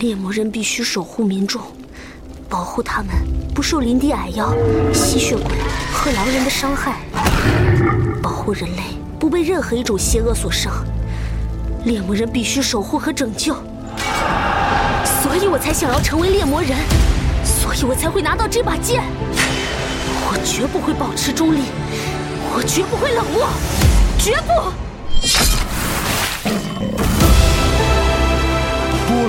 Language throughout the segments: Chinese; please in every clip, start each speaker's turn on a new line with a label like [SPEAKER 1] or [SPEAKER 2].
[SPEAKER 1] 猎魔人必须守护民众，保护他们不受林地矮妖、吸血鬼和狼人的伤害，保护人类不被任何一种邪恶所伤。猎魔人必须守护和拯救，所以我才想要成为猎魔人，所以我才会拿到这把剑。我绝不会保持中立，我绝不会冷漠，绝不。
[SPEAKER 2] 波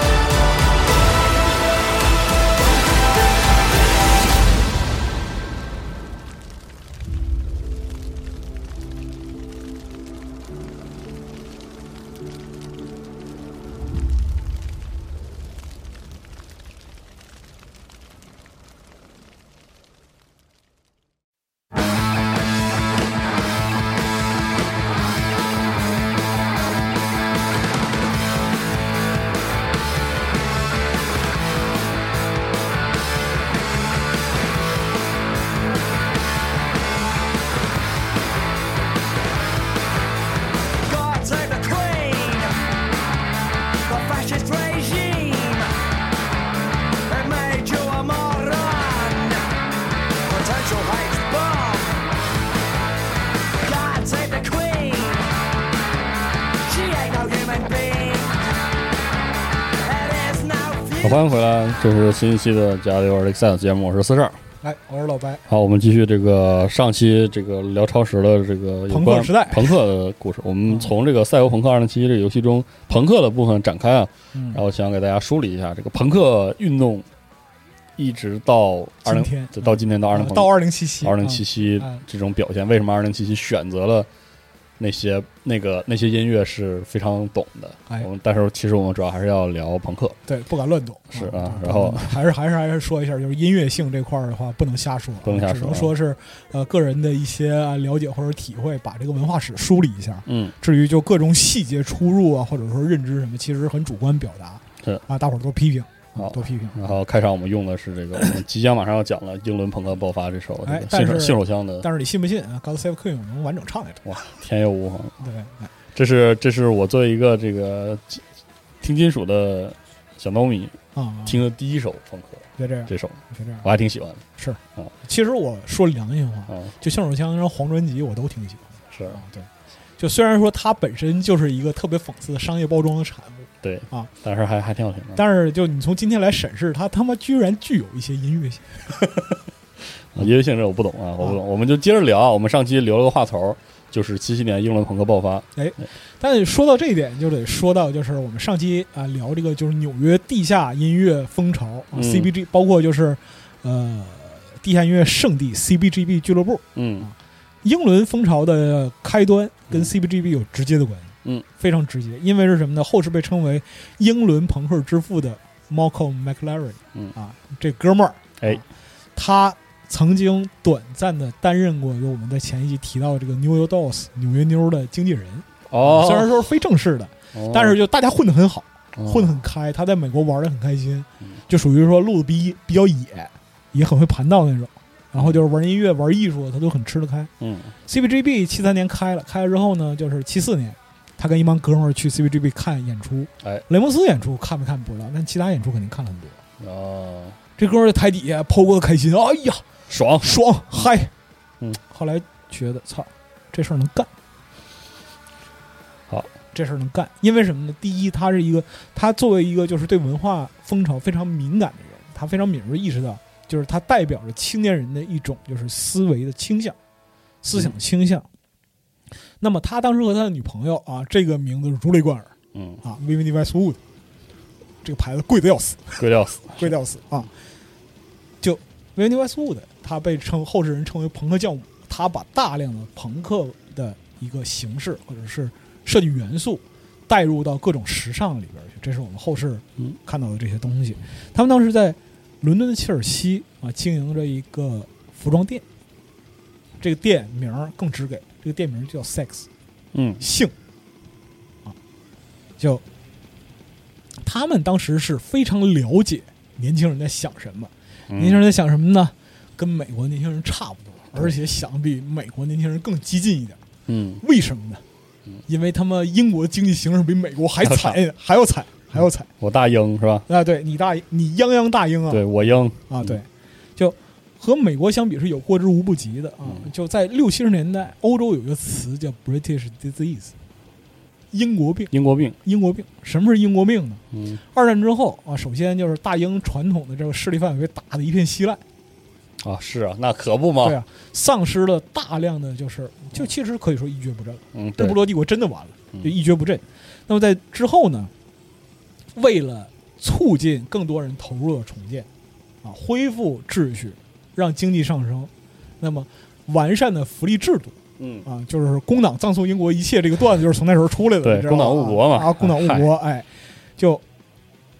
[SPEAKER 3] gods and the queen, the fascist regime. They made you a moron, potential hate bomb. God save the queen, she ain't no human being. It is no
[SPEAKER 4] 好，欢迎回来，这是新一期的《加六 Alex》节目，我是四十二。
[SPEAKER 5] 哎，我是老白。
[SPEAKER 4] 好，我们继续这个上期这个聊超时的这个有
[SPEAKER 5] 朋克
[SPEAKER 4] 关
[SPEAKER 5] 时代
[SPEAKER 4] 朋克的故事。我们从这个《赛博朋克2077》这个游戏中朋克的部分展开啊，
[SPEAKER 5] 嗯
[SPEAKER 4] 然后想给大家梳理一下这个朋克运动，一直到二
[SPEAKER 5] 今天嗯
[SPEAKER 4] 零，到今天到二零
[SPEAKER 5] 到二零七七，
[SPEAKER 4] 二零七七
[SPEAKER 5] 七，嗯
[SPEAKER 4] 这种表现，为什么二零七七选择了那些那个那些音乐是非常懂的？
[SPEAKER 5] 哎
[SPEAKER 4] 我们但是其实我们主要还是要聊朋克。
[SPEAKER 5] 嗯对，不敢乱动。
[SPEAKER 4] 是啊
[SPEAKER 5] 嗯不敢
[SPEAKER 4] 然后
[SPEAKER 5] 乱动还是还是还是说一下，就是音乐性这块儿的话，不能瞎说啊，
[SPEAKER 4] 不能瞎说啊
[SPEAKER 5] 只能说是呃个人的一些啊了解或者体会，把这个文化史梳理一下。
[SPEAKER 4] 嗯，
[SPEAKER 5] 至于就各种细节出入啊，或者说认知什么，其实很主观表达。
[SPEAKER 4] 是哦
[SPEAKER 5] 啊，大伙儿多批评，
[SPEAKER 4] 好
[SPEAKER 5] 多批评。
[SPEAKER 4] 然后开场我们用的是这个，我们即将马上要讲了英伦朋克爆发这首这
[SPEAKER 5] 哎
[SPEAKER 4] 个
[SPEAKER 5] 但
[SPEAKER 4] 信
[SPEAKER 5] 是
[SPEAKER 4] 手信手枪的，
[SPEAKER 5] 但是你信不信啊？God Save the King 我能完整唱来着？
[SPEAKER 4] 哇，天佑吾皇，
[SPEAKER 5] 对，哎
[SPEAKER 4] 这是这是我作为一个这个听金属的小猫咪
[SPEAKER 5] 啊，啊
[SPEAKER 4] 听的第一首朋克
[SPEAKER 5] 别这样，
[SPEAKER 4] 这首，
[SPEAKER 5] 别这样
[SPEAKER 4] 我。还挺喜欢的
[SPEAKER 5] 其实我说良心话，
[SPEAKER 4] 啊、
[SPEAKER 5] 就向手枪那张黄专辑，我都挺喜欢。
[SPEAKER 4] 是
[SPEAKER 5] 啊，对，就虽然说它本身就是一个特别讽刺的商业包装的产物，
[SPEAKER 4] 对
[SPEAKER 5] 啊，
[SPEAKER 4] 但是还还挺好听的。
[SPEAKER 5] 但是就你从今天来审视它，他妈居然具有一些音乐性。
[SPEAKER 4] 音乐性质我不懂
[SPEAKER 5] 嗯
[SPEAKER 4] 啊，我不懂，我们就接着聊啊。我们上期留了个话头，就是七七年英伦朋克爆发，
[SPEAKER 5] 但是说到这一点，就得说到就是我们上期啊聊这个就是纽约地下音乐风潮、啊
[SPEAKER 4] 嗯
[SPEAKER 5] CBG，包括就是呃地下音乐圣地 CBGB 俱乐部，
[SPEAKER 4] 嗯
[SPEAKER 5] 英伦风潮的开端跟
[SPEAKER 4] 嗯
[SPEAKER 5] CBGB 有直接的关系，
[SPEAKER 4] 嗯，
[SPEAKER 5] 非常直接，因为是什么呢？后世被称为英伦朋克之父的 Malcolm McLaren，
[SPEAKER 4] 嗯
[SPEAKER 5] 啊，这哥们儿，
[SPEAKER 4] 哎
[SPEAKER 5] 啊他曾经短暂的担任过，就我们在前一集提到的这个 New York Dolls 纽约妞儿的经纪人，
[SPEAKER 4] 哦，
[SPEAKER 5] 虽然说是非正式的，
[SPEAKER 4] 哦
[SPEAKER 5] 但是就大家混得很好，
[SPEAKER 4] 哦
[SPEAKER 5] 混得很开，他在美国玩得很开心
[SPEAKER 4] 嗯，
[SPEAKER 5] 就属于说路子逼比较野，也很会盘道那种，然后就是玩音乐、玩艺术，他都很吃得开。
[SPEAKER 4] 嗯
[SPEAKER 5] CBGB 七三年开了，开了之后呢，就是七四年，他跟一帮哥们儿去 CBGB 看演出。
[SPEAKER 4] 哎，
[SPEAKER 5] 雷蒙斯演出看没看不知道，但其他演出肯定看了很多。
[SPEAKER 4] 哦，
[SPEAKER 5] 这哥们儿在台底下抛过的开心，哎呀，
[SPEAKER 4] 爽，
[SPEAKER 5] 爽嗨！
[SPEAKER 4] 嗯，
[SPEAKER 5] 后来觉得操，这事儿能干。
[SPEAKER 4] 好，
[SPEAKER 5] 这事儿能干，因为什么呢？第一，他是一个，他作为一个就是对文化风潮非常敏感的人，他非常敏锐地意识到，就是他代表着青年人的一种就是思维的倾向、思想倾向。那么他当时和他的女朋友啊，这个名字是如雷贯耳
[SPEAKER 4] 嗯，
[SPEAKER 5] 啊，Vivienne Westwood，这个牌子贵的要死。
[SPEAKER 4] 贵掉死，
[SPEAKER 5] 贵吊死啊！就 v i n n i Westwood，他被称后世人称为朋克教母，他把大量的朋克的一个形式或者是设计元素带入到各种时尚里边去，这是我们后世
[SPEAKER 4] 嗯
[SPEAKER 5] 看到的这些东西。他们当时在伦敦的切尔西啊经营着一个服装店，这个店名儿更嗯直给，这个店名儿就叫 Sex
[SPEAKER 4] 嗯
[SPEAKER 5] 性啊，就他们当时是非常了解年轻人在想什么，年轻
[SPEAKER 4] 嗯
[SPEAKER 5] 人在想什么呢？跟美国年轻人差不多，而且想得比美国年轻人更激进一点。
[SPEAKER 4] 嗯，
[SPEAKER 5] 为什么呢？因为他们英国经济形势比美国嗯还惨，还要惨，还要惨。
[SPEAKER 4] 我大英是吧？
[SPEAKER 5] 啊，对你大你泱泱大英啊，
[SPEAKER 4] 对我英，
[SPEAKER 5] 啊，对，就和美国相比是有过之无不及的啊。就在六七十年代，欧洲有一个词叫 British disease，英国病。
[SPEAKER 4] 英国病，
[SPEAKER 5] 英国病，什么是英国病呢？
[SPEAKER 4] 嗯，
[SPEAKER 5] 二战之后啊，首先就是大英传统的这个势力范围打得一片稀烂，
[SPEAKER 4] 啊，是啊，那可不嘛，
[SPEAKER 5] 对啊，丧失了大量的就是就其实可以说一蹶不振了。
[SPEAKER 4] 嗯，
[SPEAKER 5] 日
[SPEAKER 4] 对嗯
[SPEAKER 5] 不，落帝国真的完了，就一蹶不振。那么在之后呢，为了促进更多人投入了重建，啊，恢复秩序，让经济上升，那么完善的福利制度
[SPEAKER 4] 嗯，
[SPEAKER 5] 啊，就是工党葬送英国一切这个段子就是从那时候出来的，
[SPEAKER 4] 对
[SPEAKER 5] 你知道
[SPEAKER 4] 工
[SPEAKER 5] 吗
[SPEAKER 4] 党误国嘛
[SPEAKER 5] 啊，工党误国，哎，就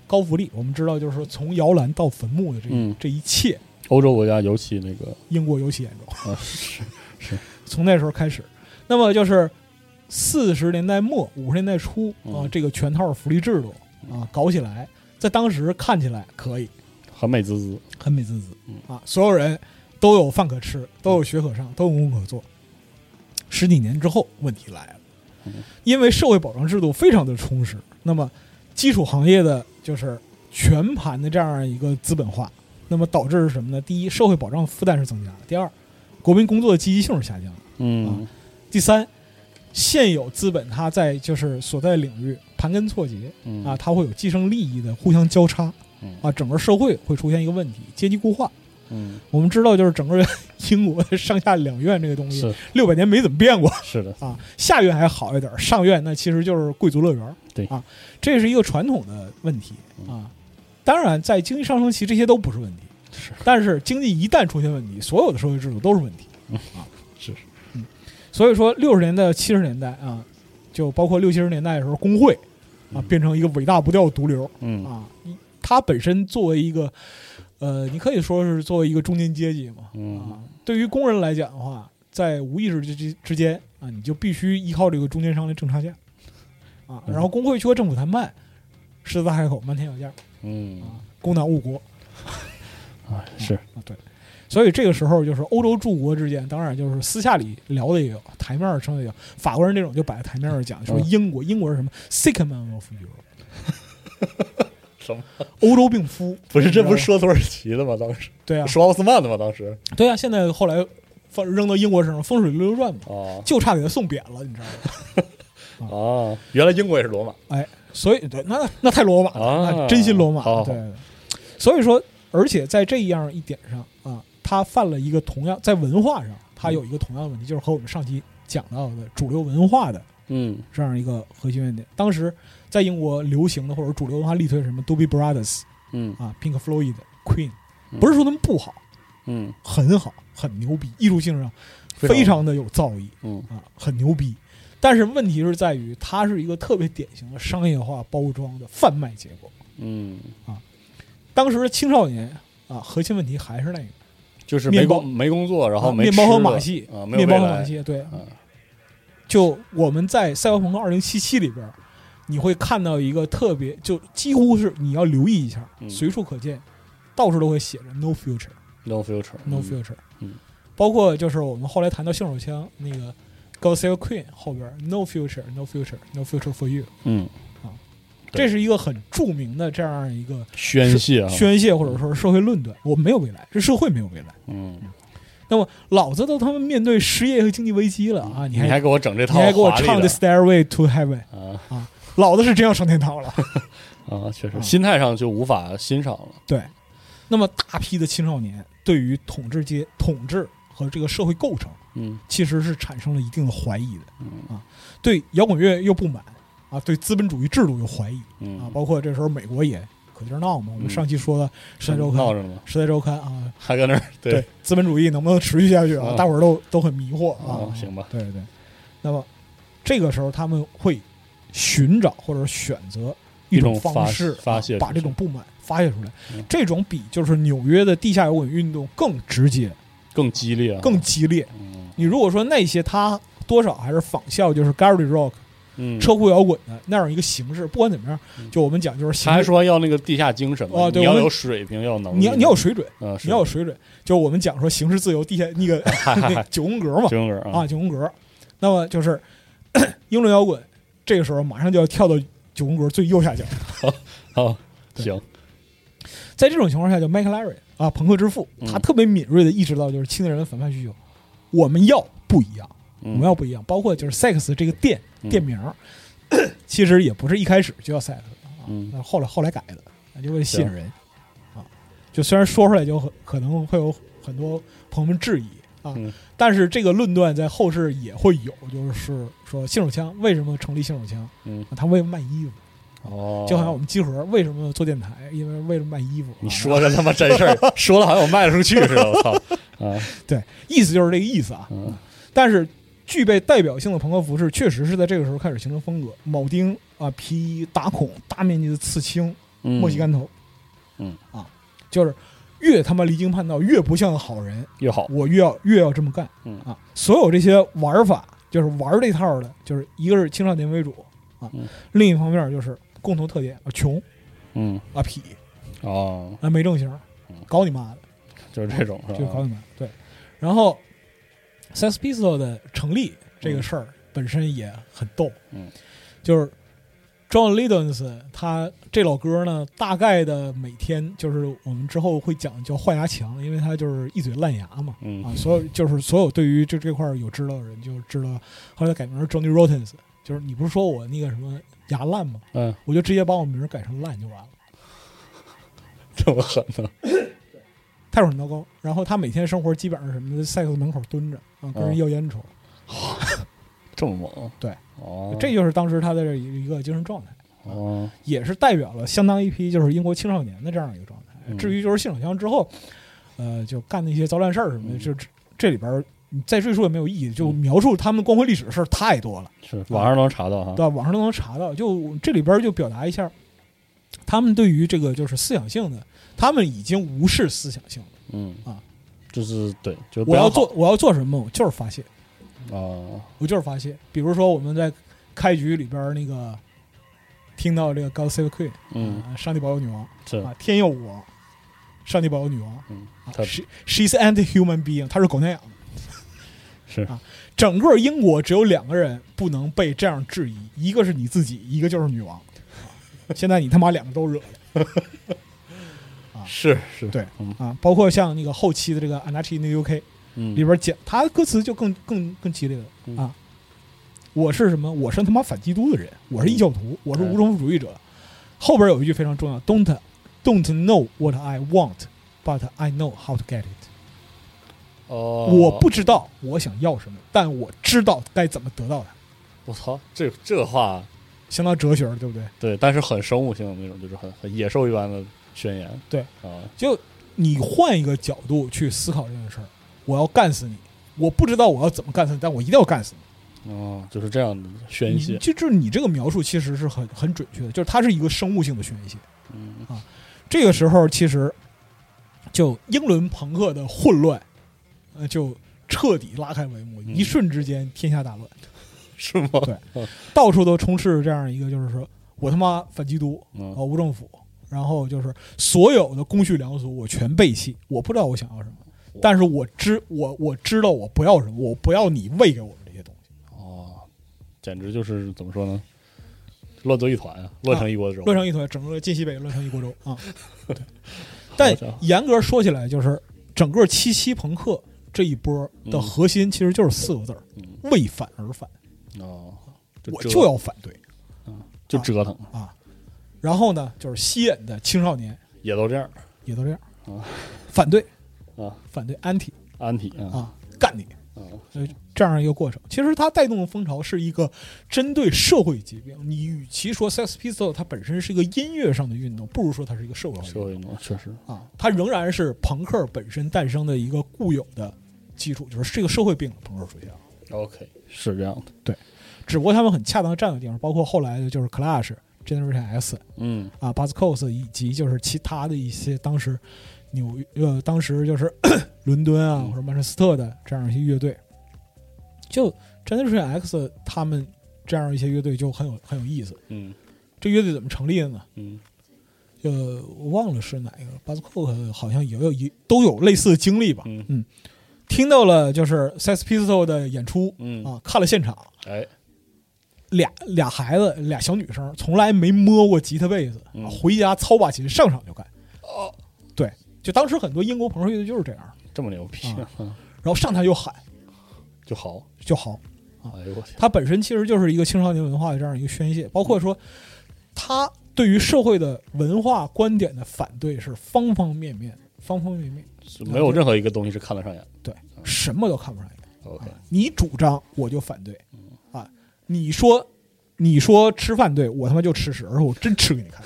[SPEAKER 5] 高福利，我们知道就是说从摇篮到坟墓的这、
[SPEAKER 4] 嗯
[SPEAKER 5] 这一切，
[SPEAKER 4] 欧洲国家尤其那个，
[SPEAKER 5] 英国尤其严重。
[SPEAKER 4] 啊，是
[SPEAKER 5] 从那时候开始。那么就是四十年代末五十年代初啊
[SPEAKER 4] 嗯，
[SPEAKER 5] 这个全套福利制度啊搞起来，在当时看起来可以
[SPEAKER 4] 很美滋滋，
[SPEAKER 5] 很美滋滋啊，所有人都有饭可吃，都有学可上，都有工可做。十几年之后，问题来了，因为社会保障制度非常的充实，那么基础行业的就是全盘的这样一个资本化，那么导致是什么呢？第一，社会保障负担是增加了；第二，国民工作的积极性是下降了。啊
[SPEAKER 4] 嗯，
[SPEAKER 5] 第三，现有资本它在就是所在领域盘根错节
[SPEAKER 4] 嗯
[SPEAKER 5] 啊，它会有既生利益的互相交叉
[SPEAKER 4] 嗯
[SPEAKER 5] 啊，整个社会会出现一个问题，阶级固化。
[SPEAKER 4] 嗯，
[SPEAKER 5] 我们知道，就是整个英国的上下两院这个东西
[SPEAKER 4] 是，
[SPEAKER 5] 六百年没怎么变过
[SPEAKER 4] 是的，
[SPEAKER 5] 啊。下院还好一点，上院那其实就是贵族乐园。
[SPEAKER 4] 对嗯
[SPEAKER 5] 啊，这是一个传统的问题啊。当然，在经济上升期，这些都不是问题。
[SPEAKER 4] 是
[SPEAKER 5] 但是经济一旦出现问题，所有的社会制度都是问题啊。
[SPEAKER 4] 是，
[SPEAKER 5] 嗯，所以说六十年代、七十年代啊，就包括六七十年代的时候，工会啊变成一个伟大不掉的毒瘤
[SPEAKER 4] 嗯
[SPEAKER 5] 啊。一它本身作为一个，呃，你可以说是作为一个中间阶级嘛啊
[SPEAKER 4] 嗯，，
[SPEAKER 5] 对于工人来讲的话，在无意识之之之间啊，你就必须依靠这个中间商来挣差价啊。然后工会去和政府谈判，狮子大开口，漫天要价
[SPEAKER 4] 嗯，
[SPEAKER 5] 啊，工党误国。
[SPEAKER 4] 啊，是，
[SPEAKER 5] 啊，对。所以这个时候就是欧洲诸国之间，当然就是私下里聊的也有，台面上也有。法国人这种就摆在台面上讲，说
[SPEAKER 4] 嗯
[SPEAKER 5] 英国，英国是什么 sick man of Europe，
[SPEAKER 4] 什么？
[SPEAKER 5] 欧洲病夫。
[SPEAKER 4] 不是，这不是
[SPEAKER 5] 说
[SPEAKER 4] 说土耳其的吗？当时
[SPEAKER 5] 对啊，
[SPEAKER 4] 说奥斯曼的吗？当时
[SPEAKER 5] 对啊，现在后来放扔到英国身上，风水轮流转嘛，
[SPEAKER 4] 哦
[SPEAKER 5] 就差给他送扁了，你知道吗？
[SPEAKER 4] 啊，原来英国也是罗马，
[SPEAKER 5] 哎，所以对，那那太罗马了，
[SPEAKER 4] 啊
[SPEAKER 5] 那真心罗马。
[SPEAKER 4] 好好好
[SPEAKER 5] 对，所以说，而且在这样一点上啊，他犯了一个同样在文化上，他有一个同样的问题，就是和我们上期讲到的主流文化的
[SPEAKER 4] 嗯
[SPEAKER 5] 这样一个核心问题。当时在英国流行的或者主流文化力推什么 Doobie Brothers
[SPEAKER 4] 嗯
[SPEAKER 5] 啊、Pink Floyd、Queen，不是说他们不好，
[SPEAKER 4] 嗯
[SPEAKER 5] 很好，很牛逼，艺术性上
[SPEAKER 4] 非常
[SPEAKER 5] 非常的有造诣
[SPEAKER 4] 嗯
[SPEAKER 5] 啊，很牛逼。但是问题是在于，它是一个特别典型的商业化包装的贩卖结果。
[SPEAKER 4] 嗯，
[SPEAKER 5] 当时的青少年啊，核心问题还是那个，
[SPEAKER 4] 就是
[SPEAKER 5] 面
[SPEAKER 4] 没
[SPEAKER 5] 包
[SPEAKER 4] 工没工作，然后
[SPEAKER 5] 啊
[SPEAKER 4] 哦没
[SPEAKER 5] 面包
[SPEAKER 4] 吃
[SPEAKER 5] 和
[SPEAKER 4] 的
[SPEAKER 5] 马戏
[SPEAKER 4] 啊，没有
[SPEAKER 5] 面包
[SPEAKER 4] 未
[SPEAKER 5] 和
[SPEAKER 4] 来
[SPEAKER 5] 马戏，对，
[SPEAKER 4] 嗯
[SPEAKER 5] 就我们在《赛博朋克2077》里边儿，你会看到一个特别，就几乎是你要留意一下，
[SPEAKER 4] 嗯
[SPEAKER 5] 随处可见，到处都会写着 “no future”，“no
[SPEAKER 4] ，no future，嗯
[SPEAKER 5] future”。
[SPEAKER 4] 嗯
[SPEAKER 5] 包括就是我们后来谈到性手枪那个 “Go Save Queen” 后边儿 “no future”，“no future”，“no future for you”，
[SPEAKER 4] 嗯，对
[SPEAKER 5] 这是一个很著名的这样一个
[SPEAKER 4] 宣泄啊，
[SPEAKER 5] 宣泄或者说是社会论断。我们没有未来，这社会没有未来。
[SPEAKER 4] 嗯，
[SPEAKER 5] 那么老子都他妈面对失业和经济危机了啊，你
[SPEAKER 4] 嗯你
[SPEAKER 5] 还
[SPEAKER 4] 还给我整这套华丽
[SPEAKER 5] 你
[SPEAKER 4] 的，
[SPEAKER 5] 还给我唱的《Stairway to Heaven》。
[SPEAKER 4] 啊
[SPEAKER 5] 啊，老子是真要上天 堂了。
[SPEAKER 4] 啊，确实
[SPEAKER 5] 啊，
[SPEAKER 4] 心态上就无法欣赏了，
[SPEAKER 5] 对，那么大批的青少年对于统治阶统治和这个社会构成，
[SPEAKER 4] 嗯
[SPEAKER 5] 其实是产生了一定的怀疑的啊，对摇滚乐又不满啊，对资本主义制度又怀疑啊，
[SPEAKER 4] 嗯，
[SPEAKER 5] 包括这时候美国也可劲儿闹嘛，我们
[SPEAKER 4] 嗯
[SPEAKER 5] 上期说的《时代周刊
[SPEAKER 4] 闹》，着呢吗，
[SPEAKER 5] 《时代周刊》啊，
[SPEAKER 4] 还搁那 儿对，
[SPEAKER 5] 资本主义能不能持续下去啊，
[SPEAKER 4] 啊
[SPEAKER 5] 大伙儿都都很迷惑啊
[SPEAKER 4] 啊，，行吧，
[SPEAKER 5] 对对，那么这个时候他们会寻找或者选择一
[SPEAKER 4] 一种
[SPEAKER 5] 方
[SPEAKER 4] 发
[SPEAKER 5] 式
[SPEAKER 4] 发泄
[SPEAKER 5] 啊
[SPEAKER 4] 出
[SPEAKER 5] 把这种
[SPEAKER 4] 去
[SPEAKER 5] 不满发泄出来
[SPEAKER 4] 嗯。
[SPEAKER 5] 这种比就是纽约的地下摇滚运动更直接、
[SPEAKER 4] 更激烈啊，
[SPEAKER 5] 更激烈。
[SPEAKER 4] 嗯
[SPEAKER 5] 你如果说那些他多少还是仿效，就是 Gary Rock
[SPEAKER 4] 嗯，
[SPEAKER 5] 车库摇滚的那样一个形式。不管怎么样，就我们讲就是形
[SPEAKER 4] 他还
[SPEAKER 5] 式
[SPEAKER 4] 说要那个地下精神嘛，
[SPEAKER 5] 哦对
[SPEAKER 4] 你
[SPEAKER 5] 我
[SPEAKER 4] 要
[SPEAKER 5] 们
[SPEAKER 4] 有水平，要有能力，
[SPEAKER 5] 你要你要有水准，
[SPEAKER 4] 嗯，是
[SPEAKER 5] 你要 有水准。就我们讲说形式自由，地下那个那个九宫格嘛，
[SPEAKER 4] 九宫格
[SPEAKER 5] 啊，，九宫格。那么就是 英伦摇滚，这个时候马上就要跳到九宫格最右下角。
[SPEAKER 4] 好，
[SPEAKER 5] 对啊
[SPEAKER 4] 行，
[SPEAKER 5] 在这种情况下，叫 m i c e l a r r y 啊，朋克之父，他
[SPEAKER 4] 嗯
[SPEAKER 5] 特别敏锐的意识到，就是青年人的反叛需求，我们要不一样，我
[SPEAKER 4] 嗯
[SPEAKER 5] 们要不一样。包括就是 Sex 这个店
[SPEAKER 4] 嗯
[SPEAKER 5] 店名儿， 其实也不是一开始就叫 Sex 的啊，
[SPEAKER 4] 嗯
[SPEAKER 5] 那是后来后来改的，啊就为了吸引人啊。就虽然说出来就很可能会有很多朋友们质疑啊，
[SPEAKER 4] 嗯
[SPEAKER 5] 但是这个论断在后世也会有，就是说性手枪为什么成立性手枪？
[SPEAKER 4] 嗯
[SPEAKER 5] 啊，他为了卖衣服，
[SPEAKER 4] 哦，
[SPEAKER 5] 就好像我们集合为什么做电台，因为为了卖衣服。
[SPEAKER 4] 你
[SPEAKER 5] 啊
[SPEAKER 4] 说的他妈真事 儿，说的好像我卖得出去似的，我操啊，
[SPEAKER 5] 对，意思就是这个意思啊。
[SPEAKER 4] 嗯
[SPEAKER 5] 但是具备代表性的朋克服饰，确实是在这个时候开始形成风格：铆钉啊、皮衣、打孔、大面积的刺青、
[SPEAKER 4] 嗯
[SPEAKER 5] 莫西干头。
[SPEAKER 4] 嗯
[SPEAKER 5] 啊，就是越他妈离经叛道，越不像个好人，
[SPEAKER 4] 越好，
[SPEAKER 5] 我越要越要这么干。
[SPEAKER 4] 嗯
[SPEAKER 5] 啊，所有这些玩法，就是玩这套的，就是一个是青少年为主啊，
[SPEAKER 4] 嗯
[SPEAKER 5] 另一方面就是共同特点啊，穷
[SPEAKER 4] 嗯
[SPEAKER 5] 啊、痞
[SPEAKER 4] 哦，
[SPEAKER 5] 啊、没正形
[SPEAKER 4] 嗯，
[SPEAKER 5] 搞你妈的。
[SPEAKER 4] 就是这种是
[SPEAKER 5] 就搞
[SPEAKER 4] 吧？
[SPEAKER 5] 你们对。然后 Sex p i s t o l 的成立这个事儿本身也很逗，
[SPEAKER 4] 嗯，
[SPEAKER 5] 就是 John Lydons 他这老哥呢，大概的每天就是我们之后会讲叫换牙墙，因为他就是一嘴烂牙嘛，
[SPEAKER 4] 嗯
[SPEAKER 5] 啊，所有就是所有对于这这块儿有知道的人就知道，后来改名儿 Johnny Rottens，就是你不是说我那个什么牙烂吗？
[SPEAKER 4] 嗯，
[SPEAKER 5] 我就直接把我名儿改成烂就完了。
[SPEAKER 4] 这么狠呢？
[SPEAKER 5] 太很糟糕。然后他每天生活基本上是什么的，在 sex 门口蹲着啊，跟人
[SPEAKER 4] 嗯
[SPEAKER 5] 要烟抽。
[SPEAKER 4] 这么猛？
[SPEAKER 5] 对，
[SPEAKER 4] 哦，
[SPEAKER 5] 这就是当时他的一个精神状态，
[SPEAKER 4] 哦，
[SPEAKER 5] 也是代表了相当一批就是英国青少年的这样一个状态。
[SPEAKER 4] 嗯
[SPEAKER 5] 至于就是性手枪之后，呃，就干那些糟烂事儿什么的，
[SPEAKER 4] 嗯
[SPEAKER 5] 就这这里边儿你再赘述也没有意义，就
[SPEAKER 4] 嗯
[SPEAKER 5] 描述他们光辉历史的事儿太多了，
[SPEAKER 4] 是网上能查到哈
[SPEAKER 5] 对，吧？网上都能查到。就这里边儿就表达一下，他们对于这个就是思想性的，他们已经无视思想性了。
[SPEAKER 4] 嗯
[SPEAKER 5] 啊，
[SPEAKER 4] 就是对，就是不
[SPEAKER 5] 我要
[SPEAKER 4] 好
[SPEAKER 5] 做我要做什么，我就是发泄。
[SPEAKER 4] 啊，
[SPEAKER 5] 我就是发泄。比如说我们在开局里边儿那个听到这个 God Save the Queen，
[SPEAKER 4] 嗯，
[SPEAKER 5] 啊，上帝保佑女王
[SPEAKER 4] 是
[SPEAKER 5] 啊，天佑我，上帝保佑女王。
[SPEAKER 4] 嗯
[SPEAKER 5] 啊
[SPEAKER 4] 他
[SPEAKER 5] she she's anti human being，她是狗娘养。
[SPEAKER 4] 是
[SPEAKER 5] 啊整个英国只有两个人不能被这样质疑，一个是你自己，一个就是女王。 现在你他妈两个都惹了
[SPEAKER 4] 是是，
[SPEAKER 5] 对
[SPEAKER 4] 嗯
[SPEAKER 5] 啊！包括像那个后期的这个 Anarchy in the UK，里
[SPEAKER 4] 嗯，
[SPEAKER 5] 边讲他歌词就更更更激烈
[SPEAKER 4] 嗯
[SPEAKER 5] 了啊！我是什么？我是他妈反基督的人，我是异教
[SPEAKER 4] 嗯
[SPEAKER 5] 徒，我是无政府主义者。后边有一句非常重要：Don't don't know what I want, but I know how to get it。
[SPEAKER 4] 哦，
[SPEAKER 5] 我不，知道我想要什么，但我知道该怎么得到它。
[SPEAKER 4] 我操，这这话
[SPEAKER 5] 相当哲学了，对不对？
[SPEAKER 4] 对，但是很生物性的那种，就是很很野兽一般的宣言，
[SPEAKER 5] 对
[SPEAKER 4] 啊，
[SPEAKER 5] 就你换一个角度去思考这件事儿，我要干死你。我不知道我要怎么干死你，但我一定要干死你。
[SPEAKER 4] 哦，就是这样的宣
[SPEAKER 5] 你
[SPEAKER 4] 泄，
[SPEAKER 5] 就就是你这个描述其实是很很准确的，就是它是一个生物性的宣泄。
[SPEAKER 4] 嗯
[SPEAKER 5] 啊这个时候其实就英伦朋克的混乱，呃，就彻底拉开帷幕，
[SPEAKER 4] 嗯
[SPEAKER 5] 一瞬之间天下 大乱，
[SPEAKER 4] 是吗？
[SPEAKER 5] 对到处都充斥着这样一个，就是说我他妈反基督啊、
[SPEAKER 4] 嗯
[SPEAKER 5] 无政府，然后就是所有的公序良俗我全背弃，我不知道我想要什么，但是我知我我知道我不要什么，我不要你喂给我们这些东西，
[SPEAKER 4] 哦，简直就是怎么说呢？乱作一团啊，乱成一锅粥，
[SPEAKER 5] 乱成一团，整个晋西北乱成一锅粥 啊！对，
[SPEAKER 4] 好
[SPEAKER 5] 但
[SPEAKER 4] 家伙
[SPEAKER 5] 严格说起来，就是整个七七朋克这一波的核心，其实就是四个字儿：
[SPEAKER 4] 嗯
[SPEAKER 5] 为反而反。
[SPEAKER 4] 哦，
[SPEAKER 5] 我
[SPEAKER 4] 折
[SPEAKER 5] 就要反对
[SPEAKER 4] 就折腾，
[SPEAKER 5] 啊！然后呢，就是吸引的青少年
[SPEAKER 4] 也都这样
[SPEAKER 5] 也都这样
[SPEAKER 4] 啊
[SPEAKER 5] 反对，
[SPEAKER 4] 啊，
[SPEAKER 5] 反对 anti
[SPEAKER 4] 安体啊，
[SPEAKER 5] 啊，干你！
[SPEAKER 4] 啊
[SPEAKER 5] 所以这样一个过程，其实它带动的风潮是一个针对社会疾病。你与其说 Sex p i s t o l 它本身是一个音乐上的运动，不如说它是一个社会上的运
[SPEAKER 4] 社
[SPEAKER 5] 动
[SPEAKER 4] 会运动确实，
[SPEAKER 5] 啊，它仍然是朋克本身诞生的一个固有的基础，就是这个社会病了，朋克出现了。
[SPEAKER 4] OK，是这样的，
[SPEAKER 5] 只不过他们很恰当地站的地方，包括后来的就是 Clash、Generation S
[SPEAKER 4] 嗯
[SPEAKER 5] 啊、Buzz Cos 以及就是其他的一些当时纽约呃当时就是 伦敦啊
[SPEAKER 4] 嗯
[SPEAKER 5] 或者曼彻斯特的这样一些乐队，就 Generation X 他们这样一些乐队就很有很有意思。
[SPEAKER 4] 嗯
[SPEAKER 5] 这乐队怎么成立的呢？
[SPEAKER 4] 嗯
[SPEAKER 5] 呃，我忘了是哪一个，巴斯克好像也有一都有类似的经历吧。
[SPEAKER 4] 嗯
[SPEAKER 5] 听到了就是 Sex Pistol 的演出
[SPEAKER 4] 嗯，
[SPEAKER 5] 啊，看了现场，
[SPEAKER 4] 哎，
[SPEAKER 5] 俩俩孩子俩小女生从来没摸过吉他贝斯，
[SPEAKER 4] 嗯
[SPEAKER 5] 啊回家操把琴上场就干。哦，对，就当时很多英国朋克乐队就是这样，
[SPEAKER 4] 这么牛逼，
[SPEAKER 5] 然后上台就喊
[SPEAKER 4] 就好。
[SPEAKER 5] 就嚎。
[SPEAKER 4] 哎呦我天，
[SPEAKER 5] 它本身其实就是一个青少年文化的这样一个宣泄，包括说他对于社会的文化观点的反对是方方面面，方方面面，
[SPEAKER 4] 是没有任何一个东西是看得上眼。嗯
[SPEAKER 5] 对，什么都看不上眼。
[SPEAKER 4] OK，
[SPEAKER 5] 啊你主张我就反对，啊，你说你说吃饭对我他妈就吃屎，而且我真吃给你看。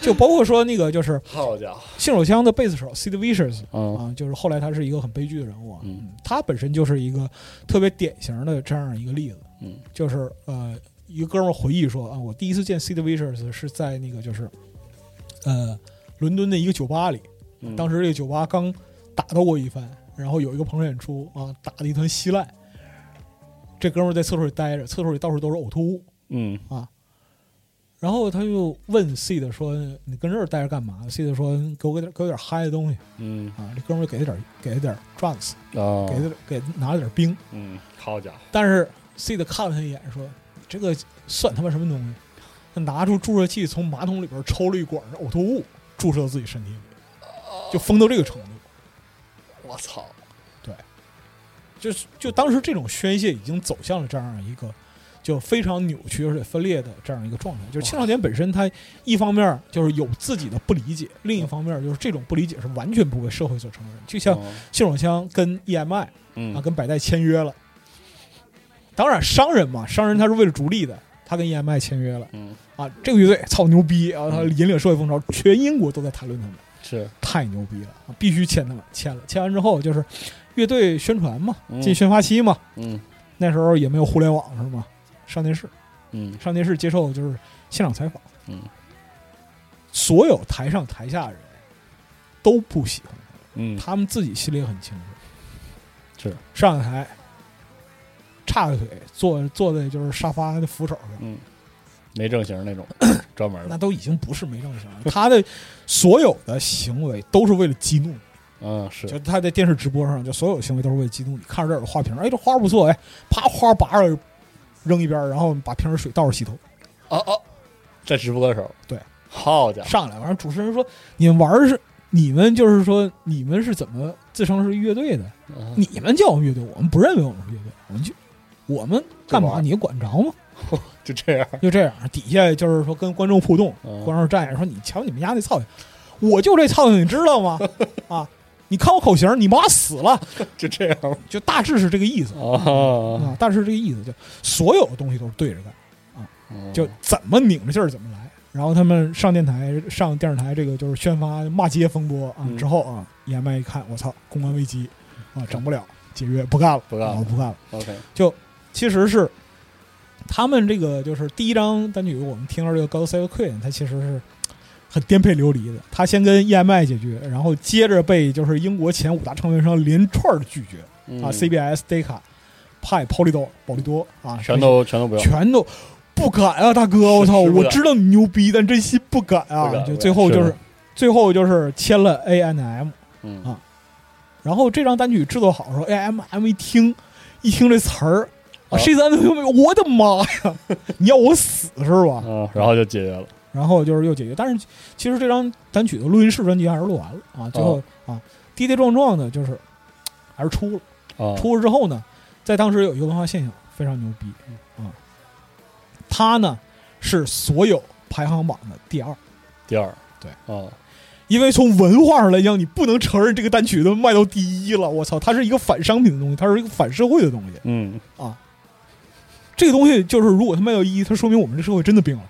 [SPEAKER 5] 就包括说那个就是
[SPEAKER 4] 好家伙，
[SPEAKER 5] 信手枪的贝斯手 Sid Vicious
[SPEAKER 4] 嗯
[SPEAKER 5] 啊，就是后来他是一个很悲剧的人物啊，
[SPEAKER 4] 嗯
[SPEAKER 5] 他本身就是一个特别典型的这样一个例子，
[SPEAKER 4] 嗯，
[SPEAKER 5] 就是呃，一个哥们儿回忆说啊，我第一次见 Sid Vicious 是在那个就是呃伦敦的一个酒吧里，
[SPEAKER 4] 嗯
[SPEAKER 5] 当时这个酒吧刚打斗过一番，然后有一个朋友演出啊，打得一团稀烂，这哥们儿在厕所里待着，厕所里到处都是呕吐物，
[SPEAKER 4] 嗯
[SPEAKER 5] 啊然后他就问 Sid 说：“你跟这儿待着干嘛？”Sid 说：“给我给点给我点嗨的东西
[SPEAKER 4] 嗯
[SPEAKER 5] 啊！”这哥们儿给他点儿给他点儿 drugs，
[SPEAKER 4] 啊
[SPEAKER 5] 给他点给拿了点儿冰。
[SPEAKER 4] 嗯，好家伙，
[SPEAKER 5] 但是 Sid 看了他一眼说：“这个算他妈什么东西？”他拿出注射器从马桶里边抽了一管呕吐物，注射到自己身体里，就疯到这个程度。
[SPEAKER 4] 我操，
[SPEAKER 5] 就是就当时这种宣泄已经走向了这样一个就非常扭曲而且分裂的这样一个状态。就是青少年本身，他一方面就是有自己的不理解，另一方面就是这种不理解是完全不被社会所承认。就像信手枪跟 EMI
[SPEAKER 4] 哦嗯
[SPEAKER 5] 啊，跟百代签约了。当然，商人嘛，商人他是为了逐利的，他跟 EMI 签约了
[SPEAKER 4] 嗯
[SPEAKER 5] 啊。这个乐队操牛逼啊，他引领社会风潮，全英国都在谈论他们。
[SPEAKER 4] 是
[SPEAKER 5] 太牛逼了，啊必须签他们，签了，签完之后就是乐队宣传嘛，
[SPEAKER 4] 嗯
[SPEAKER 5] 进宣发期嘛，
[SPEAKER 4] 嗯
[SPEAKER 5] 那时候也没有互联网是吗？上电视，
[SPEAKER 4] 嗯
[SPEAKER 5] 上电视接受就是现场采访，
[SPEAKER 4] 嗯，
[SPEAKER 5] 所有台上台下的人都不喜欢他
[SPEAKER 4] 嗯
[SPEAKER 5] 们，他们自己心里也很清楚，
[SPEAKER 4] 是
[SPEAKER 5] 上台叉着腿坐坐在就是沙发的扶手上，
[SPEAKER 4] 嗯，没正形 那种专门
[SPEAKER 5] 那
[SPEAKER 4] 的，
[SPEAKER 5] 都已经不是没正形了，他的所有的行为都是为了激怒你。
[SPEAKER 4] 嗯是
[SPEAKER 5] 就他在电视直播上，就所有行为都是为了激怒你。看着这儿有花瓶，哎，这花不错，哎，啪，花拔着扔一边儿，然后把瓶儿水倒着洗头，
[SPEAKER 4] 哦哦，在直播的时候，
[SPEAKER 5] 对，
[SPEAKER 4] 好家伙，
[SPEAKER 5] 上来。完了，主持人说：“你们玩儿是你们就是说你们是怎么自称是乐队的？
[SPEAKER 4] 嗯
[SPEAKER 5] 你们叫我们乐队，我们不认为我们是乐队，我们就我们干
[SPEAKER 4] 就玩儿
[SPEAKER 5] 嘛你管着吗？
[SPEAKER 4] 就这样，
[SPEAKER 5] 就这样，底下就是说跟观众互动，
[SPEAKER 4] 嗯
[SPEAKER 5] 观众站着说：‘你瞧你们家那操性，我就这操性，你知道 吗？啊，你看我口型，你妈死了！’
[SPEAKER 4] 就这样
[SPEAKER 5] 就大致是这个意思。”
[SPEAKER 4] 啊，
[SPEAKER 5] 啊，但是这个意思就所有的东西都是对着干，
[SPEAKER 4] 嗯
[SPEAKER 5] 啊就怎么拧着劲儿怎么来。然后他们上电台、上电视台，这个就是宣发骂街风波啊。
[SPEAKER 4] 嗯
[SPEAKER 5] 之后啊，眼麦一看，我操，公关危机啊，整不了，解约不干了，
[SPEAKER 4] 不干了
[SPEAKER 5] 啊不干了。
[SPEAKER 4] OK，
[SPEAKER 5] 其实是他们这个就是第一张单曲，我们听到这个《God Save the Queen》，它其实是很颠沛流离的。他先跟 EMI 解决，然后接着被就是英国前五大唱片商连串儿拒绝啊
[SPEAKER 4] 嗯
[SPEAKER 5] ，CBS、Decca、Pi、Polydor、宝利多啊，
[SPEAKER 4] 全都全都不要，
[SPEAKER 5] 全都不敢啊，大哥，我操！
[SPEAKER 4] 是不敢
[SPEAKER 5] 我知道你牛逼，但真心不敢
[SPEAKER 4] 不
[SPEAKER 5] 啊。
[SPEAKER 4] 敢
[SPEAKER 5] 就最后就是是
[SPEAKER 4] 的
[SPEAKER 5] 最后就是签了 A N M，
[SPEAKER 4] 嗯
[SPEAKER 5] 啊然后这张单曲制作好的时候，A M M 一听一听这词儿
[SPEAKER 4] 啊
[SPEAKER 5] 啊，谁咱我的妈 呀！你要我死是吧？
[SPEAKER 4] 啊，然后就解约了，
[SPEAKER 5] 然后就是又解决，但是其实这张单曲的录音室专辑还是录完了啊。最
[SPEAKER 4] 哦
[SPEAKER 5] 后啊，跌跌撞撞的，就是还是出了。
[SPEAKER 4] 啊，
[SPEAKER 5] 出了之后呢，在当时有一个文化现象非常牛逼啊，他呢是所有排行榜的第二，
[SPEAKER 4] 第二，
[SPEAKER 5] 对
[SPEAKER 4] 啊，
[SPEAKER 5] 因为从文化上来讲，你不能承认这个单曲都卖到第一了，我操，它是一个反商品的东西，它是一个反社会的东西。
[SPEAKER 4] 嗯
[SPEAKER 5] 这个东西就是，如果它卖到一，它说明我们这社会真的病了，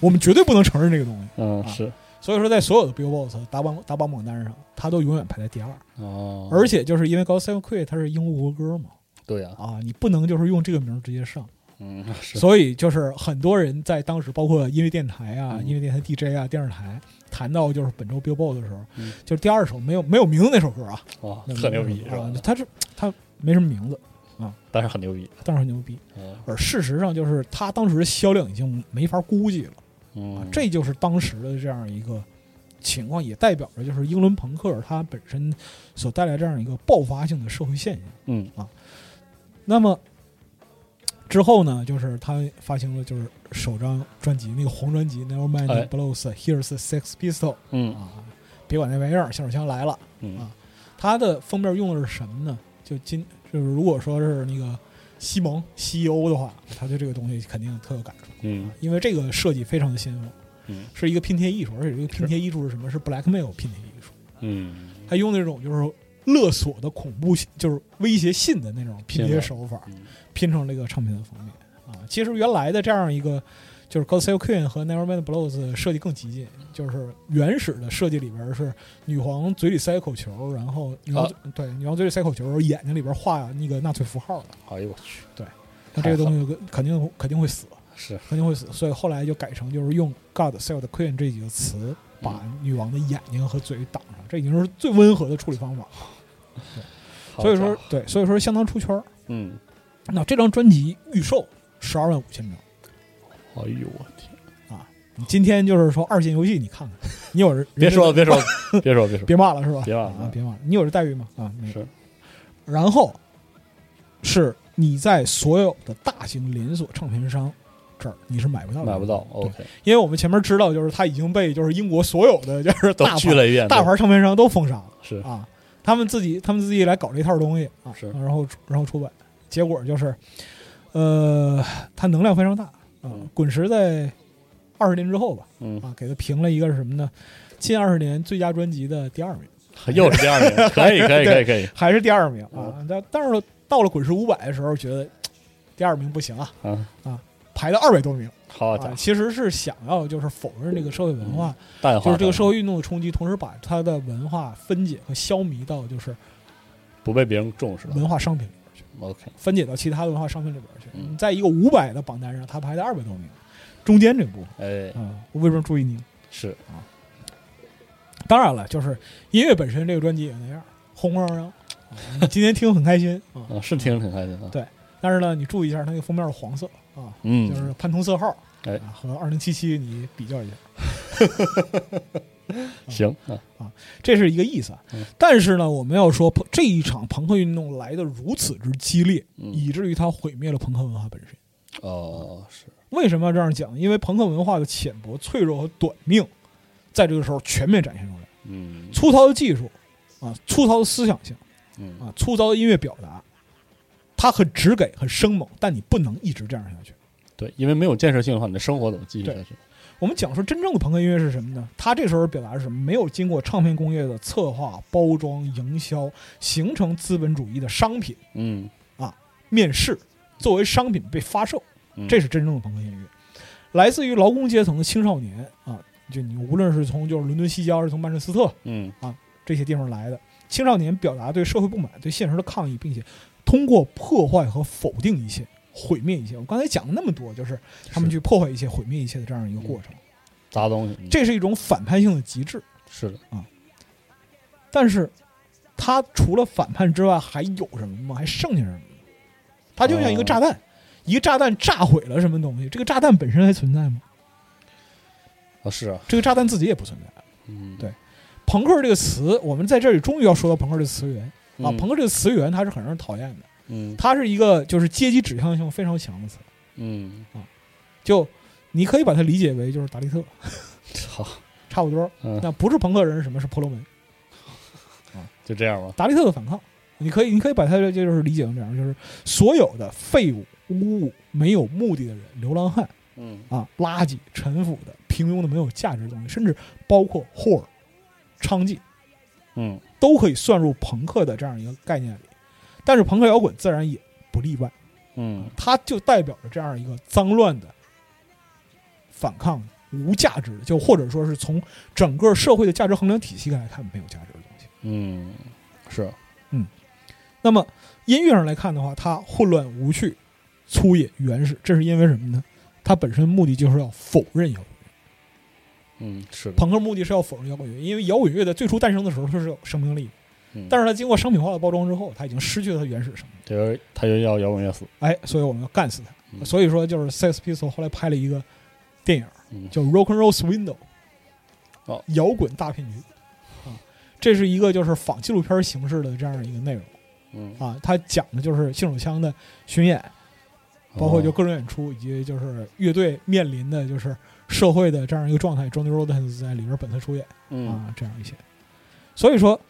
[SPEAKER 5] 我们绝对不能承认这个东西。
[SPEAKER 4] 嗯
[SPEAKER 5] 啊
[SPEAKER 4] 是
[SPEAKER 5] 所以说，在所有的 Billboard 打榜打榜榜单上，它都永远排在第二。
[SPEAKER 4] 哦，
[SPEAKER 5] 而且就是因为《God Save the Queen》它是英国歌嘛，
[SPEAKER 4] 对呀，
[SPEAKER 5] 啊，你不能就是用这个名儿直接上。
[SPEAKER 4] 嗯是，
[SPEAKER 5] 所以就是很多人在当时，包括音乐电台啊、
[SPEAKER 4] 嗯
[SPEAKER 5] 音乐电台 DJ 啊、电视台，谈到就是本周 Billboard 的时候，
[SPEAKER 4] 嗯
[SPEAKER 5] 就是第二首没有没有名字那首歌啊，
[SPEAKER 4] 哇，
[SPEAKER 5] 那
[SPEAKER 4] 哦特牛逼是吧
[SPEAKER 5] 啊？它是它没什么名字，啊，
[SPEAKER 4] 但是很牛逼。
[SPEAKER 5] 当然很牛逼。
[SPEAKER 4] 嗯
[SPEAKER 5] 而事实上，就是它当时的销量已经没法估计了，
[SPEAKER 4] 嗯，
[SPEAKER 5] 啊这就是当时的这样一个情况，也代表着就是英伦朋克它本身所带来这样一个爆发性的社会现象。
[SPEAKER 4] 嗯
[SPEAKER 5] 那么之后呢，就是他发行了就是首张专辑，那个红专辑《Never Mind
[SPEAKER 4] 哎
[SPEAKER 5] the Blows》，Here's Sex Pistol
[SPEAKER 4] 嗯
[SPEAKER 5] 啊，别管那玩意儿，下手枪来了。
[SPEAKER 4] 嗯
[SPEAKER 5] 啊它的封面用的是什么呢？就今就是如果说是那个西蒙西欧的话，他对这个东西肯定特有感触，
[SPEAKER 4] 嗯
[SPEAKER 5] 因为这个设计非常的先锋，
[SPEAKER 4] 嗯
[SPEAKER 5] 是一个拼贴艺术，而且这个拼贴艺术是什么？是 blackmail 拼贴艺术，
[SPEAKER 4] 嗯，
[SPEAKER 5] 他用那种就是勒索的恐怖，就是威胁信的那种拼
[SPEAKER 4] 拼
[SPEAKER 5] 贴
[SPEAKER 4] 了
[SPEAKER 5] 手法，
[SPEAKER 4] 嗯
[SPEAKER 5] 拼成这个唱片的封面啊。其实原来的这样一个就是 Gospel Queen 和 Nevermind Blues 设计更激进，就是原始的设计里边是女皇嘴里塞口球，然后女皇、
[SPEAKER 4] 啊
[SPEAKER 5] 对女皇嘴里塞口球，眼睛里边画那个纳粹符号的，
[SPEAKER 4] 哎呦我去，
[SPEAKER 5] 那这个东西肯定肯定会死，
[SPEAKER 4] 是
[SPEAKER 5] 肯定会死。所以后来就改成就是用 God Save the Queen 这几个
[SPEAKER 4] 嗯
[SPEAKER 5] 词把女王的眼睛和嘴挡上，这已经是最温和的处理方法。所以说，对，所以说相当出圈儿。
[SPEAKER 4] 嗯，
[SPEAKER 5] 那这张专辑预售十二万五千张。
[SPEAKER 4] 哎呦我天，
[SPEAKER 5] 你今天就是说二线游戏，你看看，你有人
[SPEAKER 4] 别说了， 别说，了，别说，了，别说，了，
[SPEAKER 5] 别骂了是吧？
[SPEAKER 4] 别骂了
[SPEAKER 5] 啊，别骂了，你有这待遇吗？啊，没有。
[SPEAKER 4] 是，
[SPEAKER 5] 然后是你在所有的大型连锁唱片商这儿你是买不到的，
[SPEAKER 4] 买不到
[SPEAKER 5] 对
[SPEAKER 4] ，OK，
[SPEAKER 5] 因为我们前面知道，就是它已经被就是英国所有的就是
[SPEAKER 4] 都
[SPEAKER 5] 大
[SPEAKER 4] 去
[SPEAKER 5] 牌
[SPEAKER 4] 了一遍，
[SPEAKER 5] 大牌唱片商都封杀了
[SPEAKER 4] 是
[SPEAKER 5] 啊，他们自己他们自己来搞这套东西啊，
[SPEAKER 4] 是
[SPEAKER 5] 然后然后出版，结果就是，呃，它能量非常大啊
[SPEAKER 4] 嗯，
[SPEAKER 5] 滚石在二十年之后吧。
[SPEAKER 4] 嗯，
[SPEAKER 5] 啊，给他评了一个是什么呢？近二十年最佳专辑的第二名，
[SPEAKER 4] 又是第 二名，可以，可以，可以，可以，
[SPEAKER 5] 还是第二名啊。但但是到了滚石五百的时候，觉得嘖第二名不行啊，
[SPEAKER 4] 啊，
[SPEAKER 5] 排到二百多名
[SPEAKER 4] 好家
[SPEAKER 5] 啊。
[SPEAKER 4] 伙，
[SPEAKER 5] 其实是想要就是否认这个社会文化，
[SPEAKER 4] 淡化
[SPEAKER 5] 就是这
[SPEAKER 4] 淡化
[SPEAKER 5] 个社会运动的冲击，同时把它的文化分解和消弭到就是
[SPEAKER 4] 不被别人重视了
[SPEAKER 5] 文化商品里边去，
[SPEAKER 4] ，OK，
[SPEAKER 5] 分解到其他的文化商品里边去。
[SPEAKER 4] 嗯
[SPEAKER 5] 你在一个五百的榜单上，它排在二百多名，中间这部分
[SPEAKER 4] 哎，
[SPEAKER 5] 啊，我为什么注意你？
[SPEAKER 4] 是，
[SPEAKER 5] 当然了，就是音乐本身这个专辑也那样，轰轰嚷嚷。
[SPEAKER 4] 嗯
[SPEAKER 5] 啊你今天听很 开心啊，
[SPEAKER 4] 啊，是听着挺开心啊，
[SPEAKER 5] 对但是呢，你注意一下它那个封面的黄色啊，就
[SPEAKER 4] 嗯，
[SPEAKER 5] 是潘通色号，
[SPEAKER 4] 哎
[SPEAKER 5] 啊和二零七七你比较一下，
[SPEAKER 4] 行啊，
[SPEAKER 5] 这是一个意思啊
[SPEAKER 4] 嗯。
[SPEAKER 5] 但是呢，我们要说这一场朋克运动来的如此之激烈，
[SPEAKER 4] 嗯，
[SPEAKER 5] 以至于它毁灭了朋克文化本身。
[SPEAKER 4] 哦，是，
[SPEAKER 5] 为什么要这样讲？因为朋克文化的浅薄、脆弱和短命，在这个时候全面展现出来。
[SPEAKER 4] 嗯，
[SPEAKER 5] 粗糙的技术啊，粗糙的思想性。
[SPEAKER 4] 嗯，
[SPEAKER 5] 啊，粗糙的音乐表达，它很直给，很生猛，但你不能一直这样下去。
[SPEAKER 4] 对，因为没有建设性的话，你的生活怎么继续下去？
[SPEAKER 5] 我们讲说真正的朋克音乐是什么呢？它这时候表达是什么？没有经过唱片工业的策划、包装、营销，形成资本主义的商品
[SPEAKER 4] 嗯，
[SPEAKER 5] 面世，作为商品被发售，
[SPEAKER 4] 嗯
[SPEAKER 5] 这是真正的朋克音乐。来自于劳工阶层的青少年啊，就你无论是从就是伦敦西郊，还是从曼彻斯特
[SPEAKER 4] 嗯，
[SPEAKER 5] 这些地方来的青少年，表达对社会不满、对现实的抗议，并且通过破坏和否定一切、毁灭一切。我刚才讲了那么多，就是他们
[SPEAKER 4] 是
[SPEAKER 5] 去破坏一切、毁灭一切的这样一个过程，
[SPEAKER 4] 砸东西，嗯
[SPEAKER 5] 这是一种反叛性的极致。
[SPEAKER 4] 是的，
[SPEAKER 5] 但是，它除了反叛之外，还有什么吗？还剩下什么吗？它就像一个炸弹，一个炸弹炸毁了什么东西？这个炸弹本身还存在吗？
[SPEAKER 4] 啊，是啊，
[SPEAKER 5] 这个炸弹自己也不存在。
[SPEAKER 4] 嗯，
[SPEAKER 5] 对朋克这个词，我们在这里终于要说到朋克这个词源啊！
[SPEAKER 4] 嗯
[SPEAKER 5] 朋克这个词源它是很让人讨厌的。
[SPEAKER 4] 嗯
[SPEAKER 5] 它是一个就是阶级指向性非常强的词，
[SPEAKER 4] 嗯，
[SPEAKER 5] 就你可以把它理解为就是达利特，
[SPEAKER 4] 好，
[SPEAKER 5] 差不多。
[SPEAKER 4] 嗯，
[SPEAKER 5] 那不是朋克人是什么？是婆罗门
[SPEAKER 4] 就这样吧，
[SPEAKER 5] 达利特的反抗。你可以，你可以把它就是理解成这样，就是所有的废物、污物、没有目的的人、流浪汉
[SPEAKER 4] 嗯
[SPEAKER 5] 啊、垃圾、陈腐的、平庸的、没有价值的东西，甚至包括霍尔、娼妓，
[SPEAKER 4] 嗯，
[SPEAKER 5] 都可以算入朋克的这样一个概念里。但是朋克摇滚自然也不例外，
[SPEAKER 4] 嗯，
[SPEAKER 5] 它就代表着这样一个脏乱的、反抗的、无价值的，就或者说是从整个社会的价值衡量体系来看没有价值的东西。
[SPEAKER 4] 嗯，是，
[SPEAKER 5] 那么音乐上来看的话，它混乱无趣、粗野、原始，这是因为什么呢？它本身目的就是要否认摇滚乐。
[SPEAKER 4] 嗯，是的，
[SPEAKER 5] 朋克目的是要否认摇滚乐，因为摇滚乐在最初诞生的时候它是有生命力的，
[SPEAKER 4] 嗯
[SPEAKER 5] 但是它经过商品化的包装之后，它已经失去了它原始的生命。
[SPEAKER 4] 这个他就要摇滚乐死，
[SPEAKER 5] 哎，所以我们要干死它。
[SPEAKER 4] 嗯
[SPEAKER 5] 所以说，就是 Sex Pistols 后来拍了一个电影，
[SPEAKER 4] 嗯
[SPEAKER 5] 叫《Rock and Roll Swindle》，
[SPEAKER 4] 哦
[SPEAKER 5] 摇滚大骗局啊，这是一个就是仿纪录片形式的这样一个内容
[SPEAKER 4] 嗯，
[SPEAKER 5] 啊，它讲的就是性手枪的巡演，包括就
[SPEAKER 4] 哦
[SPEAKER 5] 各种演出，以及就是乐队面临的就是社会的这样一个状态。Johnny Rodens 在里边本色出演
[SPEAKER 4] 嗯
[SPEAKER 5] 啊，这样一些。所以说，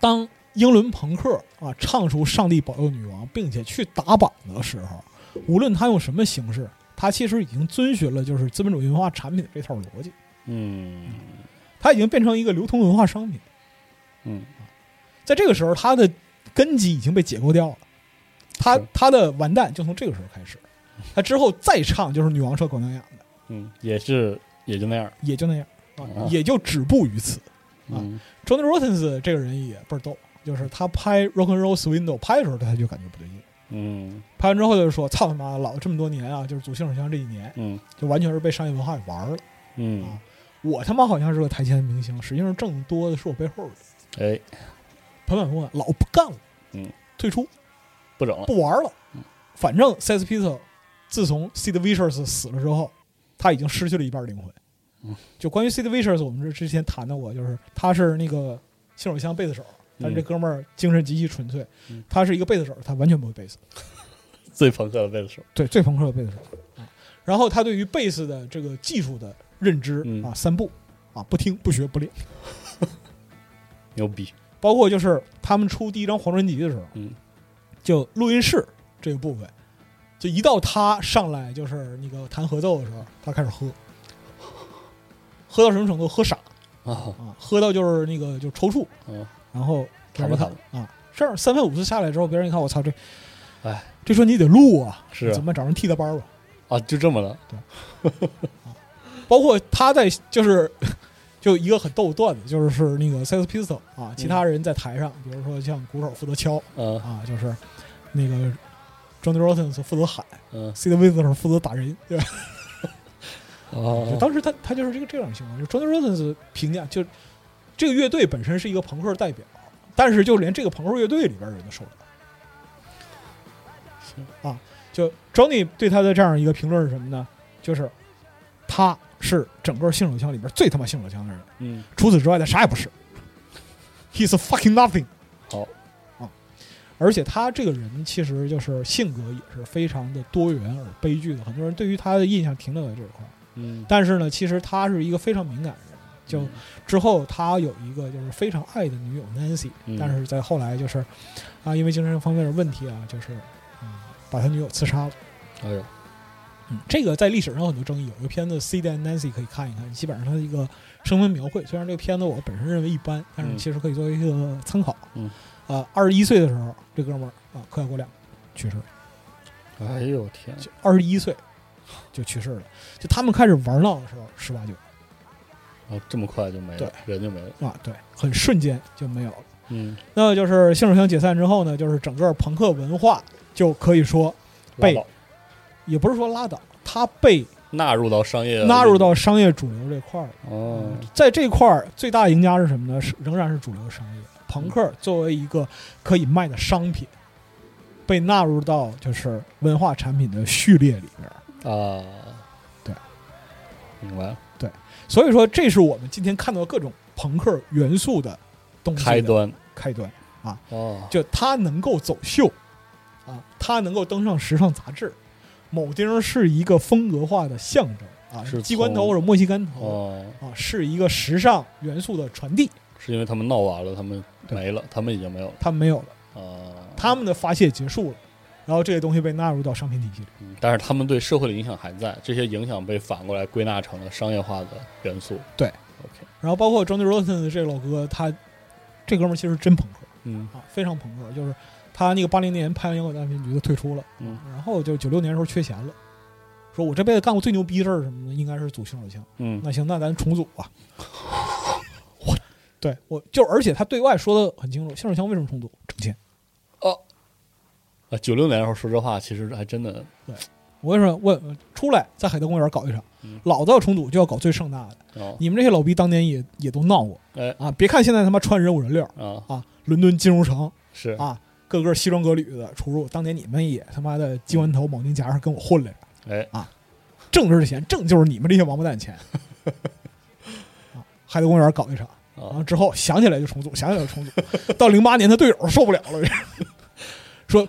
[SPEAKER 5] 当英伦朋克啊唱出“上帝保佑女王”，并且去打榜的时候，无论他用什么形式，他其实已经遵循了就是资本主义文化产品的这套逻辑，
[SPEAKER 4] 嗯
[SPEAKER 5] 它已经变成一个流通文化商品。
[SPEAKER 4] 嗯，
[SPEAKER 5] 在这个时候，它的根基已经被解构掉了，它
[SPEAKER 4] 是
[SPEAKER 5] 它的完蛋就从这个时候开始。它之后再唱就是女王车狗娘养的，
[SPEAKER 4] 嗯，也是也就那样，
[SPEAKER 5] 也就那样啊
[SPEAKER 4] 啊，
[SPEAKER 5] 也就止步于此。
[SPEAKER 4] 嗯
[SPEAKER 5] Johnny Rotten 这个人也倍儿逗，就是他拍《Rock and Roll Swindle》拍的时候，他就感觉不对劲。
[SPEAKER 4] 嗯
[SPEAKER 5] 拍完之后就说：“操他妈，老这么多年啊，就是组性手枪这几年，
[SPEAKER 4] 嗯
[SPEAKER 5] 就完全是被商业文化给玩了。
[SPEAKER 4] 嗯，
[SPEAKER 5] 我他妈好像是个台前的明星，实际上挣多的是我背后的，
[SPEAKER 4] 哎，
[SPEAKER 5] 盆满钵啊满，老不干了，
[SPEAKER 4] 嗯，
[SPEAKER 5] 退出
[SPEAKER 4] 不整了，
[SPEAKER 5] 不玩了。反正 Sex p i s t o l 自从 Sid Vicious 死了之后，他已经失去了一半灵魂。
[SPEAKER 4] 嗯
[SPEAKER 5] 就关于 Sid Vicious，我们这之前谈到过，就是他是那个信手枪贝斯手，但是这哥们儿精神极其纯粹，
[SPEAKER 4] 嗯
[SPEAKER 5] 他是一个贝斯手，他完全不会贝斯，
[SPEAKER 4] 最朋克的贝斯手，
[SPEAKER 5] 对，最朋克的贝斯手啊。然后他对于贝斯的这个技术的认知、
[SPEAKER 4] 嗯
[SPEAKER 5] 啊，三不啊，不听、不学、不练。
[SPEAKER 4] 牛逼，
[SPEAKER 5] 包括就是他们出第一张黄专辑的时候，
[SPEAKER 4] 嗯，
[SPEAKER 5] 就录音室这个部分，就一到他上来就是那个弹合奏的时候，他开始喝，喝到什么程度？喝傻
[SPEAKER 4] 啊，
[SPEAKER 5] 啊，喝到就是那个就抽搐，
[SPEAKER 4] 嗯
[SPEAKER 5] 然后
[SPEAKER 4] 躺吧躺吧
[SPEAKER 5] 啊，这样三番五次下来之后，别人一看我操这，
[SPEAKER 4] 哎，
[SPEAKER 5] 这专辑得录啊，
[SPEAKER 4] 是啊
[SPEAKER 5] 怎么找人替他班儿吧？
[SPEAKER 4] 啊，就这么了，
[SPEAKER 5] 包括他在就是。 就一个很逗的段子，就是是那个 Sex Pistol 啊，其他人在台上，比如说像鼓手负责敲，
[SPEAKER 4] 嗯
[SPEAKER 5] 啊，就是那个 Johnny Rotten 是负责喊
[SPEAKER 4] 嗯
[SPEAKER 5] ，Sid Vicious 负责打人，对吧？就
[SPEAKER 4] 啊，
[SPEAKER 5] 当时他他就是这个这样的情况，就 Johnny Rotten 评价就这个乐队本身是一个朋克代表，但是就连这个朋克乐队里边人都受不了。啊，就 Johnny 对他的这样一个评论是什么呢？就是他是整个性手枪里边最他妈性手枪的人，
[SPEAKER 4] 嗯，
[SPEAKER 5] 除此之外他啥也不是。He's a fucking nothing。啊
[SPEAKER 4] 好，
[SPEAKER 5] 而且他这个人其实就是性格也是非常的多元而悲剧的，很多人对于他的印象停留在这一块儿。
[SPEAKER 4] 嗯，
[SPEAKER 5] 但是呢，其实他是一个非常敏感的人。就之后他有一个就是非常爱的女友 Nancy，、
[SPEAKER 4] 嗯
[SPEAKER 5] 但是在后来就是啊，因为精神方面的问题啊，就是嗯，把他女友刺杀了。
[SPEAKER 4] 哎呦，
[SPEAKER 5] 嗯，这个在历史上有很多争议，有一个片子《C d and Nancy》可以看一看，基本上它的一个生分描绘。虽然这个片子我本身认为一般，但是
[SPEAKER 4] 嗯
[SPEAKER 5] 其实可以作为一个参考。
[SPEAKER 4] 嗯，
[SPEAKER 5] 啊，二十一岁的时候，这哥们儿啊，柯小国亮去世了，
[SPEAKER 4] 嗯哎呦天，
[SPEAKER 5] 就二十一岁就去世了。就他们开始玩闹的时候，十八九
[SPEAKER 4] 啊，这么快就没了，人就没了，
[SPEAKER 5] 啊，对，很瞬间就没有了。
[SPEAKER 4] 嗯，
[SPEAKER 5] 那就是性手枪解散之后呢，就是整个朋克文化就可以说
[SPEAKER 4] 拉
[SPEAKER 5] 被
[SPEAKER 4] 倒
[SPEAKER 5] 也不是说拉倒，它被
[SPEAKER 4] 纳入到商业，
[SPEAKER 5] 纳入到嗯商业主流这块儿了。
[SPEAKER 4] 哦，
[SPEAKER 5] 在这块儿最大赢家是什么呢？是仍然是主流商业。朋克
[SPEAKER 4] 嗯
[SPEAKER 5] 作为一个可以卖的商品，被纳入到就是文化产品的序列里边儿。
[SPEAKER 4] 啊，
[SPEAKER 5] 对，
[SPEAKER 4] 明白了，
[SPEAKER 5] 所以说，这是我们今天看到各种朋克元素的东西的
[SPEAKER 4] 开端，
[SPEAKER 5] 开端，
[SPEAKER 4] 哦，
[SPEAKER 5] 就它能够走秀啊，它能够登上时尚杂志。铆钉是一个风格化的象征啊，
[SPEAKER 4] 是
[SPEAKER 5] 机关头
[SPEAKER 4] 从
[SPEAKER 5] 或者莫西干头、
[SPEAKER 4] 哦，
[SPEAKER 5] 啊，是一个时尚元素的传递。
[SPEAKER 4] 是因为他们闹完了，他们没了，他们已经没有了
[SPEAKER 5] 它没有了。
[SPEAKER 4] 啊。
[SPEAKER 5] 他们的发泄结束了，然后这些东西被纳入到商品体系里。
[SPEAKER 4] 嗯但是他们对社会的影响还在，这些影响被反过来归纳成了商业化的元素。
[SPEAKER 5] 对
[SPEAKER 4] ，OK，
[SPEAKER 5] 然后包括 Johnny Rotten 的这老哥，他这哥们儿其实真朋克
[SPEAKER 4] 嗯
[SPEAKER 5] 啊，非常朋克，就是他那个八零年拍完《摇滚大骗局》就退出了，
[SPEAKER 4] 嗯
[SPEAKER 5] 然后就九六年的时候缺钱了。说我这辈子干过最牛逼事儿什么的，应该是组性手枪。
[SPEAKER 4] 嗯
[SPEAKER 5] 那行，那咱重组 吧。对我就，而且他对外说的很清楚，性手枪为什么重组？挣钱。
[SPEAKER 4] 哦，啊，九六年的时候说这话，其实还真的，
[SPEAKER 5] 对，我跟你说，我出来在海德公园搞一场，
[SPEAKER 4] 嗯
[SPEAKER 5] 老子要重组就要搞最盛大的。
[SPEAKER 4] 哦
[SPEAKER 5] 你们这些老逼当年也也都闹过
[SPEAKER 4] 哎
[SPEAKER 5] 啊！别看现在他妈穿人五人六
[SPEAKER 4] 啊
[SPEAKER 5] 啊，伦敦金融城
[SPEAKER 4] 是
[SPEAKER 5] 啊，个个西装革履的出入，当年你们也他妈的鸡冠头铆金夹上跟我混来着，
[SPEAKER 4] 哎
[SPEAKER 5] 挣着的钱挣就是你们这些王八蛋钱。 啊海德公园搞一场，然后
[SPEAKER 4] 啊
[SPEAKER 5] 之后想起来就重组，想起来就重组。到零八年，他队友受不了 了，说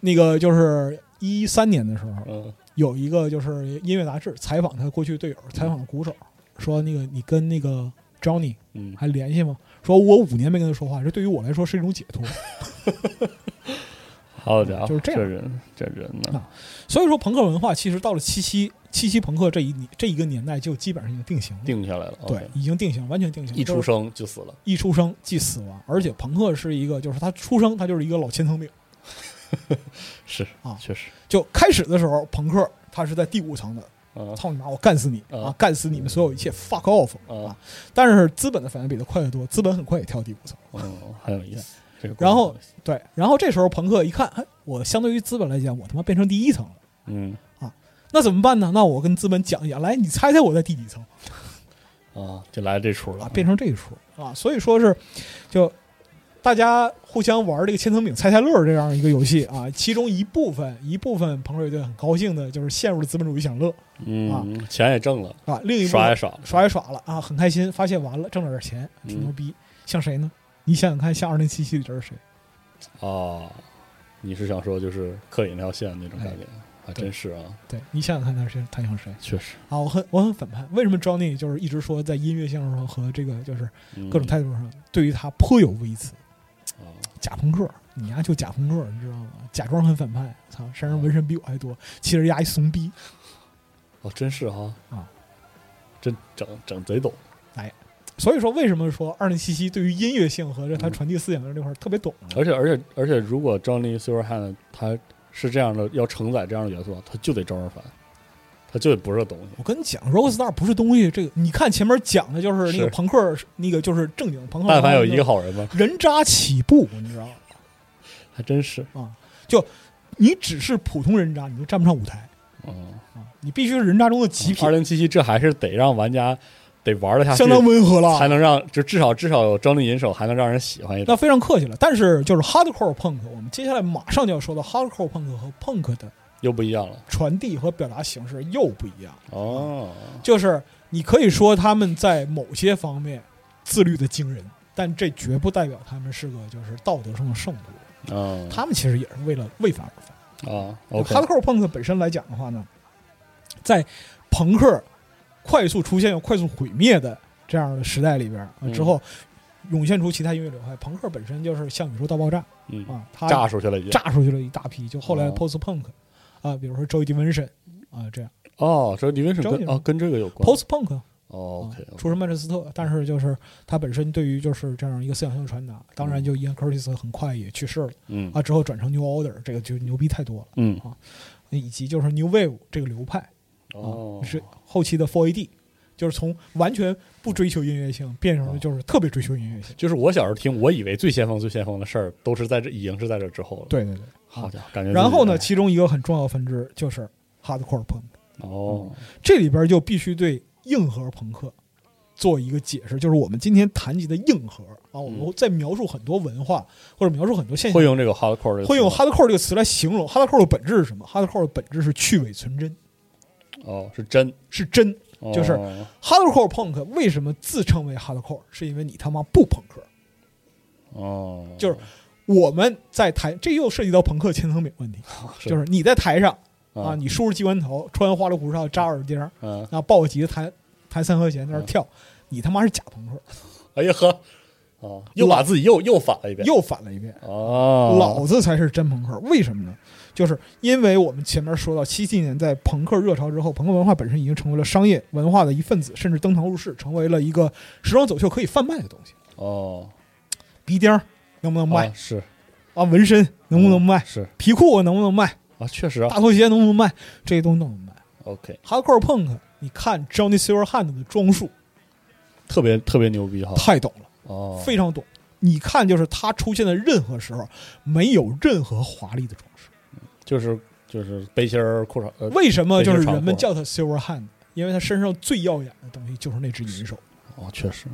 [SPEAKER 5] 那个就是一三年的时候，
[SPEAKER 4] 嗯
[SPEAKER 5] 有一个就是音乐杂志采访他过去队友，采访鼓手，说那个你跟那个 Johnny
[SPEAKER 4] 嗯
[SPEAKER 5] 还联系吗？说我五年没跟他说话，这对于我来说是一种解脱。
[SPEAKER 4] 好家伙，
[SPEAKER 5] 就是这样
[SPEAKER 4] 这人这人呢
[SPEAKER 5] 啊所以说，朋克文化其实到了七七七七朋克这一年这一个年代就基本上已经定型了，
[SPEAKER 4] 定下来了，
[SPEAKER 5] 对，，已经定型，完全定型。
[SPEAKER 4] 一出
[SPEAKER 5] 就是
[SPEAKER 4] 生就死了，
[SPEAKER 5] 一出生即死亡，而且朋克是一个，就是他出生他就是一个老千层饼。
[SPEAKER 4] 是
[SPEAKER 5] 啊
[SPEAKER 4] 确实
[SPEAKER 5] 就开始的时候，朋克他是在第五层的，
[SPEAKER 4] 啊
[SPEAKER 5] 操你妈，我干死你
[SPEAKER 4] 啊
[SPEAKER 5] 啊，干死你们所有一切，fuck off
[SPEAKER 4] 啊
[SPEAKER 5] 啊！但是资本的反应比他快得多，资本很快也跳第五层。
[SPEAKER 4] 嗯，很有意 思。这个故事
[SPEAKER 5] 然后
[SPEAKER 4] 很有意思
[SPEAKER 5] 对，然后这时候朋克一看，哎，我相对于资本来讲，我他妈变成第一层了，
[SPEAKER 4] 嗯
[SPEAKER 5] 那怎么办呢？那我跟资本讲一讲，来，你猜猜我在第几层
[SPEAKER 4] 啊，就来这出了
[SPEAKER 5] 啊？变成这一出啊，所以说是就。大家互相玩这个千层饼猜猜乐儿这样一个游戏啊，其中一部分一部分朋克乐队很高兴的就是陷入了资本主义享乐
[SPEAKER 4] 嗯，钱也挣了，
[SPEAKER 5] 啊，另一部分
[SPEAKER 4] 耍也耍了，
[SPEAKER 5] 耍也耍了啊，很开心，发现完了挣了点钱，挺牛逼。像谁呢？你想想看，像二零七七里这是谁？
[SPEAKER 4] 啊，你是想说就是刻引那条线那种
[SPEAKER 5] 哎
[SPEAKER 4] 感觉，还
[SPEAKER 5] 对
[SPEAKER 4] 真是啊，
[SPEAKER 5] 对你想想看他是他像谁
[SPEAKER 4] 确实
[SPEAKER 5] 啊？我很我很反叛，为什么 Johnny 就是一直说在音乐性上和这个就是各种态度上，对于他颇有微词。
[SPEAKER 4] 嗯啊，
[SPEAKER 5] 假朋克，你丫就假朋克，你知道吗？假装很反叛，操，身上纹身比我还多，其实丫一怂逼。
[SPEAKER 4] 哦，真是哈
[SPEAKER 5] 啊，
[SPEAKER 4] 真整整贼懂，
[SPEAKER 5] 所以说，为什么说二零七七对于音乐性和这他传递思想的这块儿特别懂呢？
[SPEAKER 4] 而且而且而且，如果 Johnny Silverhand 他是这样的，要承载这样的元素，他就得招人烦，他就得不是东西，
[SPEAKER 5] 我跟你讲，Rockstar 不是东西，这个你看前面讲的就是那个
[SPEAKER 4] 是
[SPEAKER 5] 朋克，那个就是正经朋克。
[SPEAKER 4] 但凡有一个好人吧，
[SPEAKER 5] 人渣起步，你知道吗？
[SPEAKER 4] 还真是，
[SPEAKER 5] 啊，就你只是普通人渣，你就站不上舞台
[SPEAKER 4] 嗯，
[SPEAKER 5] 啊，你必须是人渣中的极品
[SPEAKER 4] 二，零七七这哦还是得让玩家得玩得下去，
[SPEAKER 5] 相当温和
[SPEAKER 4] 才
[SPEAKER 5] 了。
[SPEAKER 4] 能让就至少至少有 Johnny 银手，还能让人喜欢一
[SPEAKER 5] 那
[SPEAKER 4] 点，
[SPEAKER 5] 非常客气了，但是就是 hardcore punk，我们接下来马上就要说到 hardcore punk 和 punk 的
[SPEAKER 4] 又不一样了
[SPEAKER 5] 传递和表达形式又不一样，
[SPEAKER 4] 哦，
[SPEAKER 5] 就是你可以说他们在某些方面自律的惊人，但这绝不代表他们是个就是道德上的圣徒，
[SPEAKER 4] 嗯
[SPEAKER 5] 他们其实也是为了为法而法。
[SPEAKER 4] 啊，OK，
[SPEAKER 5] Hardcore Punk 本身来讲的话呢，在朋克快速出现又快速毁灭的这样的时代里边啊
[SPEAKER 4] 嗯
[SPEAKER 5] 之后，涌现出其他音乐流派。朋克本身就是向宇宙大爆炸
[SPEAKER 4] 嗯，
[SPEAKER 5] 啊，它
[SPEAKER 4] 炸出去了已经，
[SPEAKER 5] 炸出去了一大批，就后来
[SPEAKER 4] 哦
[SPEAKER 5] Post Punk 啊，比如说 Joy Division 啊这样
[SPEAKER 4] 哦，这 Division
[SPEAKER 5] 招你
[SPEAKER 4] 跟
[SPEAKER 5] 了
[SPEAKER 4] 哦跟这个有关
[SPEAKER 5] Post Punk
[SPEAKER 4] 哦
[SPEAKER 5] 啊
[SPEAKER 4] ，OK，
[SPEAKER 5] 出身曼彻斯特，但是就是它本身对于就是这样一个思想性的传达，当然就 Ian Curtis 很快也去世了
[SPEAKER 4] 嗯
[SPEAKER 5] 啊，之后转成 New Order 这个就牛逼太多了，
[SPEAKER 4] 嗯
[SPEAKER 5] 以及就是 New Wave 这个流派。
[SPEAKER 4] 哦
[SPEAKER 5] 是后期的 Four AD，就是从完全不追求音乐性变成了就是特别追求音乐性。
[SPEAKER 4] 就是我小时候听，我以为最先锋、最先锋的事儿都是在这，已经是在这之后了。，
[SPEAKER 5] 对对对。
[SPEAKER 4] 好家伙，感觉自己
[SPEAKER 5] 然后呢，
[SPEAKER 4] 哎
[SPEAKER 5] 其中一个很重要的分支就是 Hardcore Punk，
[SPEAKER 4] 哦，
[SPEAKER 5] 这里边就必须对硬核朋克做一个解释，就是我们今天谈及的硬核啊，我们在描述很多文化或者描述很多现象
[SPEAKER 4] 会，用这个 hardcore 这个词吗，
[SPEAKER 5] 嗯会用 Hardcore 这个词来形容 Hardcore 的本质是什么？Hardcore 的本质是去伪存真，
[SPEAKER 4] 哦，是真，
[SPEAKER 5] 是真。
[SPEAKER 4] 哦
[SPEAKER 5] 就是 Hardcore Punk 为什么自称为 Hardcore？是因为你他妈不朋克。
[SPEAKER 4] 哦，
[SPEAKER 5] 就是我们在台，这又涉及到朋克千层饼问题，
[SPEAKER 4] 是
[SPEAKER 5] 就是你在台上
[SPEAKER 4] 啊
[SPEAKER 5] 啊，你梳着机关头，穿花里胡哨，扎耳钉，然
[SPEAKER 4] 嗯，
[SPEAKER 5] 后抱个吉他弹弹三和弦，在那儿跳，你他妈是假朋克，
[SPEAKER 4] 哎呀呵，哦，又把自己又又反了一遍，
[SPEAKER 5] 又反了一遍，
[SPEAKER 4] 哦，
[SPEAKER 5] 老子才是真朋克，为什么呢？就是因为我们前面说到，七七年在朋克热潮之后，朋克文化本身已经成为了商业文化的一份子，甚至登堂入室，成为了一个时装走秀可以贩卖的东西。
[SPEAKER 4] 哦，
[SPEAKER 5] 鼻钉儿能不能卖
[SPEAKER 4] 啊是
[SPEAKER 5] 啊？纹身能不能卖？
[SPEAKER 4] 嗯是
[SPEAKER 5] 皮裤能不能卖？
[SPEAKER 4] 啊，确实啊
[SPEAKER 5] 大头鞋能不能卖？这些东西能不能卖
[SPEAKER 4] ，OK，
[SPEAKER 5] ？Hardcore Punk，你看 Johnny Silverhand 的装束
[SPEAKER 4] 特别特别牛逼哈，
[SPEAKER 5] 太懂了，
[SPEAKER 4] 哦，
[SPEAKER 5] 非常懂。你看，就是他出现的任何时候，没有任何华丽的装饰，
[SPEAKER 4] 就是就是背心儿、裤衩，呃
[SPEAKER 5] 为什么就是
[SPEAKER 4] 非常
[SPEAKER 5] 人们
[SPEAKER 4] 火
[SPEAKER 5] 叫他 Silver Hand？因为他身上最耀眼的东西就是那只银手。
[SPEAKER 4] 哦，确实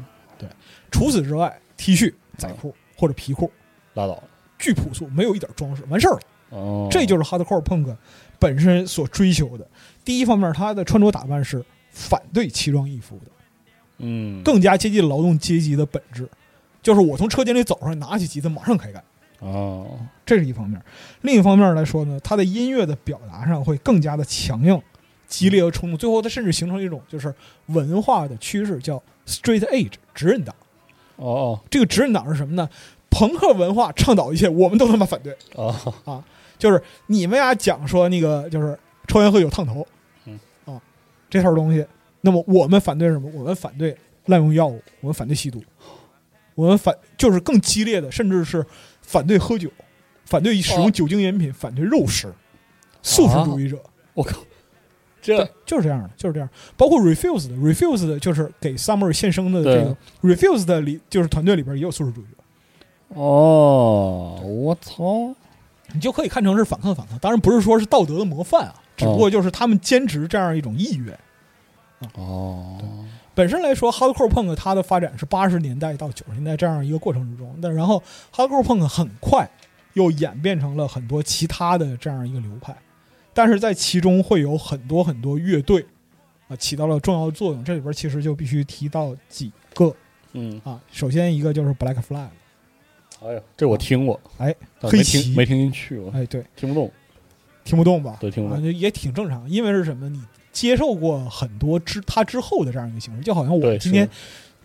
[SPEAKER 5] 除此之外，T 恤、仔裤或者皮裤，
[SPEAKER 4] 拉倒了。
[SPEAKER 5] 巨朴素，没有一点装饰，完事儿了。
[SPEAKER 4] 哦，
[SPEAKER 5] 这就是 Hardcore Punk 本身所追求的。第一方面，他的穿着打扮是反对奇装异服的，
[SPEAKER 4] 嗯
[SPEAKER 5] 更加接近劳动阶级的本质。就是我从车间里走出来，拿起吉他马上开干，
[SPEAKER 4] 哦，
[SPEAKER 5] 这是一方面。另一方面来说呢，他的音乐的表达上会更加的强硬、激烈和冲动。最后，它甚至形成了一种就是文化的趋势，叫 Straight Edge 直刃党。
[SPEAKER 4] 哦哦
[SPEAKER 5] 这个直刃党是什么呢？朋克文化倡导一切，我们都他妈反对。
[SPEAKER 4] 哦，
[SPEAKER 5] 就是你们俩讲说那个就是抽烟喝酒烫头，
[SPEAKER 4] 嗯
[SPEAKER 5] 啊，这套东西。那么我们反对什么？我们反对滥用药物，我们反对吸毒，我们反就是更激烈的，甚至是反对喝酒，反对使用酒精饮品，反对肉食，素食主义者。
[SPEAKER 4] 我靠，这
[SPEAKER 5] 对，就是这样的，就是这样。包括 refuse 的，refuse 的就是给 Summer 献身的这个 refuse 的里，就是团队里边也有素食主义者，
[SPEAKER 4] 哦，我操，
[SPEAKER 5] 你就可以看成是反抗反抗。当然不是说是道德的模范啊，只不过就是他们坚持这样一种意愿。啊
[SPEAKER 4] 哦，
[SPEAKER 5] 本身来说，hardcore punk 它的发展是八十年代到九十年代这样一个过程之中，但然后 hardcore punk 很快又演变成了很多其他的这样一个流派，但是在其中会有很多很多乐队啊起到了重要的作用。这里边其实就必须提到几个
[SPEAKER 4] 嗯，
[SPEAKER 5] 啊，首先一个就是 Black Flag，
[SPEAKER 4] 哎呀，这我听过，
[SPEAKER 5] 哎，
[SPEAKER 4] 但
[SPEAKER 5] 黑
[SPEAKER 4] 没听
[SPEAKER 5] 旗，
[SPEAKER 4] 没听进去，我
[SPEAKER 5] 哎，对，
[SPEAKER 4] 听不懂。
[SPEAKER 5] 听不懂吧？
[SPEAKER 4] 对听不懂
[SPEAKER 5] 啊，就也挺正常，因为是什么？你接受过很多之他之后的这样一个形式，就好像我
[SPEAKER 4] 对，
[SPEAKER 5] 今天
[SPEAKER 4] 是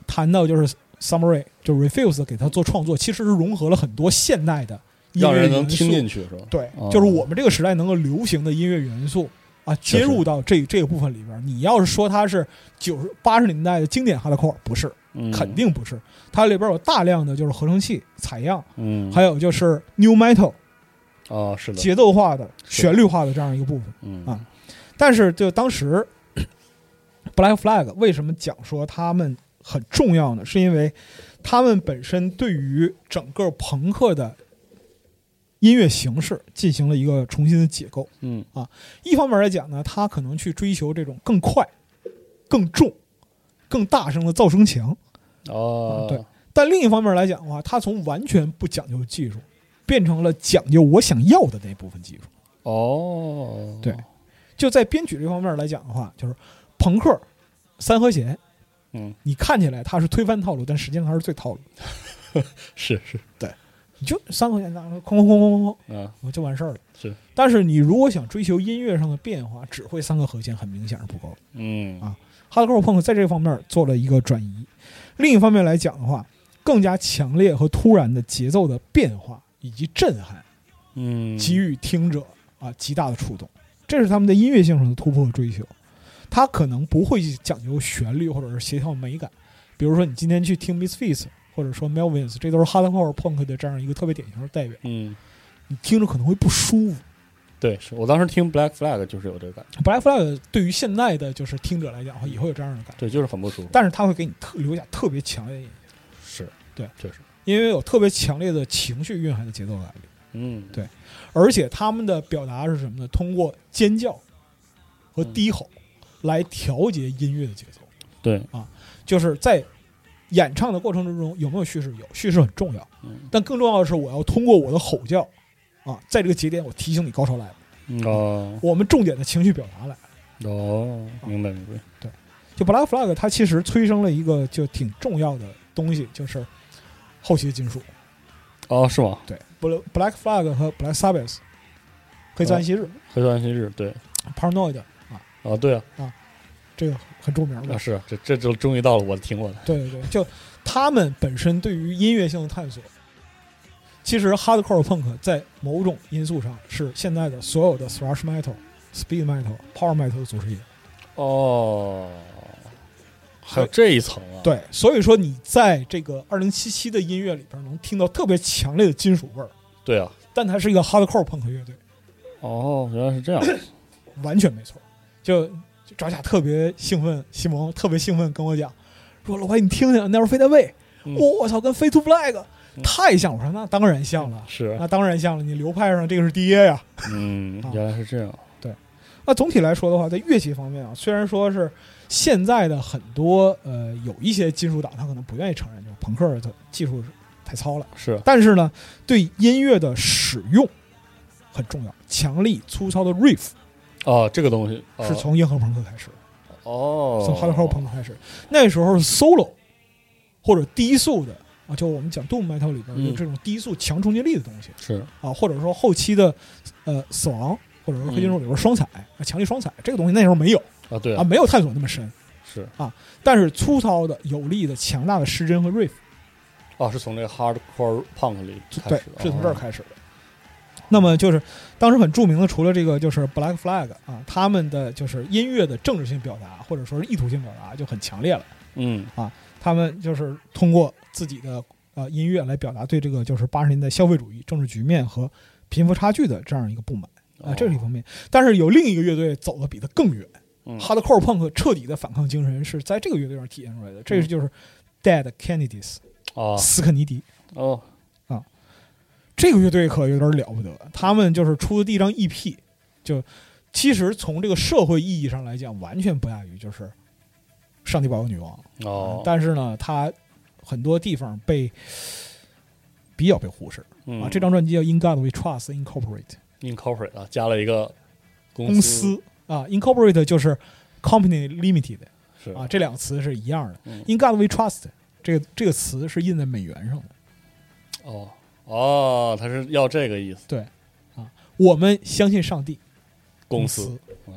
[SPEAKER 5] 谈到就是 Summary，就是 Refuse 给他做创作，其实是融合了很多现代的音
[SPEAKER 4] 让
[SPEAKER 5] 乐
[SPEAKER 4] 人
[SPEAKER 5] 元
[SPEAKER 4] 能
[SPEAKER 5] 素，
[SPEAKER 4] 听进去是吧？
[SPEAKER 5] 对
[SPEAKER 4] 哦，
[SPEAKER 5] 就是我们这个时代能够流行的音乐元素啊，
[SPEAKER 4] 确实
[SPEAKER 5] 接入到这这个部分里边儿。你要是说它是九十八十年代的经典哈拉 core，不是，
[SPEAKER 4] 嗯
[SPEAKER 5] 肯，定不是。它里边有大量的就是合成器、采样，
[SPEAKER 4] 嗯，
[SPEAKER 5] 还有就是 new metal
[SPEAKER 4] 啊，是的，
[SPEAKER 5] 节奏化的、
[SPEAKER 4] 是
[SPEAKER 5] 旋律化的这样一个部分。
[SPEAKER 4] 嗯
[SPEAKER 5] 啊但是就当时 Black Flag 为什么讲说他们很重要呢？是因为他们本身对于整个朋克的音乐形式进行了一个重新的解构。
[SPEAKER 4] 嗯
[SPEAKER 5] 一方面来讲呢，他可能去追求这种更快、更重、更大声的噪声墙；
[SPEAKER 4] 哦，
[SPEAKER 5] 对但另一方面来讲的话，他从完全不讲究技术，变成了讲究我想要的那部分技术。
[SPEAKER 4] 哦，
[SPEAKER 5] 对就在编曲这方面来讲的话，就是朋克三和弦，
[SPEAKER 4] 嗯，
[SPEAKER 5] 你看起来它是推翻套路，但实际上它是最套路的。
[SPEAKER 4] 是是，
[SPEAKER 5] 你就三和弦，然后哐哐哐哐哐
[SPEAKER 4] 啊，
[SPEAKER 5] 哐，就完事儿了。
[SPEAKER 4] 是，
[SPEAKER 5] 但是你如果想追求音乐上的变化，只会三个和弦很明显是不够的。
[SPEAKER 4] 嗯
[SPEAKER 5] 啊 Hardcore Punk 在这方面做了一个转移。另一方面来讲的话，更加强烈和突然的节奏的变化以及震撼，
[SPEAKER 4] 嗯，
[SPEAKER 5] 给予听者啊极大的触动，这是他们在音乐性上的突破和追求。他可能不会讲究旋律或者是协调美感，比如说你今天去听 Misfits 或者说 Melvins，这都是 hardcore punk 的这样一个特别典型的代表，
[SPEAKER 4] 嗯，
[SPEAKER 5] 你听着可能会不舒服。
[SPEAKER 4] 对，是我当时听 Black Flag 就是有这个感觉，
[SPEAKER 5] Black Flag 对于现在的就是听者来讲的话，也会有这样的感觉，
[SPEAKER 4] 对，就是很不舒服，
[SPEAKER 5] 但是它会给你特留下特别强烈的印象，
[SPEAKER 4] 是
[SPEAKER 5] 对，
[SPEAKER 4] 确实，
[SPEAKER 5] 因为有特别强烈的情绪蕴含的节奏感。
[SPEAKER 4] 嗯，
[SPEAKER 5] 对而且他们的表达是什么呢？通过尖叫和低吼来调节音乐的节奏。
[SPEAKER 4] 对，
[SPEAKER 5] 就是在演唱的过程之中有没有叙事？有叙事很重要，
[SPEAKER 4] 嗯
[SPEAKER 5] 但更重要的是我要通过我的吼叫啊，在这个节点我提醒你高潮来了，
[SPEAKER 4] 哦
[SPEAKER 5] 我们重点的情绪表达来了。
[SPEAKER 4] 哦，明白明白，
[SPEAKER 5] 就 Black Flag 它其实催生了一个就挺重要的东西，就是后期的金属。
[SPEAKER 4] 哦，是吗？
[SPEAKER 5] 对，Black Black Flag 和 Black Sabbath，黑色安息日、
[SPEAKER 4] 黑色安息日，对，
[SPEAKER 5] Paranoid 啊，
[SPEAKER 4] 啊，对啊，
[SPEAKER 5] 这个很著名
[SPEAKER 4] 啊
[SPEAKER 5] 的。
[SPEAKER 4] 是，这这就终于到了我听过的，
[SPEAKER 5] 对对对，就他们本身对于音乐性的探索，其实 hardcore punk 在某种因素上是现在的所有的 thrash metal、speed metal、power metal 的祖师爷。
[SPEAKER 4] 啊哦，还有这一层啊，，
[SPEAKER 5] 对，所以说你在这个二零七七的音乐里边能听到特别强烈的金属味儿，
[SPEAKER 4] 对啊，
[SPEAKER 5] 但它是一个 hardcore punk 乐队，
[SPEAKER 4] 哦，原来是这样，
[SPEAKER 5] 完全没错。就就爪甲特别兴奋，西蒙特别兴奋跟我讲说：“老白，你听听 Never Fade Away，
[SPEAKER 4] 嗯
[SPEAKER 5] 我我操，跟 Fade to Black 太像。我说那当然像了，
[SPEAKER 4] 嗯是，啊
[SPEAKER 5] 那当然像了。你流派上这个是爹呀。
[SPEAKER 4] 嗯
[SPEAKER 5] 啊，
[SPEAKER 4] 原来是这样，
[SPEAKER 5] 那总体来说的话，在乐器方面啊，虽然说是现在的很多呃有一些金属党他可能不愿意承认，就是朋克的技术太糙了，
[SPEAKER 4] 是啊
[SPEAKER 5] 但是呢，对音乐的使用很重要。强力粗糙的 riff
[SPEAKER 4] 哦，这个东西哦
[SPEAKER 5] 是从硬核朋克开始，
[SPEAKER 4] 哦，
[SPEAKER 5] 从 hardcore 朋克开始，那时候 solo 或者低速的。啊，就我们讲 doom metal 里边
[SPEAKER 4] 嗯
[SPEAKER 5] 有这种低速强冲击力的东西，
[SPEAKER 4] 是
[SPEAKER 5] 啊，或者说后期的呃死亡，或者说黑金属里边双踩、啊强力双踩这个东西那时候没有
[SPEAKER 4] 啊，嗯对
[SPEAKER 5] 啊，没有探索那么深，
[SPEAKER 4] 是
[SPEAKER 5] 但是粗糙的、有力的、强大的失真和 riff，
[SPEAKER 4] 哦，是从这个 hardcore punk 里开
[SPEAKER 5] 对
[SPEAKER 4] 始，的，
[SPEAKER 5] 是从这儿
[SPEAKER 4] 哦
[SPEAKER 5] 开始的。那么就是当时很著名的，除了这个就是 Black Flag 啊，他们的就是音乐的政治性表达或者说是意图性表达就很强烈了。
[SPEAKER 4] 嗯
[SPEAKER 5] 他们就是通过自己的呃音乐来表达对这个就是八十年代消费主义、政治局面和贫富差距的这样一个不满啊，这是一方面。但是有另一个乐队走的比它更远
[SPEAKER 4] 嗯
[SPEAKER 5] ，Hardcore Punk 彻底的反抗精神是在这个乐队上体现出来的。这就是 Dead Kennedys
[SPEAKER 4] 啊
[SPEAKER 5] 斯肯尼迪。
[SPEAKER 4] 哦
[SPEAKER 5] 这个乐队可有点了不得，他们就是出的第一张 EP，就其实从这个社会意义上来讲，完全不亚于就是《上帝保佑女王》
[SPEAKER 4] 哦，
[SPEAKER 5] 但是呢，它很多地方被比较被忽视、
[SPEAKER 4] 但
[SPEAKER 5] 啊。这张专辑叫《In God We Trust Incorporate
[SPEAKER 4] 嗯 incorporate 啊，加了一个》
[SPEAKER 5] 公司啊，Incorporate 就是 Company Limited
[SPEAKER 4] 是
[SPEAKER 5] 啊，这两个词是一样的。
[SPEAKER 4] 嗯
[SPEAKER 5] In God We Trust 这个这个词是印在美元上的。
[SPEAKER 4] 哦哦，他是要这个意思，
[SPEAKER 5] 啊我们相信上帝，
[SPEAKER 4] 公
[SPEAKER 5] 司
[SPEAKER 4] 啊，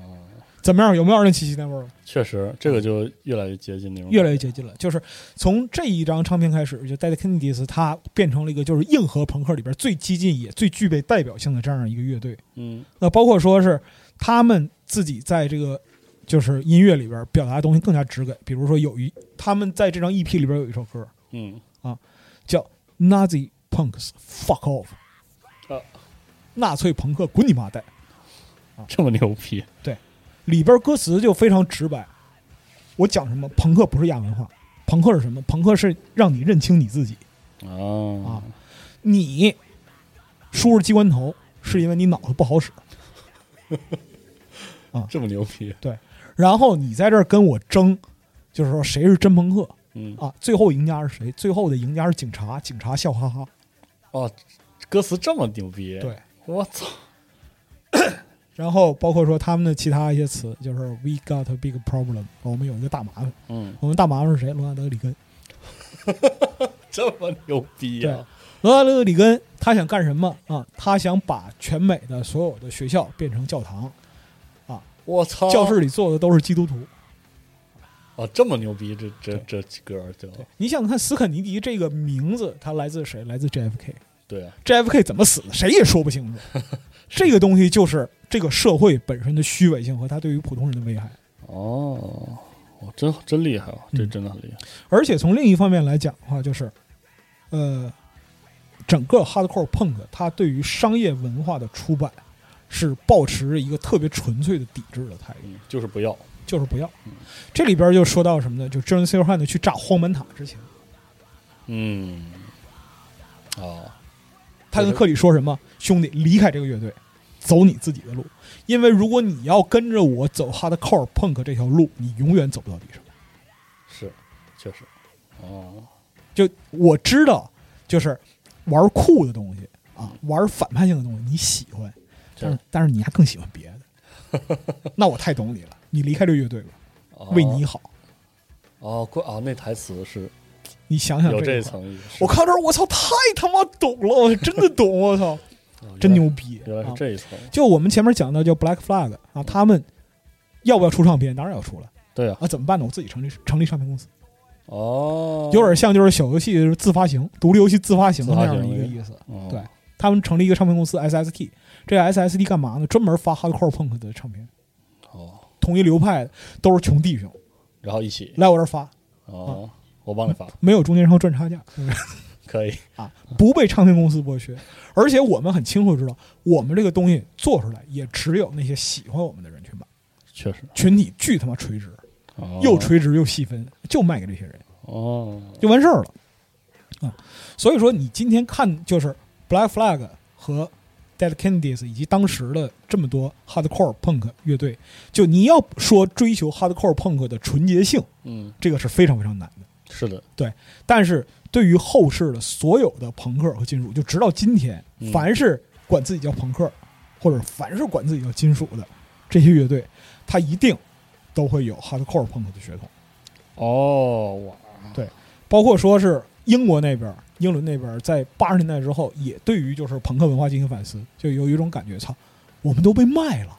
[SPEAKER 5] 怎么样？有没有二零七七那味儿了？
[SPEAKER 4] 确实这个就越来越接近那种，
[SPEAKER 5] 嗯越来越接近了。就是从这一张唱片开始，就 Dead Kennedys 它变成了一个就是硬核朋克里边最激进也最具备代表性的这样一个乐队。
[SPEAKER 4] 嗯
[SPEAKER 5] 那包括说是他们自己在这个就是音乐里边表达的东西更加直给，比如说有一他们在这张 EP 里边有一首歌
[SPEAKER 4] 嗯
[SPEAKER 5] 叫 Nazi Punks Fuck Off，
[SPEAKER 4] 啊，
[SPEAKER 5] 纳粹朋克滚你妈蛋，啊
[SPEAKER 4] 这么牛逼
[SPEAKER 5] 里边歌词就非常直白。我讲什么？朋克不是亚文化，朋克是什么？朋克是让你认清你自己。
[SPEAKER 4] 啊
[SPEAKER 5] 啊，你输入机关头是因为你脑子不好使，
[SPEAKER 4] 这么牛逼，
[SPEAKER 5] 然后你在这儿跟我争，就是说谁是真朋克
[SPEAKER 4] 嗯
[SPEAKER 5] 啊？最后赢家是谁？最后的赢家是警察，警察笑哈哈。
[SPEAKER 4] 哦，歌词这么牛逼，
[SPEAKER 5] 对，
[SPEAKER 4] 我操，
[SPEAKER 5] 然后包括说他们的其他一些词，就是 We got a big problem，我们有一个大麻烦。
[SPEAKER 4] 嗯，
[SPEAKER 5] 我们大麻烦是谁？罗纳德·里根。
[SPEAKER 4] 这么牛逼啊呀，
[SPEAKER 5] 罗纳德·里根他想干什么啊？他想把全美的所有的学校变成教堂，
[SPEAKER 4] 哦我操，
[SPEAKER 5] 教室里坐的都是基督徒。
[SPEAKER 4] 哦，这么牛逼，这这这几歌就
[SPEAKER 5] 你想想看斯肯尼迪这个名字，它来自谁？来自 JFK。
[SPEAKER 4] 对啊，
[SPEAKER 5] JFK 怎么死的，谁也说不清楚。这个东西就是这个社会本身的虚伪性和它对于普通人的危害。
[SPEAKER 4] 哦。哦，真真厉害啊！这
[SPEAKER 5] 嗯
[SPEAKER 4] 真的很厉害。
[SPEAKER 5] 而且从另一方面来讲的话，就是，呃，整个 hardcore punk 它对于商业文化的出版是保持着一个特别纯粹的抵制的态度，
[SPEAKER 4] 嗯，就是不要
[SPEAKER 5] 就是不要。这里边就说到什么呢？就 John s i l h a n 去炸荒蛮塔之前，
[SPEAKER 4] 嗯，哦，
[SPEAKER 5] 他跟克里说什么？兄弟，离开这个乐队，走你自己的路，因为如果你要跟着我走 hardcore punk 这条路，你永远走不到地上。
[SPEAKER 4] 是，确实，哦，
[SPEAKER 5] 就我知道，就是玩酷的东西啊，玩反叛性的东西你喜欢，但是
[SPEAKER 4] 对
[SPEAKER 5] 但是你还更喜欢别的， 那我太懂你了。你离开这个乐队吧，
[SPEAKER 4] 哦
[SPEAKER 5] 为你好。
[SPEAKER 4] 哦，怪哦，那台词是
[SPEAKER 5] 你想想
[SPEAKER 4] 有
[SPEAKER 5] 这
[SPEAKER 4] 这
[SPEAKER 5] 一块
[SPEAKER 4] 层意思。
[SPEAKER 5] 我看到这儿，我操，太他妈懂了，我真的懂，我操，
[SPEAKER 4] 哦
[SPEAKER 5] 真
[SPEAKER 4] 原
[SPEAKER 5] 牛
[SPEAKER 4] 来
[SPEAKER 5] 逼！
[SPEAKER 4] 原来
[SPEAKER 5] 啊
[SPEAKER 4] 是这一层，
[SPEAKER 5] 就我们前面讲到叫 Black Flag 啊，他们要不要出唱片？当然要出了
[SPEAKER 4] 对啊，
[SPEAKER 5] 啊，怎么办呢？我自己成立成立唱片公司，
[SPEAKER 4] 哦，
[SPEAKER 5] 有点像就是小游戏就是自发行、独立游戏自发行的那样的一
[SPEAKER 4] 自
[SPEAKER 5] 个
[SPEAKER 4] 发行
[SPEAKER 5] 意思。
[SPEAKER 4] 哦
[SPEAKER 5] 对，他们成立一个唱片公司 SST，这个 SST 干嘛呢？专门发 hardcore punk 的唱片，
[SPEAKER 4] 哦，
[SPEAKER 5] 同一流派的都是穷弟兄，
[SPEAKER 4] 然后一起
[SPEAKER 5] 来我这儿发，
[SPEAKER 4] 哦，我帮你发，
[SPEAKER 5] 没有中间商赚差价，
[SPEAKER 4] 嗯可以，
[SPEAKER 5] 啊，不被唱片公司剥削。而且我们很清楚知道，我们这个东西做出来，也只有那些喜欢我们的人去买，
[SPEAKER 4] 确实，
[SPEAKER 5] 群体巨他妈垂直，
[SPEAKER 4] 哦
[SPEAKER 5] 又垂直又细分，就卖给这些人，
[SPEAKER 4] 哦，
[SPEAKER 5] 就完事儿了。啊所以说，你今天看就是 Black Flag 和 Dead Kennedys 以及当时的这么多 Hardcore Punk 乐队，就你要说追求 Hardcore Punk 的纯洁性，
[SPEAKER 4] 嗯，
[SPEAKER 5] 这个是非常非常难的。
[SPEAKER 4] 是的，
[SPEAKER 5] 但是对于后世的所有的朋克和金属，就直到今天，
[SPEAKER 4] 嗯
[SPEAKER 5] 凡是管自己叫朋克，或者凡是管自己叫金属的这些乐队，它一定都会有 hardcore punk 的血统，
[SPEAKER 4] 哦，哇，
[SPEAKER 5] 包括说是英国那边、英伦那边，在八十年代之后，也对于就是朋克文化进行反思，就有一种感觉，操，我们都被卖了。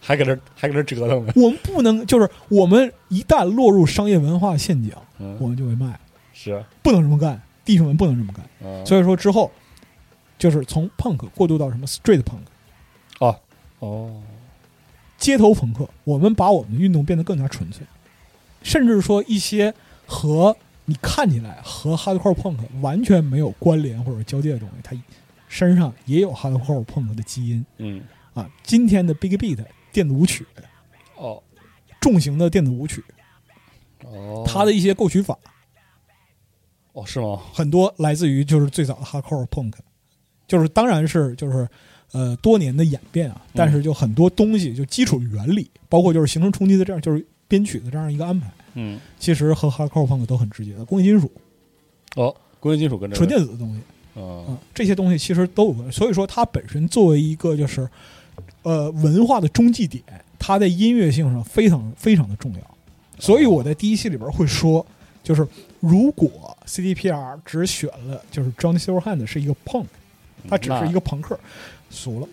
[SPEAKER 4] 还搁这还搁这折腾呢，
[SPEAKER 5] 我们不能，就是我们一旦落入商业文化陷阱，
[SPEAKER 4] 嗯，
[SPEAKER 5] 我们就被卖了，
[SPEAKER 4] 是，啊
[SPEAKER 5] 不能这么干，弟兄们不能这么干。
[SPEAKER 4] 嗯，
[SPEAKER 5] 所以说之后就是从 punk 过渡到什么 street punk、
[SPEAKER 4] 哦，哦，
[SPEAKER 5] 街头朋克，我们把我们的运动变得更加纯粹，甚至说一些和你看起来和 hardcore punk 完全没有关联或者交界的东西，它身上也有 hardcore punk 的基因
[SPEAKER 4] 嗯，
[SPEAKER 5] 啊。今天的 big beat 电子舞曲，
[SPEAKER 4] 哦，
[SPEAKER 5] 重型的电子舞曲，
[SPEAKER 4] 哦，
[SPEAKER 5] 它的一些构曲法
[SPEAKER 4] 哦是吗？
[SPEAKER 5] 很多来自于就是最早的 hardcore punk，就是当然是就是呃多年的演变啊，但是就很多东西就基础原理，包括就是形成冲击的这样就是编曲的这样一个安排，
[SPEAKER 4] 嗯，
[SPEAKER 5] 其实和 hardcore punk 都很直接的工业金属、
[SPEAKER 4] 哦，工业金属跟这
[SPEAKER 5] 纯电子的东西啊、
[SPEAKER 4] 嗯，
[SPEAKER 5] 这些东西其实都有关系。所以说它本身作为一个就是呃文化的中继点，它在音乐性上非常非常的重要。所以我在第一期里边会说，就是如果 CDPR 只选了就是 Johnny Silverhand 是一个 punk，他只是一个朋克，俗了，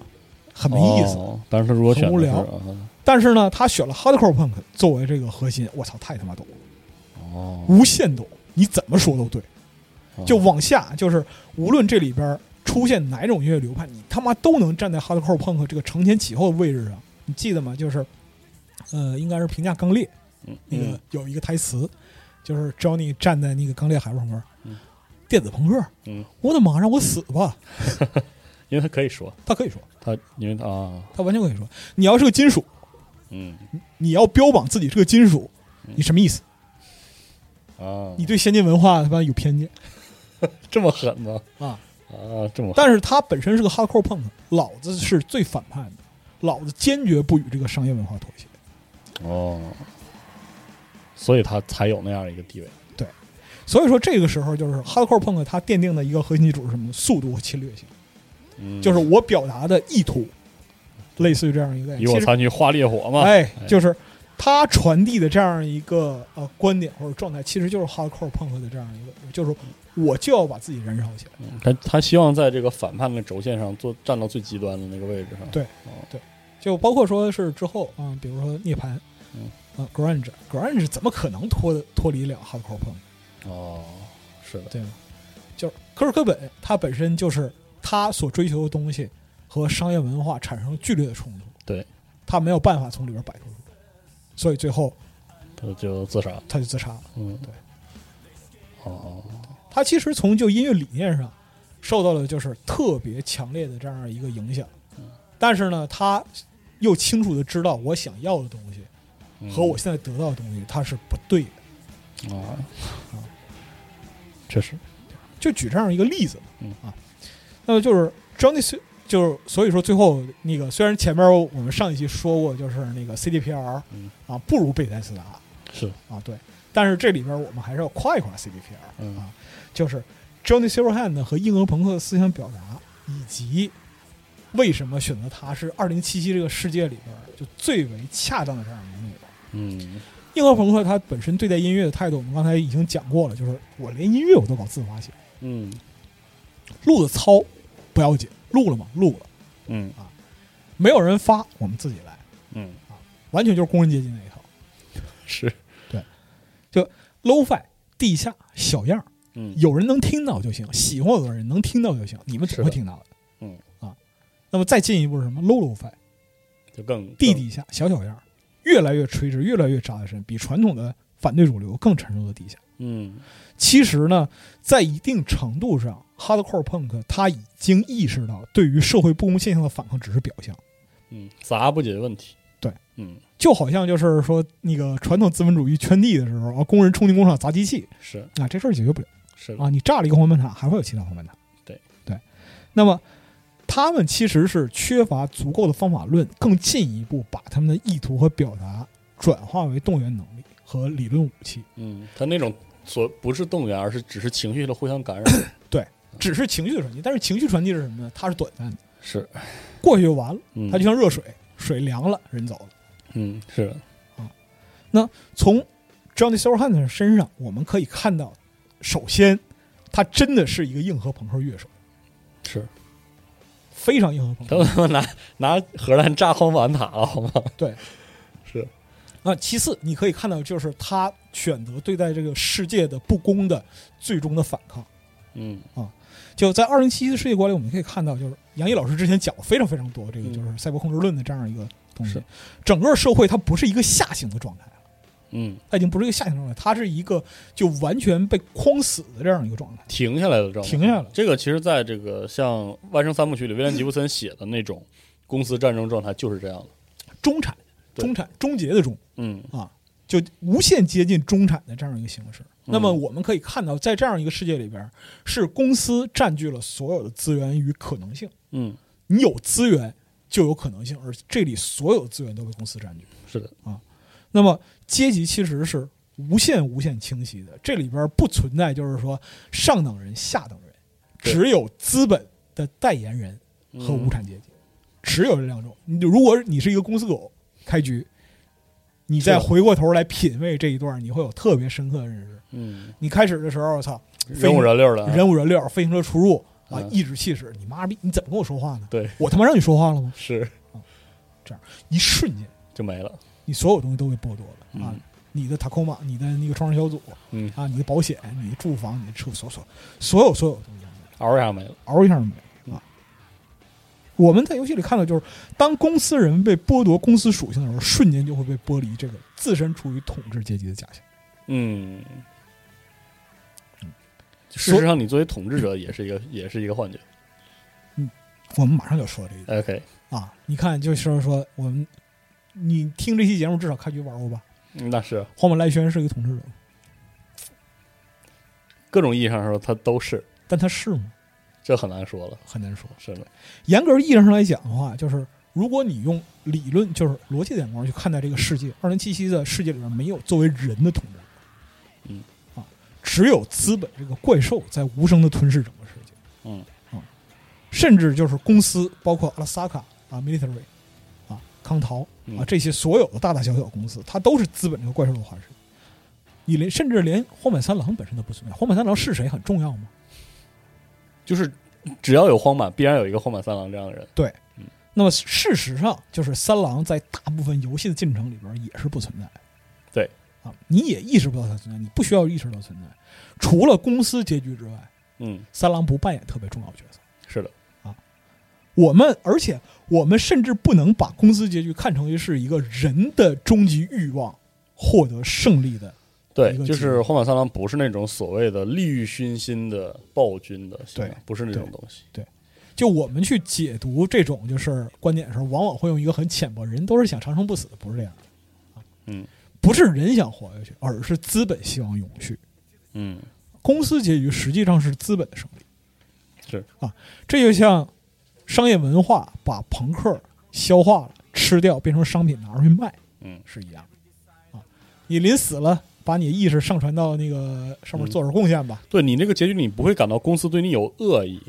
[SPEAKER 5] 很没意思。
[SPEAKER 4] 哦。但是他如果选的
[SPEAKER 5] 很无聊
[SPEAKER 4] 是嗯
[SPEAKER 5] 但是呢，他选了 hardcore punk 作为这个核心，我操，太他妈懂了，
[SPEAKER 4] 哦，
[SPEAKER 5] 无限懂，你怎么说都对。就往下，就是无论这里边出现哪种音乐流派，你他妈都能站在 hardcore punk 这个承前启后的位置上。你记得吗？就是，呃，应该是评价刚烈
[SPEAKER 4] 嗯
[SPEAKER 5] 那个有一个台词，就是 Johnny 站在那个刚烈海报旁边，电子朋克，
[SPEAKER 4] 嗯
[SPEAKER 5] 我的妈，让我死吧！
[SPEAKER 4] 因为他可以说
[SPEAKER 5] 他可以说，
[SPEAKER 4] 他，因为他啊，
[SPEAKER 5] 他完全可以说，你要是个金属，
[SPEAKER 4] 嗯
[SPEAKER 5] 你要标榜自己是个金属，你什么意思？
[SPEAKER 4] 啊，
[SPEAKER 5] 你对先进文化他妈有偏见
[SPEAKER 4] 这么狠吗？
[SPEAKER 5] 啊！
[SPEAKER 4] 啊，这么狠
[SPEAKER 5] 但是他本身是个 hardcore punk，老子是最反叛的，老子坚决不与这个商业文化妥协。
[SPEAKER 4] 哦，所以他才有那样一个地位。
[SPEAKER 5] 所以说这个时候就是 hardcore punk 它奠定的一个核心基础是什么呢？速度和侵略性，
[SPEAKER 4] 嗯
[SPEAKER 5] 就是我表达的意图，类似于这样一个概
[SPEAKER 4] 以
[SPEAKER 5] 念。
[SPEAKER 4] 我
[SPEAKER 5] 哎其实，
[SPEAKER 4] 残局化烈火嘛。
[SPEAKER 5] 哎，就是他传递的这样一个呃观点或者状态，其实就是 hardcore punk 的这样一个，就是我就要把自己燃烧起来。
[SPEAKER 4] 他他希望在这个反叛的轴线上做站到最极端的那个位置上。
[SPEAKER 5] 对就包括说是之后啊、比如说涅槃，
[SPEAKER 4] 嗯
[SPEAKER 5] 啊，grunge grunge 怎么可能脱脱离了 hardcore punk，
[SPEAKER 4] 哦，是的，
[SPEAKER 5] 对吗？就是科尔科本他本身就是他所追求的东西和商业文化产生了剧烈的冲突，
[SPEAKER 4] 对，
[SPEAKER 5] 他没有办法从里边摆脱出来，所以最后
[SPEAKER 4] 他就自杀了。
[SPEAKER 5] 他就自杀了。
[SPEAKER 4] 嗯，
[SPEAKER 5] 对。
[SPEAKER 4] 哦，
[SPEAKER 5] 他其实从就音乐理念上受到了就是特别强烈的这样一个影响，
[SPEAKER 4] 嗯
[SPEAKER 5] 但是呢，他又清楚的知道我想要的东西
[SPEAKER 4] 嗯
[SPEAKER 5] 和我现在得到的东西它是不对的。
[SPEAKER 4] 啊，确实，
[SPEAKER 5] 就举这样一个例子，
[SPEAKER 4] 嗯
[SPEAKER 5] 啊，那么就是 Johnny 虽就是所以说最后那个虽然前面我们上一期说过就是那个 CDPR，、
[SPEAKER 4] 嗯
[SPEAKER 5] 啊不如贝塞斯达
[SPEAKER 4] 是
[SPEAKER 5] 啊对，但是这里边我们还是要夸一夸 CDPR，、
[SPEAKER 4] 嗯
[SPEAKER 5] 啊，就是 Johnny Silverhand 呢和硬核朋克的思想表达以及为什么选择它是二零七七这个世界里边就最为恰当的这样一个内容。
[SPEAKER 4] 嗯，
[SPEAKER 5] 硬核朋克它本身对待音乐的态度，我们刚才已经讲过了，就是我连音乐我都搞自发性。
[SPEAKER 4] 嗯
[SPEAKER 5] 录的糙不要紧，录了吗？录了，
[SPEAKER 4] 嗯
[SPEAKER 5] 没有人发，我们自己来，
[SPEAKER 4] 嗯，
[SPEAKER 5] 完全就是工人阶级那一套
[SPEAKER 4] 是，
[SPEAKER 5] ，low-fi 地下小样儿，
[SPEAKER 4] 嗯
[SPEAKER 5] 有人能听到就行，喜欢我的人能听到就行，你们总会听到的，
[SPEAKER 4] 是的
[SPEAKER 5] 啊，那么再进一步是什么？low low-fi
[SPEAKER 4] 就更
[SPEAKER 5] 地底下小小样儿，越来越垂直，越来越扎得深，比传统的反对主流更沉重的地下。
[SPEAKER 4] 嗯
[SPEAKER 5] 其实呢，在一定程度上，hardcore punk 他已经意识到，对于社会不公现象的反抗只是表象。
[SPEAKER 4] 嗯砸不解问题。
[SPEAKER 5] 对，
[SPEAKER 4] 嗯
[SPEAKER 5] 就好像就是说那个传统资本主义圈地的时候啊，工人冲进工厂砸机器
[SPEAKER 4] 是
[SPEAKER 5] 啊，这事儿解决不了。
[SPEAKER 4] 是的，
[SPEAKER 5] 啊，你炸了一个黄门塔，还会有其他黄门塔。
[SPEAKER 4] 对
[SPEAKER 5] 对，那么他们其实是缺乏足够的方法论，更进一步把他们的意图和表达转化为动员能力和理论武器。
[SPEAKER 4] 嗯，他那种所不是动员，而是只是情绪的互相感染，
[SPEAKER 5] 对，只是情绪的传递，但是情绪传递是什么呢？它是短暂的，
[SPEAKER 4] 是，
[SPEAKER 5] 过去就完了，
[SPEAKER 4] 嗯，
[SPEAKER 5] 它就像热水，水凉了，人走了。
[SPEAKER 4] 嗯是的，
[SPEAKER 5] 那从 Johnny Silverhand 的身上，我们可以看到，首先，他真的是一个硬核朋克乐手，
[SPEAKER 4] 是，
[SPEAKER 5] 非常硬核朋克
[SPEAKER 4] 他。他妈拿拿核弹炸荒坂塔了好吗？
[SPEAKER 5] 对，
[SPEAKER 4] 是，
[SPEAKER 5] 那其次，你可以看到，就是他选择对待这个世界的不公的最终的反抗。
[SPEAKER 4] 嗯
[SPEAKER 5] 就在二零七七的世界观里，我们可以看到，就是杨毅老师之前讲了非常非常多这个
[SPEAKER 4] 嗯
[SPEAKER 5] 就是赛博控制论的这样一个东西
[SPEAKER 4] 是。
[SPEAKER 5] 整个社会它不是一个下行的状态了，
[SPEAKER 4] 嗯，
[SPEAKER 5] 它已经不是一个下行状态，它是一个就完全被框死的这样一个状态。
[SPEAKER 4] 停下来的状态，
[SPEAKER 5] 停下来了
[SPEAKER 4] 这个其实在这个像《万圣三部曲》里，威廉·吉布森写的那种公司战争状态就是这样的，
[SPEAKER 5] 中产，
[SPEAKER 4] 对
[SPEAKER 5] 中产，终结的终
[SPEAKER 4] 嗯
[SPEAKER 5] 啊，就无限接近中产的这样一个形式。那么我们可以看到，在这样一个世界里边，是公司占据了所有的资源与可能性。
[SPEAKER 4] 嗯，
[SPEAKER 5] 你有资源就有可能性，而这里所有的资源都被公司占据。
[SPEAKER 4] 是的，
[SPEAKER 5] 那么阶级其实是无限无限清晰的，这里边不存在就是说上等人、下等人，
[SPEAKER 4] 对
[SPEAKER 5] 只有资本的代言人和无产阶
[SPEAKER 4] 嗯
[SPEAKER 5] 级，只有这两种。你如果你是一个公司狗开
[SPEAKER 4] 啊
[SPEAKER 5] 局，你再
[SPEAKER 4] 是的
[SPEAKER 5] 回过头来品味这一段，你会有特别深刻的认识。
[SPEAKER 4] 嗯，
[SPEAKER 5] 你开始的时候，我操，
[SPEAKER 4] 人五人六的啊，
[SPEAKER 5] 人五人六，飞行车出入啊，
[SPEAKER 4] 嗯
[SPEAKER 5] 颐指气使，你妈逼，你怎么跟我说话呢？
[SPEAKER 4] 对，
[SPEAKER 5] 我他妈让你说话了吗？
[SPEAKER 4] 是
[SPEAKER 5] 一瞬间，
[SPEAKER 4] 就没了，
[SPEAKER 5] 你所有东西都被剥夺了啊！
[SPEAKER 4] 嗯
[SPEAKER 5] 你的 Tacoma，你的那个创伤小组，
[SPEAKER 4] 嗯
[SPEAKER 5] 啊，你的保险，你的住房，你的车，所所所有所有东西，
[SPEAKER 4] 嗷一下没了，
[SPEAKER 5] 嗷一下就没
[SPEAKER 4] 嗯
[SPEAKER 5] 了啊！我们在游戏里看到，就是当公司人被剥夺公司属性的时候，瞬间就会被剥离这个自身处于统治阶级的假象。
[SPEAKER 4] 嗯。事
[SPEAKER 5] 所
[SPEAKER 4] 实上，你作为统治者也是一个，也是一个幻觉。
[SPEAKER 5] 我们马上就要说这一点
[SPEAKER 4] OK，
[SPEAKER 5] 啊！你看，就是说我们，你听这期节目至少开局玩过吧？
[SPEAKER 4] 嗯那是
[SPEAKER 5] 荒本赖宣是一个统治者，
[SPEAKER 4] 各种意义上说，他都是，
[SPEAKER 5] 但他是吗？
[SPEAKER 4] 这很难说了。
[SPEAKER 5] 很难说。
[SPEAKER 4] 是的，
[SPEAKER 5] 严格意义上来讲的话，就是如果你用理论，就是逻辑的眼光去看待这个世界，二零七七的世界里面没有作为人的统治，
[SPEAKER 4] 嗯，
[SPEAKER 5] 啊，只有资本这个怪兽在无声的吞噬整个世界，
[SPEAKER 4] 嗯
[SPEAKER 5] 啊，甚至就是公司，包括阿拉萨卡啊、military 啊、康陶啊
[SPEAKER 4] 嗯
[SPEAKER 5] 这些所有的大大小小公司，它都是资本这个怪兽的化身。你连甚至连荒坂三郎本身都不存在，荒坂三郎是谁很重要吗？
[SPEAKER 4] 就是只要有荒坂，必然有一个荒坂三郎这样的人。
[SPEAKER 5] 对，那么事实上就是三郎在大部分游戏的进程里边也是不存在的
[SPEAKER 4] 对，
[SPEAKER 5] 啊，你也意识不到它存在，你不需要意识到存在。除了公司结局之外，
[SPEAKER 4] 嗯，
[SPEAKER 5] 三郎不扮演特别重要的角色。
[SPEAKER 4] 是的，
[SPEAKER 5] 我们而且我们甚至不能把公司结局看成是一个人的终极欲望获得胜利的
[SPEAKER 4] 对
[SPEAKER 5] 一个，
[SPEAKER 4] 就
[SPEAKER 5] 技
[SPEAKER 4] 是
[SPEAKER 5] 能
[SPEAKER 4] 荒坂三郎不是那种所谓的利欲熏心的暴君的信仰，
[SPEAKER 5] 对
[SPEAKER 4] 不是那种东西。
[SPEAKER 5] 就我们去解读这种就是观点的时候，往往会用一个很浅薄，人都是想长生不死，不是这样的，
[SPEAKER 4] 嗯
[SPEAKER 5] 不是人想活下去，而是资本希望永续。
[SPEAKER 4] 嗯，
[SPEAKER 5] 公司结局实际上是资本的胜利，
[SPEAKER 4] 是
[SPEAKER 5] 啊，这就像商业文化把朋克消化了、吃掉，变成商品拿出去卖
[SPEAKER 4] 嗯
[SPEAKER 5] 是一样的啊。你临死了，把你意识上传到那个上面做点贡献吧，
[SPEAKER 4] 对你那个结局，你不会感到公司对你有恶意，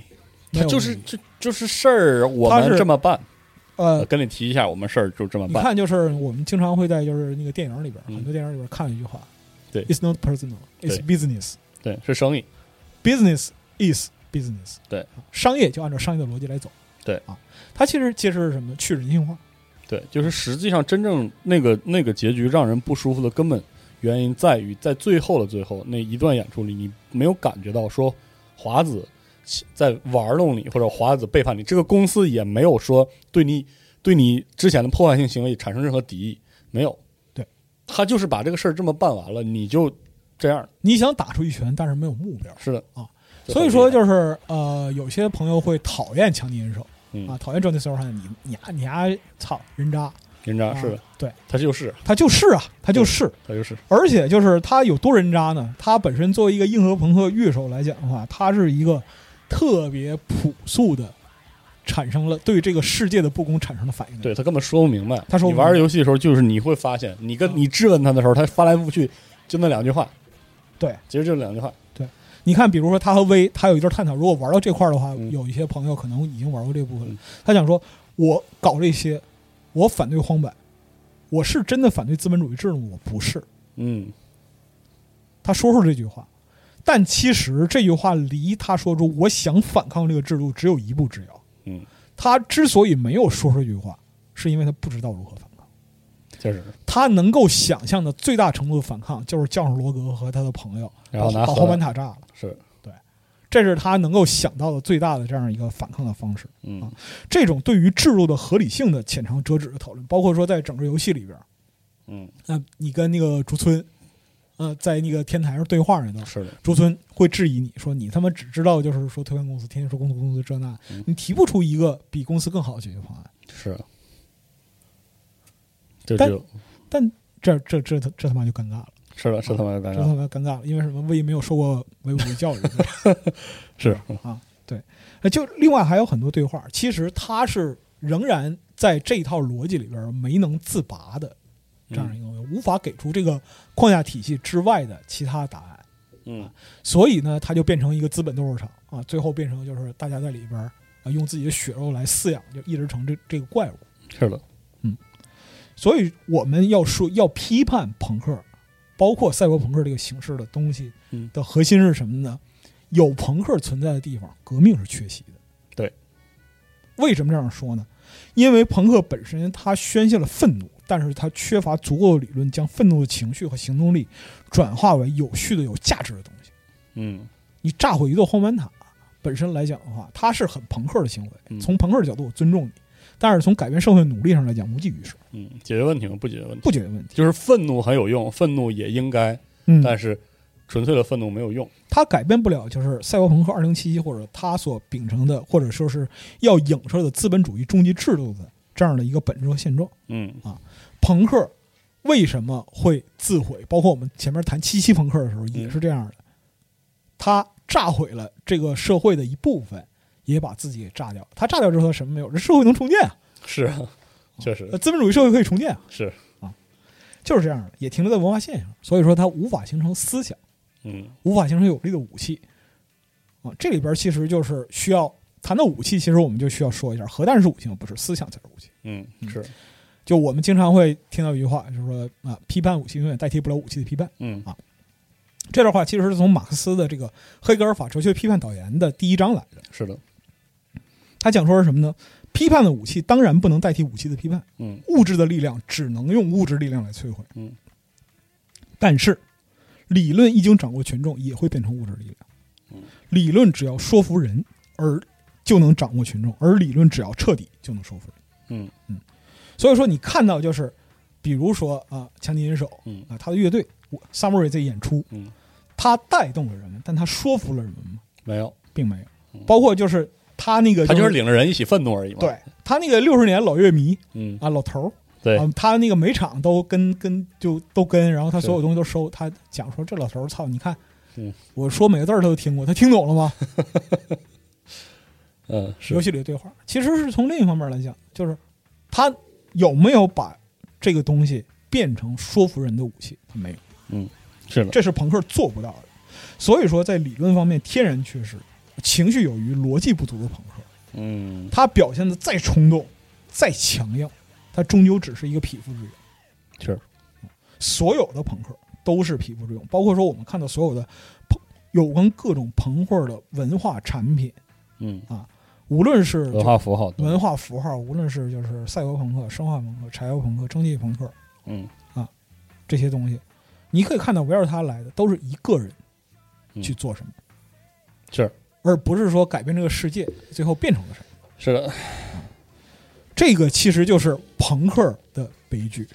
[SPEAKER 4] 他
[SPEAKER 5] 没有
[SPEAKER 4] 嗯就是
[SPEAKER 5] 意义
[SPEAKER 4] 就就是事儿，我
[SPEAKER 5] 他
[SPEAKER 4] 们
[SPEAKER 5] 是
[SPEAKER 4] 这么办。
[SPEAKER 5] 呃
[SPEAKER 4] 呃，跟你提一下，我们事儿就这么
[SPEAKER 5] 你
[SPEAKER 4] 办。
[SPEAKER 5] 看，就是我们经常会在就是那个电影里边，
[SPEAKER 4] 嗯
[SPEAKER 5] 很多电影里边看一句话，
[SPEAKER 4] 对
[SPEAKER 5] ，It's not personal, it's
[SPEAKER 4] 对
[SPEAKER 5] business.
[SPEAKER 4] 对，是生意。
[SPEAKER 5] Business is business.
[SPEAKER 4] 对
[SPEAKER 5] 啊，商业就按照商业的逻辑来走。
[SPEAKER 4] 对
[SPEAKER 5] 啊，它其实揭示的是什么？去人性化。
[SPEAKER 4] 对，就是实际上真正那个那个结局让人不舒服的根本原因在于，在最后的最后那一段演出里，你没有感觉到说华子在玩弄你，或者华子背叛你。这个公司也没有说对你对你之前的破坏性行为产生任何敌意，没有。
[SPEAKER 5] 对，
[SPEAKER 4] 他就是把这个事儿这么办完了，你就这样。
[SPEAKER 5] 你想打出一拳，但是没有目标。
[SPEAKER 4] 是的
[SPEAKER 5] 啊，
[SPEAKER 4] 这
[SPEAKER 5] 所以
[SPEAKER 4] 很
[SPEAKER 5] 说
[SPEAKER 4] 厉害
[SPEAKER 5] 就是呃，有些朋友会讨厌强尼人手
[SPEAKER 4] 嗯
[SPEAKER 5] 啊，讨厌 Johnny s i l v e r 啊你你丫你丫操人渣
[SPEAKER 4] 人渣是的，
[SPEAKER 5] 对，
[SPEAKER 4] 他就是
[SPEAKER 5] 他就是啊，他就是，
[SPEAKER 4] 他就是，
[SPEAKER 5] 而且就是他有多人渣呢？他本身作为一个硬核朋克乐手来讲的话，他是一个特别朴素的，产生了对这个世界的不公产生了反应的人。
[SPEAKER 4] 对他根本说不明白。
[SPEAKER 5] 他说
[SPEAKER 4] 你
[SPEAKER 5] 不明白嗯
[SPEAKER 4] 玩游戏的时候，就是你会发现，你跟你质问他的时候，他翻来覆去就那两句话，
[SPEAKER 5] 对，
[SPEAKER 4] 其实就两句话，
[SPEAKER 5] 你看，比如说他和威，他有一段探讨，如果玩到这块儿的话，
[SPEAKER 4] 嗯
[SPEAKER 5] 有一些朋友可能已经玩过这部分了。
[SPEAKER 4] 嗯
[SPEAKER 5] 他想说，我搞这些，我反对荒坂，我是真的反对资本主义制度吗，我不是。
[SPEAKER 4] 嗯，
[SPEAKER 5] 他说出这句话，但其实这句话离他说出“我想反抗这个制度”只有一步之遥。
[SPEAKER 4] 嗯，
[SPEAKER 5] 他之所以没有说出这句话，是因为他不知道如何反抗。
[SPEAKER 4] 确实。
[SPEAKER 5] 他能够想象的最大程度的反抗，就是叫上罗格和他的朋友，
[SPEAKER 4] 然后
[SPEAKER 5] 把
[SPEAKER 4] 拿
[SPEAKER 5] 把
[SPEAKER 4] 核
[SPEAKER 5] 黄板塔炸了。
[SPEAKER 4] 是，
[SPEAKER 5] 这是他能够想到的最大的这样一个反抗的方式。
[SPEAKER 4] 嗯
[SPEAKER 5] 啊这种对于制度的合理性的浅尝辄止的讨论，包括说在整个游戏里边，
[SPEAKER 4] 嗯，
[SPEAKER 5] 呃，你跟那个竹村，呃，在那个天台上对话那段，
[SPEAKER 4] 嗯是的，
[SPEAKER 5] 竹村会质疑你说你他妈只知道就是说推翻公司，天天说公司公司这那，你提不出一个比公司更好的解决方案。
[SPEAKER 4] 是。这
[SPEAKER 5] 但
[SPEAKER 4] 就是
[SPEAKER 5] 这这这这他妈就尴尬了，
[SPEAKER 4] 是的，是他妈的尴
[SPEAKER 5] 这他
[SPEAKER 4] 尬，
[SPEAKER 5] 妈尴尬了，因为什么？魏没有受过维吾尔教育，
[SPEAKER 4] 是
[SPEAKER 5] 啊，对，呃就另外还有很多对话，其实他是仍然在这套逻辑里边没能自拔的这样一个，无法给出这个框架体系之外的其他答案，啊
[SPEAKER 4] 嗯，
[SPEAKER 5] 所以呢，他就变成一个资本斗兽场啊，最后变成就是大家在里边啊用自己的血肉来饲养，就一直成这这个怪物。
[SPEAKER 4] 是的，
[SPEAKER 5] 所以我们要说要批判朋克，包括赛博朋克这个形式的东西
[SPEAKER 4] 嗯
[SPEAKER 5] 的核心是什么呢？有朋克存在的地方，革命是缺席的。
[SPEAKER 4] 对，
[SPEAKER 5] 为什么这样说呢？因为朋克本身它宣泄了愤怒，但是它缺乏足够的理论将愤怒的情绪和行动力转化为有序的、有价值的东西。
[SPEAKER 4] 嗯，
[SPEAKER 5] 你炸毁一座荒坂塔本身来讲的话，它是很朋克的行为。
[SPEAKER 4] 嗯
[SPEAKER 5] 从朋克的角度，我尊重你，但是从改变社会努力上来讲，无济于事，
[SPEAKER 4] 嗯，解决问题吗？不解决问题，
[SPEAKER 5] 不解决问题。
[SPEAKER 4] 就是愤怒很有用，愤怒也应该，
[SPEAKER 5] 嗯，
[SPEAKER 4] 但是纯粹的愤怒没有用，
[SPEAKER 5] 它改变不了就是赛博朋克二零七七或者它所秉承的，或者说是要影射的资本主义终极制度的这样的一个本质和现状。
[SPEAKER 4] 嗯
[SPEAKER 5] 朋克为什么会自毁？包括我们前面谈七七朋克的时候也是这样的，它炸毁了这个社会的一部分，也把自己给炸掉了。它炸掉之后，它什么没有？这社会能重建啊，
[SPEAKER 4] 是啊，确实
[SPEAKER 5] 呃资本主义社会可以重建啊，
[SPEAKER 4] 是，
[SPEAKER 5] 就是这样的，也停留在文化现象。所以说，它无法形成思想。
[SPEAKER 4] 嗯
[SPEAKER 5] 无法形成有力的武器啊。这里边其实就是需要谈到武器，其实我们就需要说一下，核弹是武器吗？不是，思想才是武器。
[SPEAKER 4] 嗯是，
[SPEAKER 5] 就我们经常会听到一句话，就是说啊，批判武器永远代替不了武器的批判。
[SPEAKER 4] 嗯
[SPEAKER 5] 这段话其实是从马克思的这个《黑格尔法哲学批判导言》的第一章来的。
[SPEAKER 4] 是的，
[SPEAKER 5] 他讲说是什么呢？批判的武器当然不能代替武器的批判，
[SPEAKER 4] 嗯
[SPEAKER 5] 物质的力量只能用物质力量来摧毁。
[SPEAKER 4] 嗯，
[SPEAKER 5] 但是理论一经掌握群众，也会变成物质力量。
[SPEAKER 4] 嗯
[SPEAKER 5] 理论只要说服人，而就能掌握群众；而理论只要彻底，就能说服人。
[SPEAKER 4] 嗯
[SPEAKER 5] 所以说，你看到就是，比如说啊，强尼银手
[SPEAKER 4] 嗯
[SPEAKER 5] 啊，他的乐队我 Summery 在演出，
[SPEAKER 4] 嗯，
[SPEAKER 5] 他带动了人们，但他说服了人们吗？
[SPEAKER 4] 没有，
[SPEAKER 5] 并没有。包括就是他那个、
[SPEAKER 4] 嗯他
[SPEAKER 5] 就
[SPEAKER 4] 就是领着人一起愤怒而已嘛，，
[SPEAKER 5] 对他那个六十年老乐迷
[SPEAKER 4] 嗯
[SPEAKER 5] 啊，老头儿
[SPEAKER 4] 对
[SPEAKER 5] 啊，他那个每场都跟跟就都跟，然后他
[SPEAKER 4] 是
[SPEAKER 5] 所有东西都收。他讲说这老头儿，操，你看，
[SPEAKER 4] 嗯
[SPEAKER 5] 我说每个字儿他都听过，他听懂了吗？
[SPEAKER 4] 嗯是
[SPEAKER 5] 游戏里的对话，其实是从另一方面来讲，就是他有没有把这个东西变成说服人的武器？他没有，
[SPEAKER 4] 是的，
[SPEAKER 5] 这是朋克做不到的。所以说，在理论方面天然缺失，情绪有余、逻辑不足的朋克，
[SPEAKER 4] 嗯
[SPEAKER 5] 他表现的再冲动、再强硬，他终究只是一个匹夫之勇。
[SPEAKER 4] 是，
[SPEAKER 5] 所有的朋克都是匹夫之勇，包括说我们看到所有的朋有关各种朋克的文化产品，
[SPEAKER 4] 嗯
[SPEAKER 5] 无论是
[SPEAKER 4] 文化符号，
[SPEAKER 5] 文化符号，无论是就是赛博朋克、生化朋克、柴油朋克、蒸汽朋克
[SPEAKER 4] 嗯
[SPEAKER 5] 这些东西，你可以看到围绕它来的都是一个人
[SPEAKER 4] 嗯
[SPEAKER 5] 去做什么，
[SPEAKER 4] 是
[SPEAKER 5] 而不是说改变这个世界最后变成了什么。
[SPEAKER 4] 是的，
[SPEAKER 5] 这个其实就是朋克的悲剧。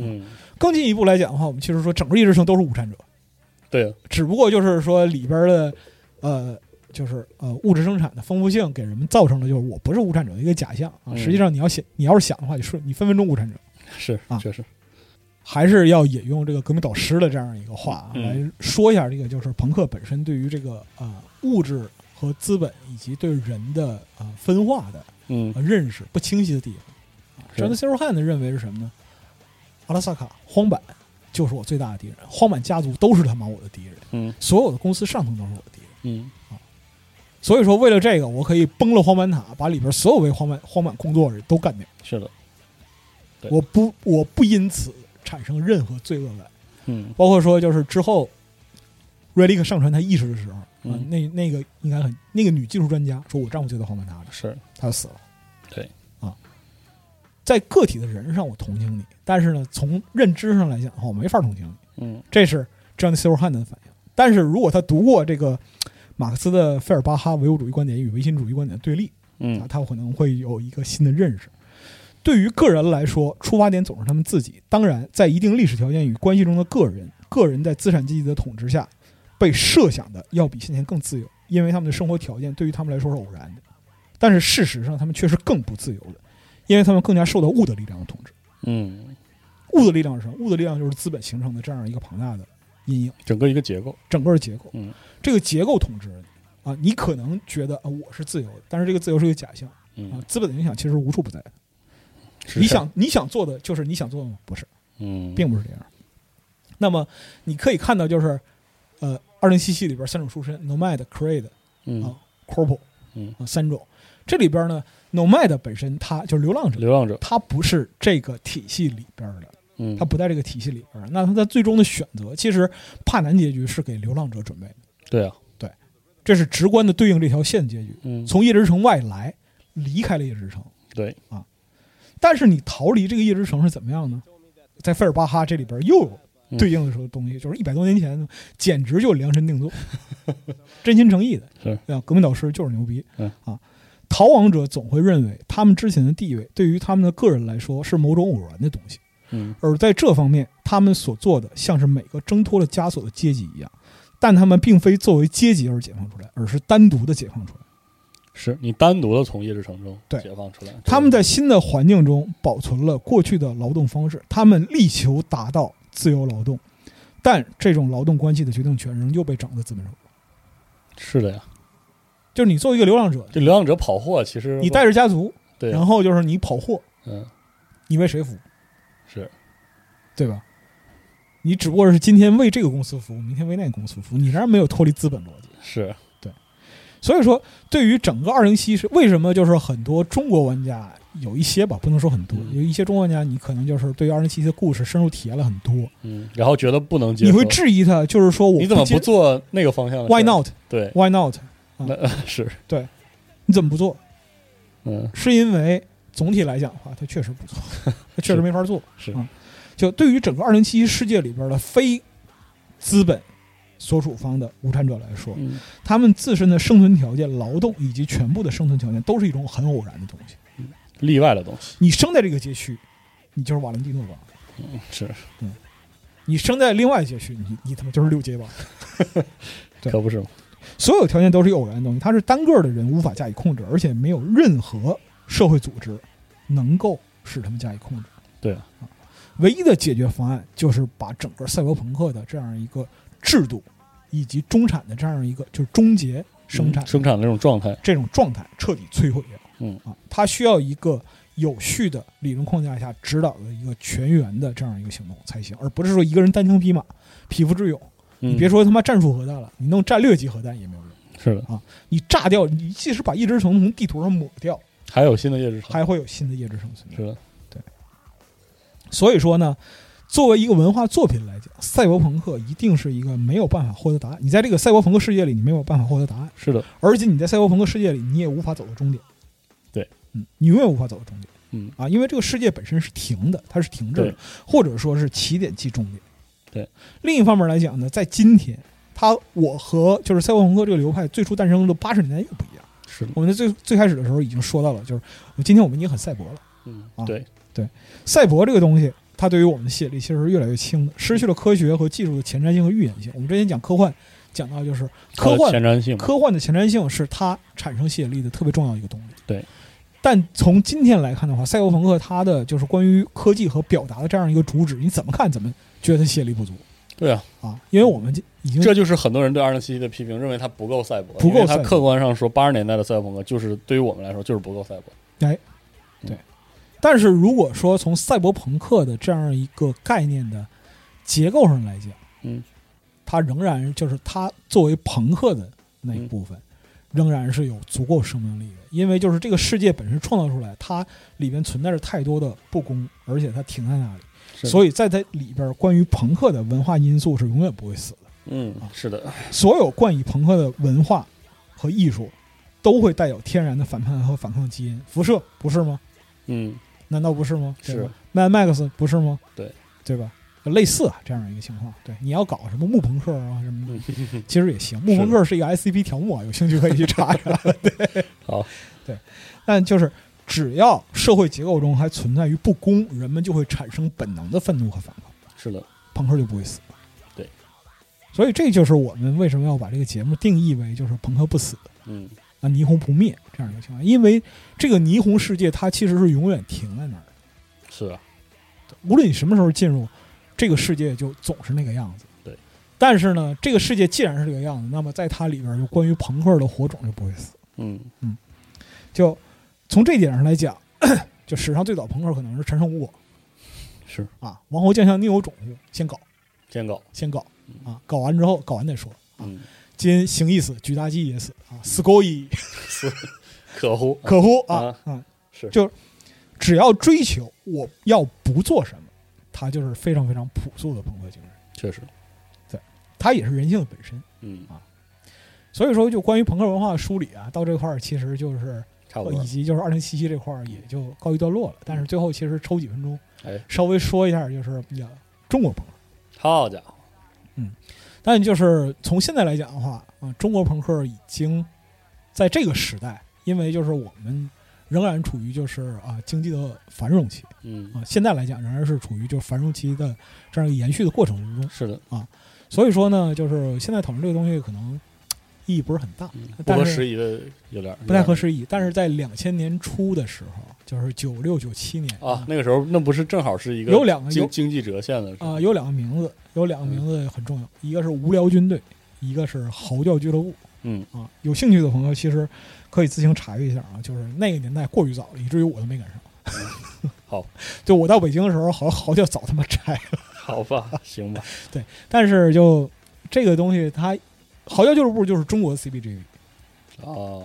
[SPEAKER 4] 嗯
[SPEAKER 5] 更进一步来讲的话，我们其实说整个意识形都是无产者，
[SPEAKER 4] 对啊，
[SPEAKER 5] 只不过就是说里边的，呃，就是呃物质生产的丰富性给人们造成了就是我不是无产者的一个假象啊。
[SPEAKER 4] 嗯
[SPEAKER 5] 实际上你要想，你要是想的话，你说你分分钟无产者。
[SPEAKER 4] 是
[SPEAKER 5] 啊
[SPEAKER 4] 确实，
[SPEAKER 5] 还是要引用这个革命导师的这样一个话啊，
[SPEAKER 4] 嗯
[SPEAKER 5] 来说一下这个就是朋克本身对于这个呃物质和资本以及对人的呃分化的
[SPEAKER 4] 嗯
[SPEAKER 5] 呃认识不清晰的地方。
[SPEAKER 4] 是
[SPEAKER 5] 詹姆斯·汉的认为是什么呢？阿拉萨卡荒坂就是我最大的敌人，荒坂家族都是他妈我的敌人，
[SPEAKER 4] 嗯
[SPEAKER 5] 所有的公司上层都是我的敌人。
[SPEAKER 4] 嗯
[SPEAKER 5] 所以说，为了这个，我可以崩了荒坂塔，把里边所有为荒坂荒坂工作的人都干掉。
[SPEAKER 4] 是的，对
[SPEAKER 5] 我不，我不因此产生任何罪恶感。
[SPEAKER 4] 嗯
[SPEAKER 5] 包括说就是之后瑞利克上传他意识的时候，
[SPEAKER 4] 嗯
[SPEAKER 5] 啊，那那个应该很那个女技术专家说，我丈夫就在黄曼塔里，
[SPEAKER 4] 是
[SPEAKER 5] 他就死了。
[SPEAKER 4] 对
[SPEAKER 5] 啊，在个体的人上我同情你，但是呢，从认知上来讲的话，我没法同情你。
[SPEAKER 4] 嗯
[SPEAKER 5] 这是这样的西罗汉的反应。但是如果他读过这个马克思的费尔巴哈唯物主义观点与唯心主义观点的对立，啊，
[SPEAKER 4] 嗯
[SPEAKER 5] 他可能会有一个新的认识。对于个人来说，出发点总是他们自己。当然，在一定历史条件与关系中的个人，个人在资产阶级的统治下，被设想的要比先前更自由，因为他们的生活条件对于他们来说是偶然的。但是事实上，他们却是更不自由的，因为他们更加受到物的力量的统治。
[SPEAKER 4] 嗯，
[SPEAKER 5] 物的力量是什么？物的力量就是资本形成的这样一个庞大的阴影。
[SPEAKER 4] 整个一个结构，
[SPEAKER 5] 整个的结构。
[SPEAKER 4] 嗯，
[SPEAKER 5] 这个结构统治了你啊，你可能觉得啊我是自由的，但是这个自由是一个假象啊
[SPEAKER 4] 嗯，，
[SPEAKER 5] 资本的影响其实无处不在的。
[SPEAKER 4] 是
[SPEAKER 5] 你
[SPEAKER 4] 这样，
[SPEAKER 5] 想你想做的就是你想做的吗？不是，
[SPEAKER 4] 嗯，
[SPEAKER 5] 并不是这样。那么你可以看到，就是呃，二零七七里边三种出身：nomad、creed
[SPEAKER 4] 嗯
[SPEAKER 5] 啊、corpo，
[SPEAKER 4] 嗯
[SPEAKER 5] 啊三种。这里边呢，nomad 本身它就是流浪者，
[SPEAKER 4] 流浪者，
[SPEAKER 5] 它不是这个体系里边的。
[SPEAKER 4] 嗯，
[SPEAKER 5] 他不在这个体系里边儿，那他在最终的选择，其实帕南结局是给流浪者准备的，
[SPEAKER 4] 对啊，
[SPEAKER 5] 这是直观的对应这条线结局。
[SPEAKER 4] 嗯，
[SPEAKER 5] 从夜之城外来，离开了夜之城，
[SPEAKER 4] 对，
[SPEAKER 5] 但是你逃离这个夜之城是怎么样呢？在费尔巴哈这里边又有
[SPEAKER 4] 嗯
[SPEAKER 5] 对应的时候东西，就是一百多年前，简直就量身 定做，真心诚意的，
[SPEAKER 4] 是
[SPEAKER 5] 对吧？啊革命导师就是牛逼，
[SPEAKER 4] 嗯
[SPEAKER 5] 啊。逃亡者总会认为他们之前的地位对于他们的个人来说是某种偶然的东西，
[SPEAKER 4] 嗯
[SPEAKER 5] 而在这方面，他们所做的像是每个挣脱了枷锁的阶级一样，但他们并非作为阶级而解放出来，而是单独的解放出来。
[SPEAKER 4] 是你单独的从夜之城中
[SPEAKER 5] 对
[SPEAKER 4] 解放出来，
[SPEAKER 5] 他们在新的环境中保存了过去的劳动方式，他们力求达到自由劳动，但这种劳动关系的决定权仍旧被掌握在资本手中。
[SPEAKER 4] 是的呀，
[SPEAKER 5] 就是你作为一个流浪者，
[SPEAKER 4] 这流浪者跑货其实
[SPEAKER 5] 你带着家族，
[SPEAKER 4] 对啊，
[SPEAKER 5] 然后就是你跑货，
[SPEAKER 4] 嗯
[SPEAKER 5] 你为谁服务，
[SPEAKER 4] 是
[SPEAKER 5] 对吧？你只不过是今天为这个公司服务，明天为那个公司服务，你仍然没有脱离资本逻辑。
[SPEAKER 4] 是
[SPEAKER 5] 所以说，对于整个二零七是为什么就是很多中国玩家有一些吧，不能说很多，
[SPEAKER 4] 嗯
[SPEAKER 5] 有一些中国玩家你可能就是对于二零七的故事深入体验了很多，
[SPEAKER 4] 嗯，然后觉得不能接
[SPEAKER 5] 你
[SPEAKER 4] 受，
[SPEAKER 5] 会质疑他，就是说我
[SPEAKER 4] 你怎么
[SPEAKER 5] 接
[SPEAKER 4] 不做那个方向的事儿
[SPEAKER 5] ？Why not?
[SPEAKER 4] 对，
[SPEAKER 5] Why not?
[SPEAKER 4] 那呃 是
[SPEAKER 5] 你怎么不做？
[SPEAKER 4] 嗯
[SPEAKER 5] 是因为总体来讲的话，它确实 不错，它确实没法做。
[SPEAKER 4] 是
[SPEAKER 5] 啊就对于整个二零七世界里边的非资本所属方的无产者来说，
[SPEAKER 4] 嗯
[SPEAKER 5] 他们自身的生存条件、劳动以及全部的生存条件都是一种很偶然的东西。
[SPEAKER 4] 例外的东西，
[SPEAKER 5] 你生在这个街区，你就是瓦伦蒂诺吧；
[SPEAKER 4] 嗯是
[SPEAKER 5] 你生在另外街区，你你他妈就是六街吧。对
[SPEAKER 4] 可不是吗？
[SPEAKER 5] 所有条件都是偶然的东西，它是单个的人无法加以控制，而且没有任何社会组织能够使他们加以控制。
[SPEAKER 4] 对啊，
[SPEAKER 5] 唯一的解决方案就是把整个赛博朋克的这样一个制度，以及中产的这样一个就是终结生产
[SPEAKER 4] 嗯生产的那种状态，
[SPEAKER 5] 这种状态彻底摧毁掉。
[SPEAKER 4] 嗯
[SPEAKER 5] 啊，它需要一个有序的理论框架下指导的一个全员的这样一个行动才行，而不是说一个人单枪匹马、匹夫之勇。
[SPEAKER 4] 你
[SPEAKER 5] 你别说他妈战术核弹了，你弄战略级核弹也没有用。
[SPEAKER 4] 嗯是的，
[SPEAKER 5] 你炸掉，你即使把一只城从地图上抹掉，
[SPEAKER 4] 还有新的夜之城，
[SPEAKER 5] 还会有新的夜之城存在。
[SPEAKER 4] 是的，
[SPEAKER 5] 所以说呢，作为一个文化作品来讲，赛博朋克一定是一个没有办法获得答案。你在这个赛博朋克世界里，你没有办法获得答案。
[SPEAKER 4] 是的，
[SPEAKER 5] 而且你在赛博朋克世界里，你也无法走到终点。
[SPEAKER 4] 对，
[SPEAKER 5] 嗯，你永远无法走到终点
[SPEAKER 4] 嗯
[SPEAKER 5] 啊，因为这个世界本身是停的，它是停滞的
[SPEAKER 4] 对，
[SPEAKER 5] 或者说是起点即终点。
[SPEAKER 4] 对，
[SPEAKER 5] 另一方面来讲呢，在今天，它我和就是赛博朋克这个流派最初诞生的八十年代又不一样。
[SPEAKER 4] 是的，
[SPEAKER 5] 我们在最最开始的时候已经说到了，就是我今天我们已经很赛博了。
[SPEAKER 4] 嗯
[SPEAKER 5] 啊
[SPEAKER 4] 对，
[SPEAKER 5] 赛博这个东西，它对于我们的吸引力其实是越来越轻的，失去了科学和技术的前瞻性和预言性。我们之前讲科幻，讲到就是科
[SPEAKER 4] 它的
[SPEAKER 5] 幻
[SPEAKER 4] 呃前瞻性嘛，
[SPEAKER 5] 科幻的前瞻性是它产生吸引力的特别重要一个动力。
[SPEAKER 4] 对，
[SPEAKER 5] 但从今天来看的话，赛博朋克它的就是关于科技和表达的这样一个主旨，你怎么看怎么觉得泄力不足
[SPEAKER 4] 对啊，
[SPEAKER 5] 啊？因为我们已经
[SPEAKER 4] 这就是很多人对二零七七的批评，认为它不够赛博，
[SPEAKER 5] 不够
[SPEAKER 4] 因为它
[SPEAKER 5] 赛博
[SPEAKER 4] 客观上说，八十年代的赛博朋克就是对于我们来说就是不够赛博。
[SPEAKER 5] 哎但是如果说从赛博朋克的这样一个概念的结构上来讲，
[SPEAKER 4] 嗯，
[SPEAKER 5] 它仍然就是它作为朋克的那一部分，
[SPEAKER 4] 嗯
[SPEAKER 5] 仍然是有足够生命力的，因为就是这个世界本身创造出来，它里边存在着太多的不公，而且它停在那
[SPEAKER 4] 是
[SPEAKER 5] 里，所以在它里边关于朋克的文化因素是永远不会死的。
[SPEAKER 4] 嗯，
[SPEAKER 5] 啊
[SPEAKER 4] 是的，
[SPEAKER 5] 所有冠以朋克的文化和艺术，都会带有天然的反叛和反抗基因，辐射不是吗？
[SPEAKER 4] 嗯，
[SPEAKER 5] 难道不是吗？对
[SPEAKER 4] 是
[SPEAKER 5] 吧 Mad Max 不是吗？
[SPEAKER 4] 对，
[SPEAKER 5] 对吧？类似啊，这样一个情况，对，你要搞什么木朋克啊什么 的，其实也行。木朋克是一个 ICP 条目啊，有兴趣可以去查一 查。
[SPEAKER 4] 好，
[SPEAKER 5] 但就是只要社会结构中还存在于不公，人们就会产生本能的愤怒和反抗，
[SPEAKER 4] 是的，
[SPEAKER 5] 朋克就不会死。
[SPEAKER 4] 对，
[SPEAKER 5] 所以这就是我们为什么要把这个节目定义为就是朋克不死
[SPEAKER 4] 嗯，
[SPEAKER 5] 啊，霓虹不灭这样一个情况，因为这个霓虹世界它其实是永远停在那儿的。
[SPEAKER 4] 是啊，
[SPEAKER 5] 无论你什么时候进入这个世界，就总是那个样子。
[SPEAKER 4] 对，
[SPEAKER 5] 但是呢，这个世界既然是这个样子，那么在它里边儿就关于朋克的火种就不会死。
[SPEAKER 4] 嗯，
[SPEAKER 5] 就从这一点上来讲， 就史上最早朋克可能是陈胜吴果
[SPEAKER 4] 是
[SPEAKER 5] 啊，王侯将相宁有种乎，先搞
[SPEAKER 4] 先搞，
[SPEAKER 5] 先搞啊，搞完之后搞完再说。
[SPEAKER 4] 嗯，
[SPEAKER 5] 今行义死，举大计也死啊，死 狗矣，
[SPEAKER 4] 可乎，
[SPEAKER 5] 可乎啊
[SPEAKER 4] 啊
[SPEAKER 5] 啊！
[SPEAKER 4] 是
[SPEAKER 5] 就只要追求我要不做什么，它就是非常非常朴素的朋克精神，
[SPEAKER 4] 确实，
[SPEAKER 5] 它也是人性的本身。
[SPEAKER 4] 嗯，
[SPEAKER 5] 所以说，就关于朋克文化的梳理啊，到这块儿其实就是，呃
[SPEAKER 4] 差不多嗯
[SPEAKER 5] 以，及就是二零七七这块儿也就告一段落了。但是最后其实抽几分钟，
[SPEAKER 4] 哎，
[SPEAKER 5] 稍微说一下就是呀，中国朋克。
[SPEAKER 4] 好家伙，
[SPEAKER 5] 但就是从现在来讲的话，啊、中国朋克已经在这个时代，因为就是我们仍然处于就是啊经济的繁荣期
[SPEAKER 4] 嗯，
[SPEAKER 5] 啊，现在来讲仍然是处于就是繁荣期的这样一个延续的过程之中。
[SPEAKER 4] 是的，
[SPEAKER 5] 所以说呢，就是现在讨论这个东西可能意义不是很大，
[SPEAKER 4] 嗯不
[SPEAKER 5] 但
[SPEAKER 4] 合
[SPEAKER 5] 是
[SPEAKER 4] 时宜的有点儿
[SPEAKER 5] 不太合时宜。但是在两千年初的时候，就是九六九七年
[SPEAKER 4] 啊，那个时候那不是正好是一个
[SPEAKER 5] 有两个有
[SPEAKER 4] 经经济折现的时候
[SPEAKER 5] 啊、有两个名字，有两个名字很重要，一个是无聊军队，一个是嚎叫俱乐部
[SPEAKER 4] 嗯，
[SPEAKER 5] 啊。有兴趣的朋友其实可以自行查阅一下啊，就是那个年代过于早了，以至于我都没赶上。
[SPEAKER 4] 好，
[SPEAKER 5] 就我到北京的时候，好像嚎叫早他妈拆了，
[SPEAKER 4] 好吧，行吧，
[SPEAKER 5] 但是就这个东西它，嚎叫俱乐部就是中国的 CBGB。
[SPEAKER 4] 啊，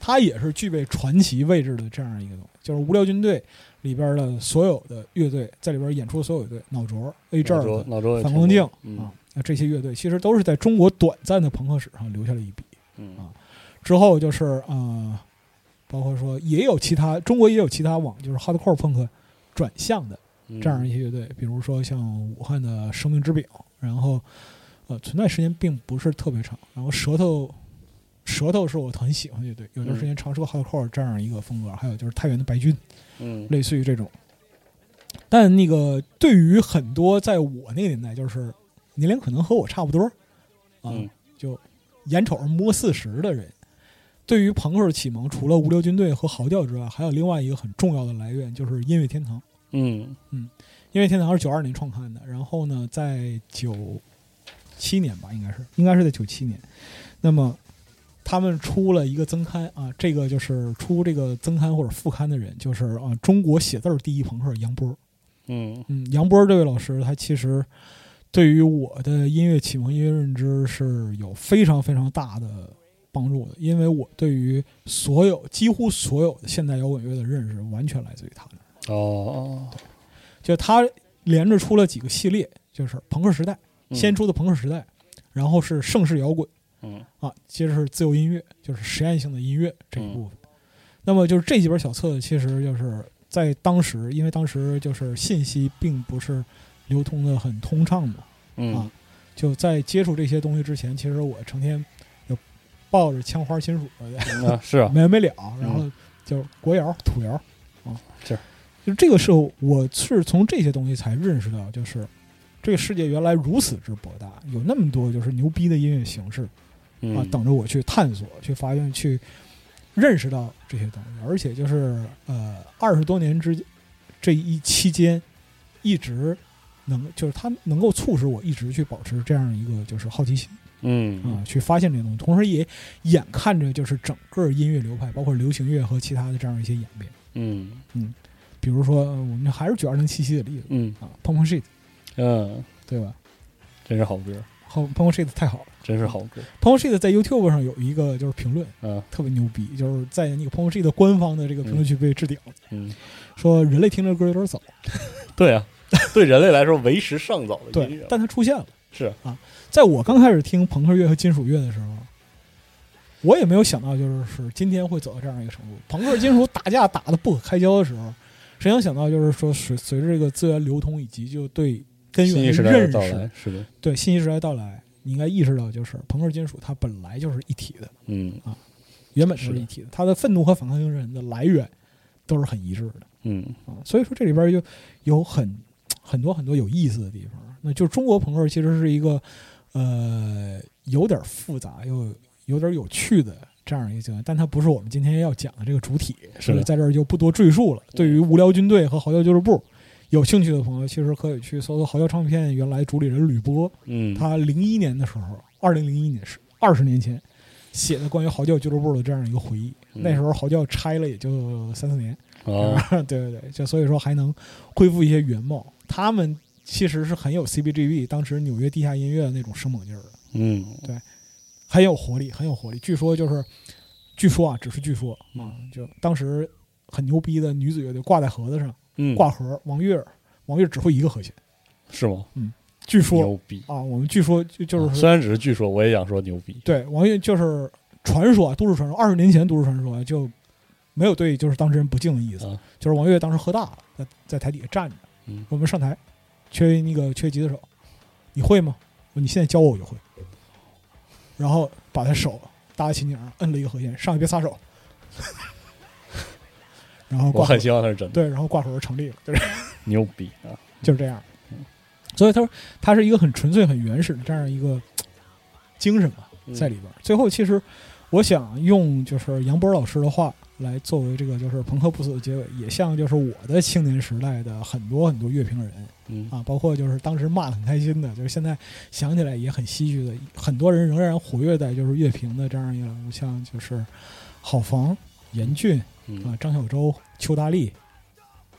[SPEAKER 5] 它也是具备传奇位置的这样一个东西，就是无聊军队里边的所有的乐队，在里边演出的所有乐队，脑浊、A 这
[SPEAKER 4] 脑
[SPEAKER 5] 儿
[SPEAKER 4] 周
[SPEAKER 5] 的
[SPEAKER 4] 脑周也
[SPEAKER 5] 反
[SPEAKER 4] 听
[SPEAKER 5] 光镜
[SPEAKER 4] 过嗯
[SPEAKER 5] 啊，那这些乐队其实都是在中国短暂的朋克史上留下了一笔。
[SPEAKER 4] 嗯
[SPEAKER 5] 啊之后就是呃，包括说也有其他中国也有其他往就是 hardcore punk 转向的
[SPEAKER 4] 嗯，
[SPEAKER 5] 这样一些乐队，比如说像武汉的生命之饼，然后呃存在时间并不是特别长，然后舌头舌头是我很喜欢的乐队，有段时间尝试过 hardcore 这样一个风格，还有就是太原的白军，
[SPEAKER 4] 嗯
[SPEAKER 5] 类似于这种。但那个对于很多在我那个年代，就是年龄可能和我差不多啊，
[SPEAKER 4] 嗯
[SPEAKER 5] 就眼瞅着摸四十的人。对于朋克的启蒙，除了无聊军队和嚎叫之外，还有另外一个很重要的来源，就是音乐天堂。
[SPEAKER 4] 嗯
[SPEAKER 5] 因为天堂是九二年创刊的，然后呢，在九七年吧，应该是，应该是在九七年。那么他们出了一个增刊啊，这个就是出这个增刊或者副刊的人，就是啊，中国写字儿第一朋克杨波。
[SPEAKER 4] 嗯
[SPEAKER 5] 嗯，杨波这位老师，他其实对于我的音乐启蒙、音乐认知是有非常非常大的帮助的，因为我对于所有几乎所有的现代摇滚乐的认识，完全来自于他那儿。
[SPEAKER 4] 哦，
[SPEAKER 5] 就他连着出了几个系列，就是朋克时代，
[SPEAKER 4] 嗯
[SPEAKER 5] 先出的朋克时代，然后是盛世摇滚
[SPEAKER 4] 嗯
[SPEAKER 5] 啊，接着是自由音乐，就是实验性的音乐这一
[SPEAKER 4] 嗯
[SPEAKER 5] 部分。那么就是这几本小册子，其实就是在当时，因为当时就是信息并不是流通的很通畅嘛，
[SPEAKER 4] 嗯
[SPEAKER 5] 啊就在接触这些东西之前，其实我成天就抱着枪花金属的
[SPEAKER 4] 啊是啊，
[SPEAKER 5] 没完没了，然后就是国窑、土窑啊，
[SPEAKER 4] 哦是，
[SPEAKER 5] 就这个时候，我是从这些东西才认识到，就是这个世界原来如此之博大，有那么多就是牛逼的音乐形式啊，
[SPEAKER 4] 嗯
[SPEAKER 5] 等着我去探索、去发现、去认识到这些东西，而且就是呃，二十多年之这一期间，一直能就是它能够促使我一直去保持这样一个就是好奇心啊、
[SPEAKER 4] 嗯
[SPEAKER 5] 去发现这些东西，同时也眼看着就是整个音乐流派，包括流行乐和其他的这样一些演变。
[SPEAKER 4] 嗯
[SPEAKER 5] 比如说，呃我们还是举二零七七的例子
[SPEAKER 4] 嗯
[SPEAKER 5] 啊，《Pump Shit》，
[SPEAKER 4] 嗯，
[SPEAKER 5] 对吧？
[SPEAKER 4] 真是好歌，
[SPEAKER 5] 好，《Pump Shit》太好了，
[SPEAKER 4] 真是好歌，
[SPEAKER 5] 《Pump Shit》在 YouTube 上有一个就是评论
[SPEAKER 4] 嗯
[SPEAKER 5] 特别牛逼，就是在那个《Pump Shit》的官方的这个评论区被置顶了，
[SPEAKER 4] 嗯，
[SPEAKER 5] 说人类听这歌有点早，
[SPEAKER 4] 对啊，对人类来说为时尚早的音
[SPEAKER 5] 对
[SPEAKER 4] 乐，，
[SPEAKER 5] 但它出现了。
[SPEAKER 4] 是啊
[SPEAKER 5] 在我刚开始听朋克乐和金属乐的时候，我也没有想到就是是今天会走到这样一个程度。朋克金属打架打得不可开交的时候，谁能想到就是说随随着这个资源流通以及就对根
[SPEAKER 4] 新
[SPEAKER 5] 源
[SPEAKER 4] 一时代的
[SPEAKER 5] 认
[SPEAKER 4] 到来
[SPEAKER 5] 识，，
[SPEAKER 4] 是的，
[SPEAKER 5] 对信息时代到来，你应该意识到就是朋克金属它本来就是一体的，
[SPEAKER 4] 嗯
[SPEAKER 5] 原本就是是
[SPEAKER 4] 的
[SPEAKER 5] 一体的，它的愤怒和反抗精神的来源都是很一致的。
[SPEAKER 4] 嗯
[SPEAKER 5] 啊，所以说这里边就有很很多很多有意思的地方。那就是中国朋克其实是一个呃有点复杂又有点有趣的这样一个阶段，但它不是我们今天要讲的这个主体，
[SPEAKER 4] 是
[SPEAKER 5] 所以
[SPEAKER 4] 的
[SPEAKER 5] 在这儿就不多赘述了。对于无聊军队和嚎叫俱乐部。有兴趣的朋友，其实可以去搜搜嚎叫唱片原来主理人吕波，
[SPEAKER 4] 嗯，
[SPEAKER 5] 他零一年的时候，二零零一年是二十年前写的关于嚎叫俱乐部的这样一个回忆。
[SPEAKER 4] 嗯
[SPEAKER 5] 那时候嚎叫拆了也就三四年，
[SPEAKER 4] 啊，
[SPEAKER 5] 对对对，就所以说还能恢复一些原貌。他们其实是很有 CBGB 当时纽约地下音乐的那种生猛劲儿的，
[SPEAKER 4] 嗯
[SPEAKER 5] 很有活力，很有活力。据说就是，据说啊，只是据说
[SPEAKER 4] 嗯
[SPEAKER 5] 啊，就当时很牛逼的女子乐队挂在盒子上，
[SPEAKER 4] 嗯，
[SPEAKER 5] 挂盒，王月儿，王月儿只会一个和弦。
[SPEAKER 4] 是吗？
[SPEAKER 5] 据说
[SPEAKER 4] 牛哦逼，啊
[SPEAKER 5] 啊，我们据说就就是
[SPEAKER 4] 虽
[SPEAKER 5] 说，
[SPEAKER 4] 然只是据说，我也想说牛逼，
[SPEAKER 5] 对王月就是传说，啊，都市传说，二十年前都市传说啊就没有对就是当事人不敬的意思，
[SPEAKER 4] 啊
[SPEAKER 5] 就是王月当时喝大了，在在台底下站着。
[SPEAKER 4] 嗯
[SPEAKER 5] 我们上台，缺那个缺吉他手，你会吗？我说你现在教我我就会。然后把他手搭在琴颈上，摁了一个和弦，上去别撒手。 然后
[SPEAKER 4] 我
[SPEAKER 5] 挂
[SPEAKER 4] 很希望它是真的，
[SPEAKER 5] 对，然后挂盒成立了，就是
[SPEAKER 4] 牛逼啊，
[SPEAKER 5] 就是这样。所以他说，他是一个很纯粹、很原始的这样一个精神吧，在里边儿。最后，其实我想用就是杨波老师的话来作为这个就是朋克不死的结尾，也像就是我的青年时代的很多很多乐评人，
[SPEAKER 4] 嗯
[SPEAKER 5] 啊，包括就是当时骂的很开心的，就是现在想起来也很唏嘘的，很多人仍然活跃在就是乐评的这样一个栏目，像就是郝房、严俊啊
[SPEAKER 4] 嗯、
[SPEAKER 5] 张小舟、邱大力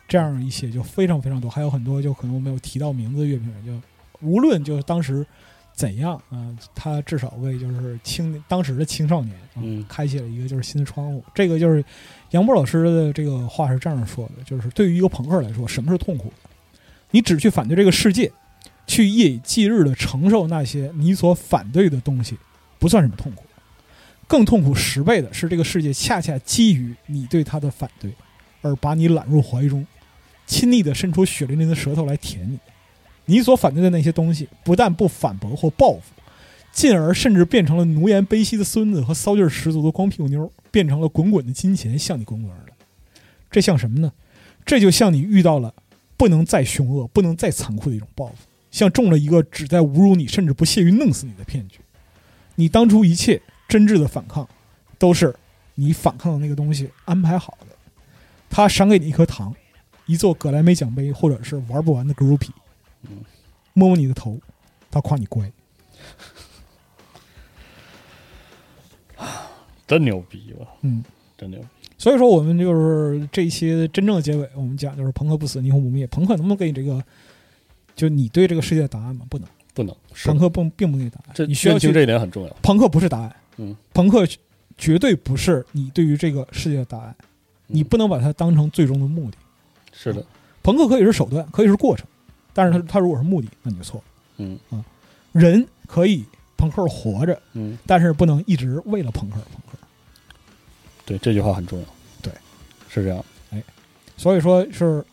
[SPEAKER 5] 这样一些就非常非常多，还有很多就可能我没有提到名字的乐评人，就无论就是当时怎样啊、他至少为就是青当时的青少年、啊
[SPEAKER 4] 嗯
[SPEAKER 5] 开启了一个就是新的窗户。这个就是杨波老师的这个话是这样说的，就是对于一个朋克来说，什么是痛苦？你只去反对这个世界，去夜以继日的承受那些你所反对的东西，不算什么痛苦。更痛苦十倍的是，这个世界恰恰基于你对它的反对，而把你揽入怀中，亲昵的伸出血淋淋的舌头来舔你。你所反对的那些东西，不但不反驳或报复，进而甚至变成了奴颜卑膝的孙子和骚劲儿十足的光屁股妞儿，变成了滚滚的金钱向你滚滚而来。这像什么呢？这就像你遇到了不能再凶恶、不能再残酷的一种报复，像中了一个旨在侮辱你甚至不屑于弄死你的骗局。你当初一切真挚的反抗，都是你反抗的那个东西安排好的。他赏给你一颗糖，一座葛莱美奖杯，或者是玩不完的 groupie，摸摸你的头，他夸你乖。
[SPEAKER 4] 真牛逼吧，
[SPEAKER 5] 嗯，
[SPEAKER 4] 真牛逼，
[SPEAKER 5] 所以说我们就是这一期真正的结尾，我们讲就是朋克不死，霓虹不灭。朋克能不能给你这个，就你对这个世界的答案吗？不能，
[SPEAKER 4] 不能，是
[SPEAKER 5] 朋克并并不给你答案。
[SPEAKER 4] 这
[SPEAKER 5] 你需要
[SPEAKER 4] 认
[SPEAKER 5] 去
[SPEAKER 4] 清这一点很重要，
[SPEAKER 5] 朋克不是答案，
[SPEAKER 4] 嗯，
[SPEAKER 5] 朋克绝对不是你对于这个世界的答
[SPEAKER 4] 嗯
[SPEAKER 5] 案，你不能把它当成最终的目的。
[SPEAKER 4] 是的，
[SPEAKER 5] 朋克可以是手段，可以是过程，但是它它如果是目的，那你就错了。
[SPEAKER 4] 嗯
[SPEAKER 5] 人可以朋克活着，
[SPEAKER 4] 嗯，
[SPEAKER 5] 但是不能一直为了朋克而朋克。
[SPEAKER 4] 对，这句话很重要，
[SPEAKER 5] 对，
[SPEAKER 4] 是这样，
[SPEAKER 5] 所以说是，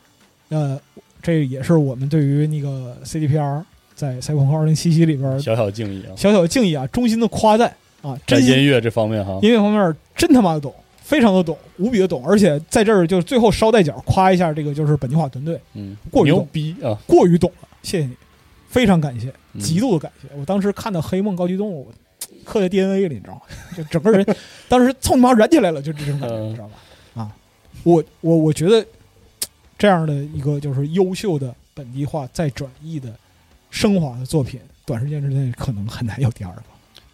[SPEAKER 5] 呃，这也是我们对于那个 CDPR 在《赛博朋克2077》里边
[SPEAKER 4] 小小敬意啊，
[SPEAKER 5] 小小的敬意啊，衷心的夸赞啊，
[SPEAKER 4] 在
[SPEAKER 5] 真心
[SPEAKER 4] 音乐这方面哈，
[SPEAKER 5] 音乐方面真他妈的懂，非常的懂，无比的懂，而且在这儿就是最后捎带脚夸一下这个就是本地化团队，
[SPEAKER 4] 嗯，
[SPEAKER 5] 过于
[SPEAKER 4] 牛
[SPEAKER 5] 懂
[SPEAKER 4] 逼啊，
[SPEAKER 5] 过于懂了，谢谢你，非常感谢，
[SPEAKER 4] 嗯
[SPEAKER 5] 极度的感谢。我当时看到《黑梦高级动物》，我刻在 DNA 里，你知道吗？ 就整个人当时蹭他妈燃起来了，就这种感觉，
[SPEAKER 4] 嗯
[SPEAKER 5] 你知道吧？啊，我我我觉得这样的一个就是优秀的本地化再转译的升华的作品，短时间之内可能很难有第二个，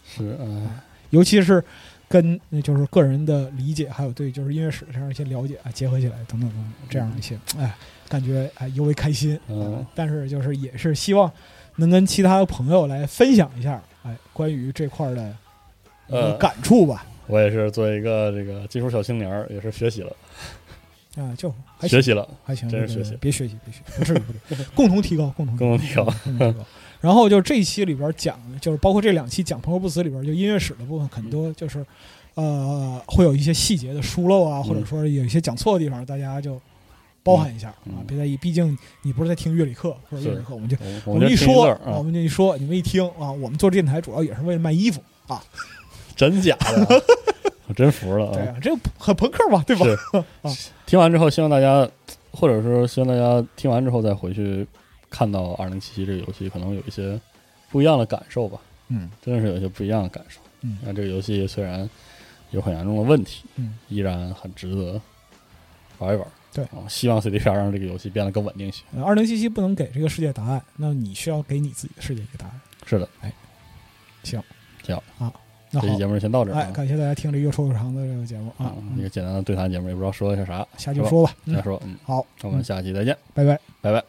[SPEAKER 4] 是嗯
[SPEAKER 5] 尤其是跟呃就是个人的理解，还有对就是音乐史上一些了解啊结合起来，等等等等这样的一些，哎，感觉哎尤为开心。
[SPEAKER 4] 嗯
[SPEAKER 5] 但是就是也是希望能跟其他的朋友来分享一下，哎，关于这块儿的一个
[SPEAKER 4] 呃，
[SPEAKER 5] 感触吧。
[SPEAKER 4] 我也是作为一个这个技术小青年儿，也是学习了，
[SPEAKER 5] 啊，就还行
[SPEAKER 4] 学，习了，
[SPEAKER 5] 还行，
[SPEAKER 4] 真是
[SPEAKER 5] 对对
[SPEAKER 4] 学习
[SPEAKER 5] 对别学习，别学习，不是不是，共同提高，共同
[SPEAKER 4] 跟我提高。
[SPEAKER 5] 嗯共同提高。然后就这一期里边讲，就是包括这两期讲《朋友不死》里边，就音乐史的部分，很多就是呃会有一些细节的疏漏啊，或者说有一些讲错的地方，大家就包含一下啊
[SPEAKER 4] 嗯，
[SPEAKER 5] 别在意，毕竟你不是在听乐理课或者乐理课，嗯我们就
[SPEAKER 4] 我
[SPEAKER 5] 们
[SPEAKER 4] 就
[SPEAKER 5] 一
[SPEAKER 4] 听
[SPEAKER 5] 说哦
[SPEAKER 4] 乐儿，
[SPEAKER 5] 我
[SPEAKER 4] 啊，
[SPEAKER 5] 们就一说，你们一听啊，我们做电台主要也是为了卖衣服啊，
[SPEAKER 4] 真假的 啊，我真服了
[SPEAKER 5] 对
[SPEAKER 4] 啊！
[SPEAKER 5] 啊，这个很朋克嘛，对吧？
[SPEAKER 4] 听完之后，希望大家，或者说希望大家听完之后再回去看到《二零七七》这个游戏，可能有一些不一样的感受吧。
[SPEAKER 5] 嗯，
[SPEAKER 4] 真的是有一些不一样的感受。
[SPEAKER 5] 嗯
[SPEAKER 4] 那这个游戏虽然有很严重的问题，
[SPEAKER 5] 嗯，
[SPEAKER 4] 依然很值得玩一玩。
[SPEAKER 5] 对
[SPEAKER 4] 啊，希望 CDPR 让这个游戏变得更稳定些。
[SPEAKER 5] 呃二零七七不能给这个世界答案，那你需要给你自己的世界一个答案。
[SPEAKER 4] 是的，
[SPEAKER 5] 那
[SPEAKER 4] 这期
[SPEAKER 5] 好
[SPEAKER 4] 节，目就先到这儿
[SPEAKER 5] 哎，
[SPEAKER 4] 啊。
[SPEAKER 5] 感谢大家听这又臭又长的这个节目啊
[SPEAKER 4] 啊，，一个简单的对谈节目，也不知道说了些啥，
[SPEAKER 5] 下期说吧，
[SPEAKER 4] 再
[SPEAKER 5] 嗯，
[SPEAKER 4] 说，嗯，
[SPEAKER 5] 好，
[SPEAKER 4] 那我们下期再见，
[SPEAKER 5] 拜拜。
[SPEAKER 4] 拜拜。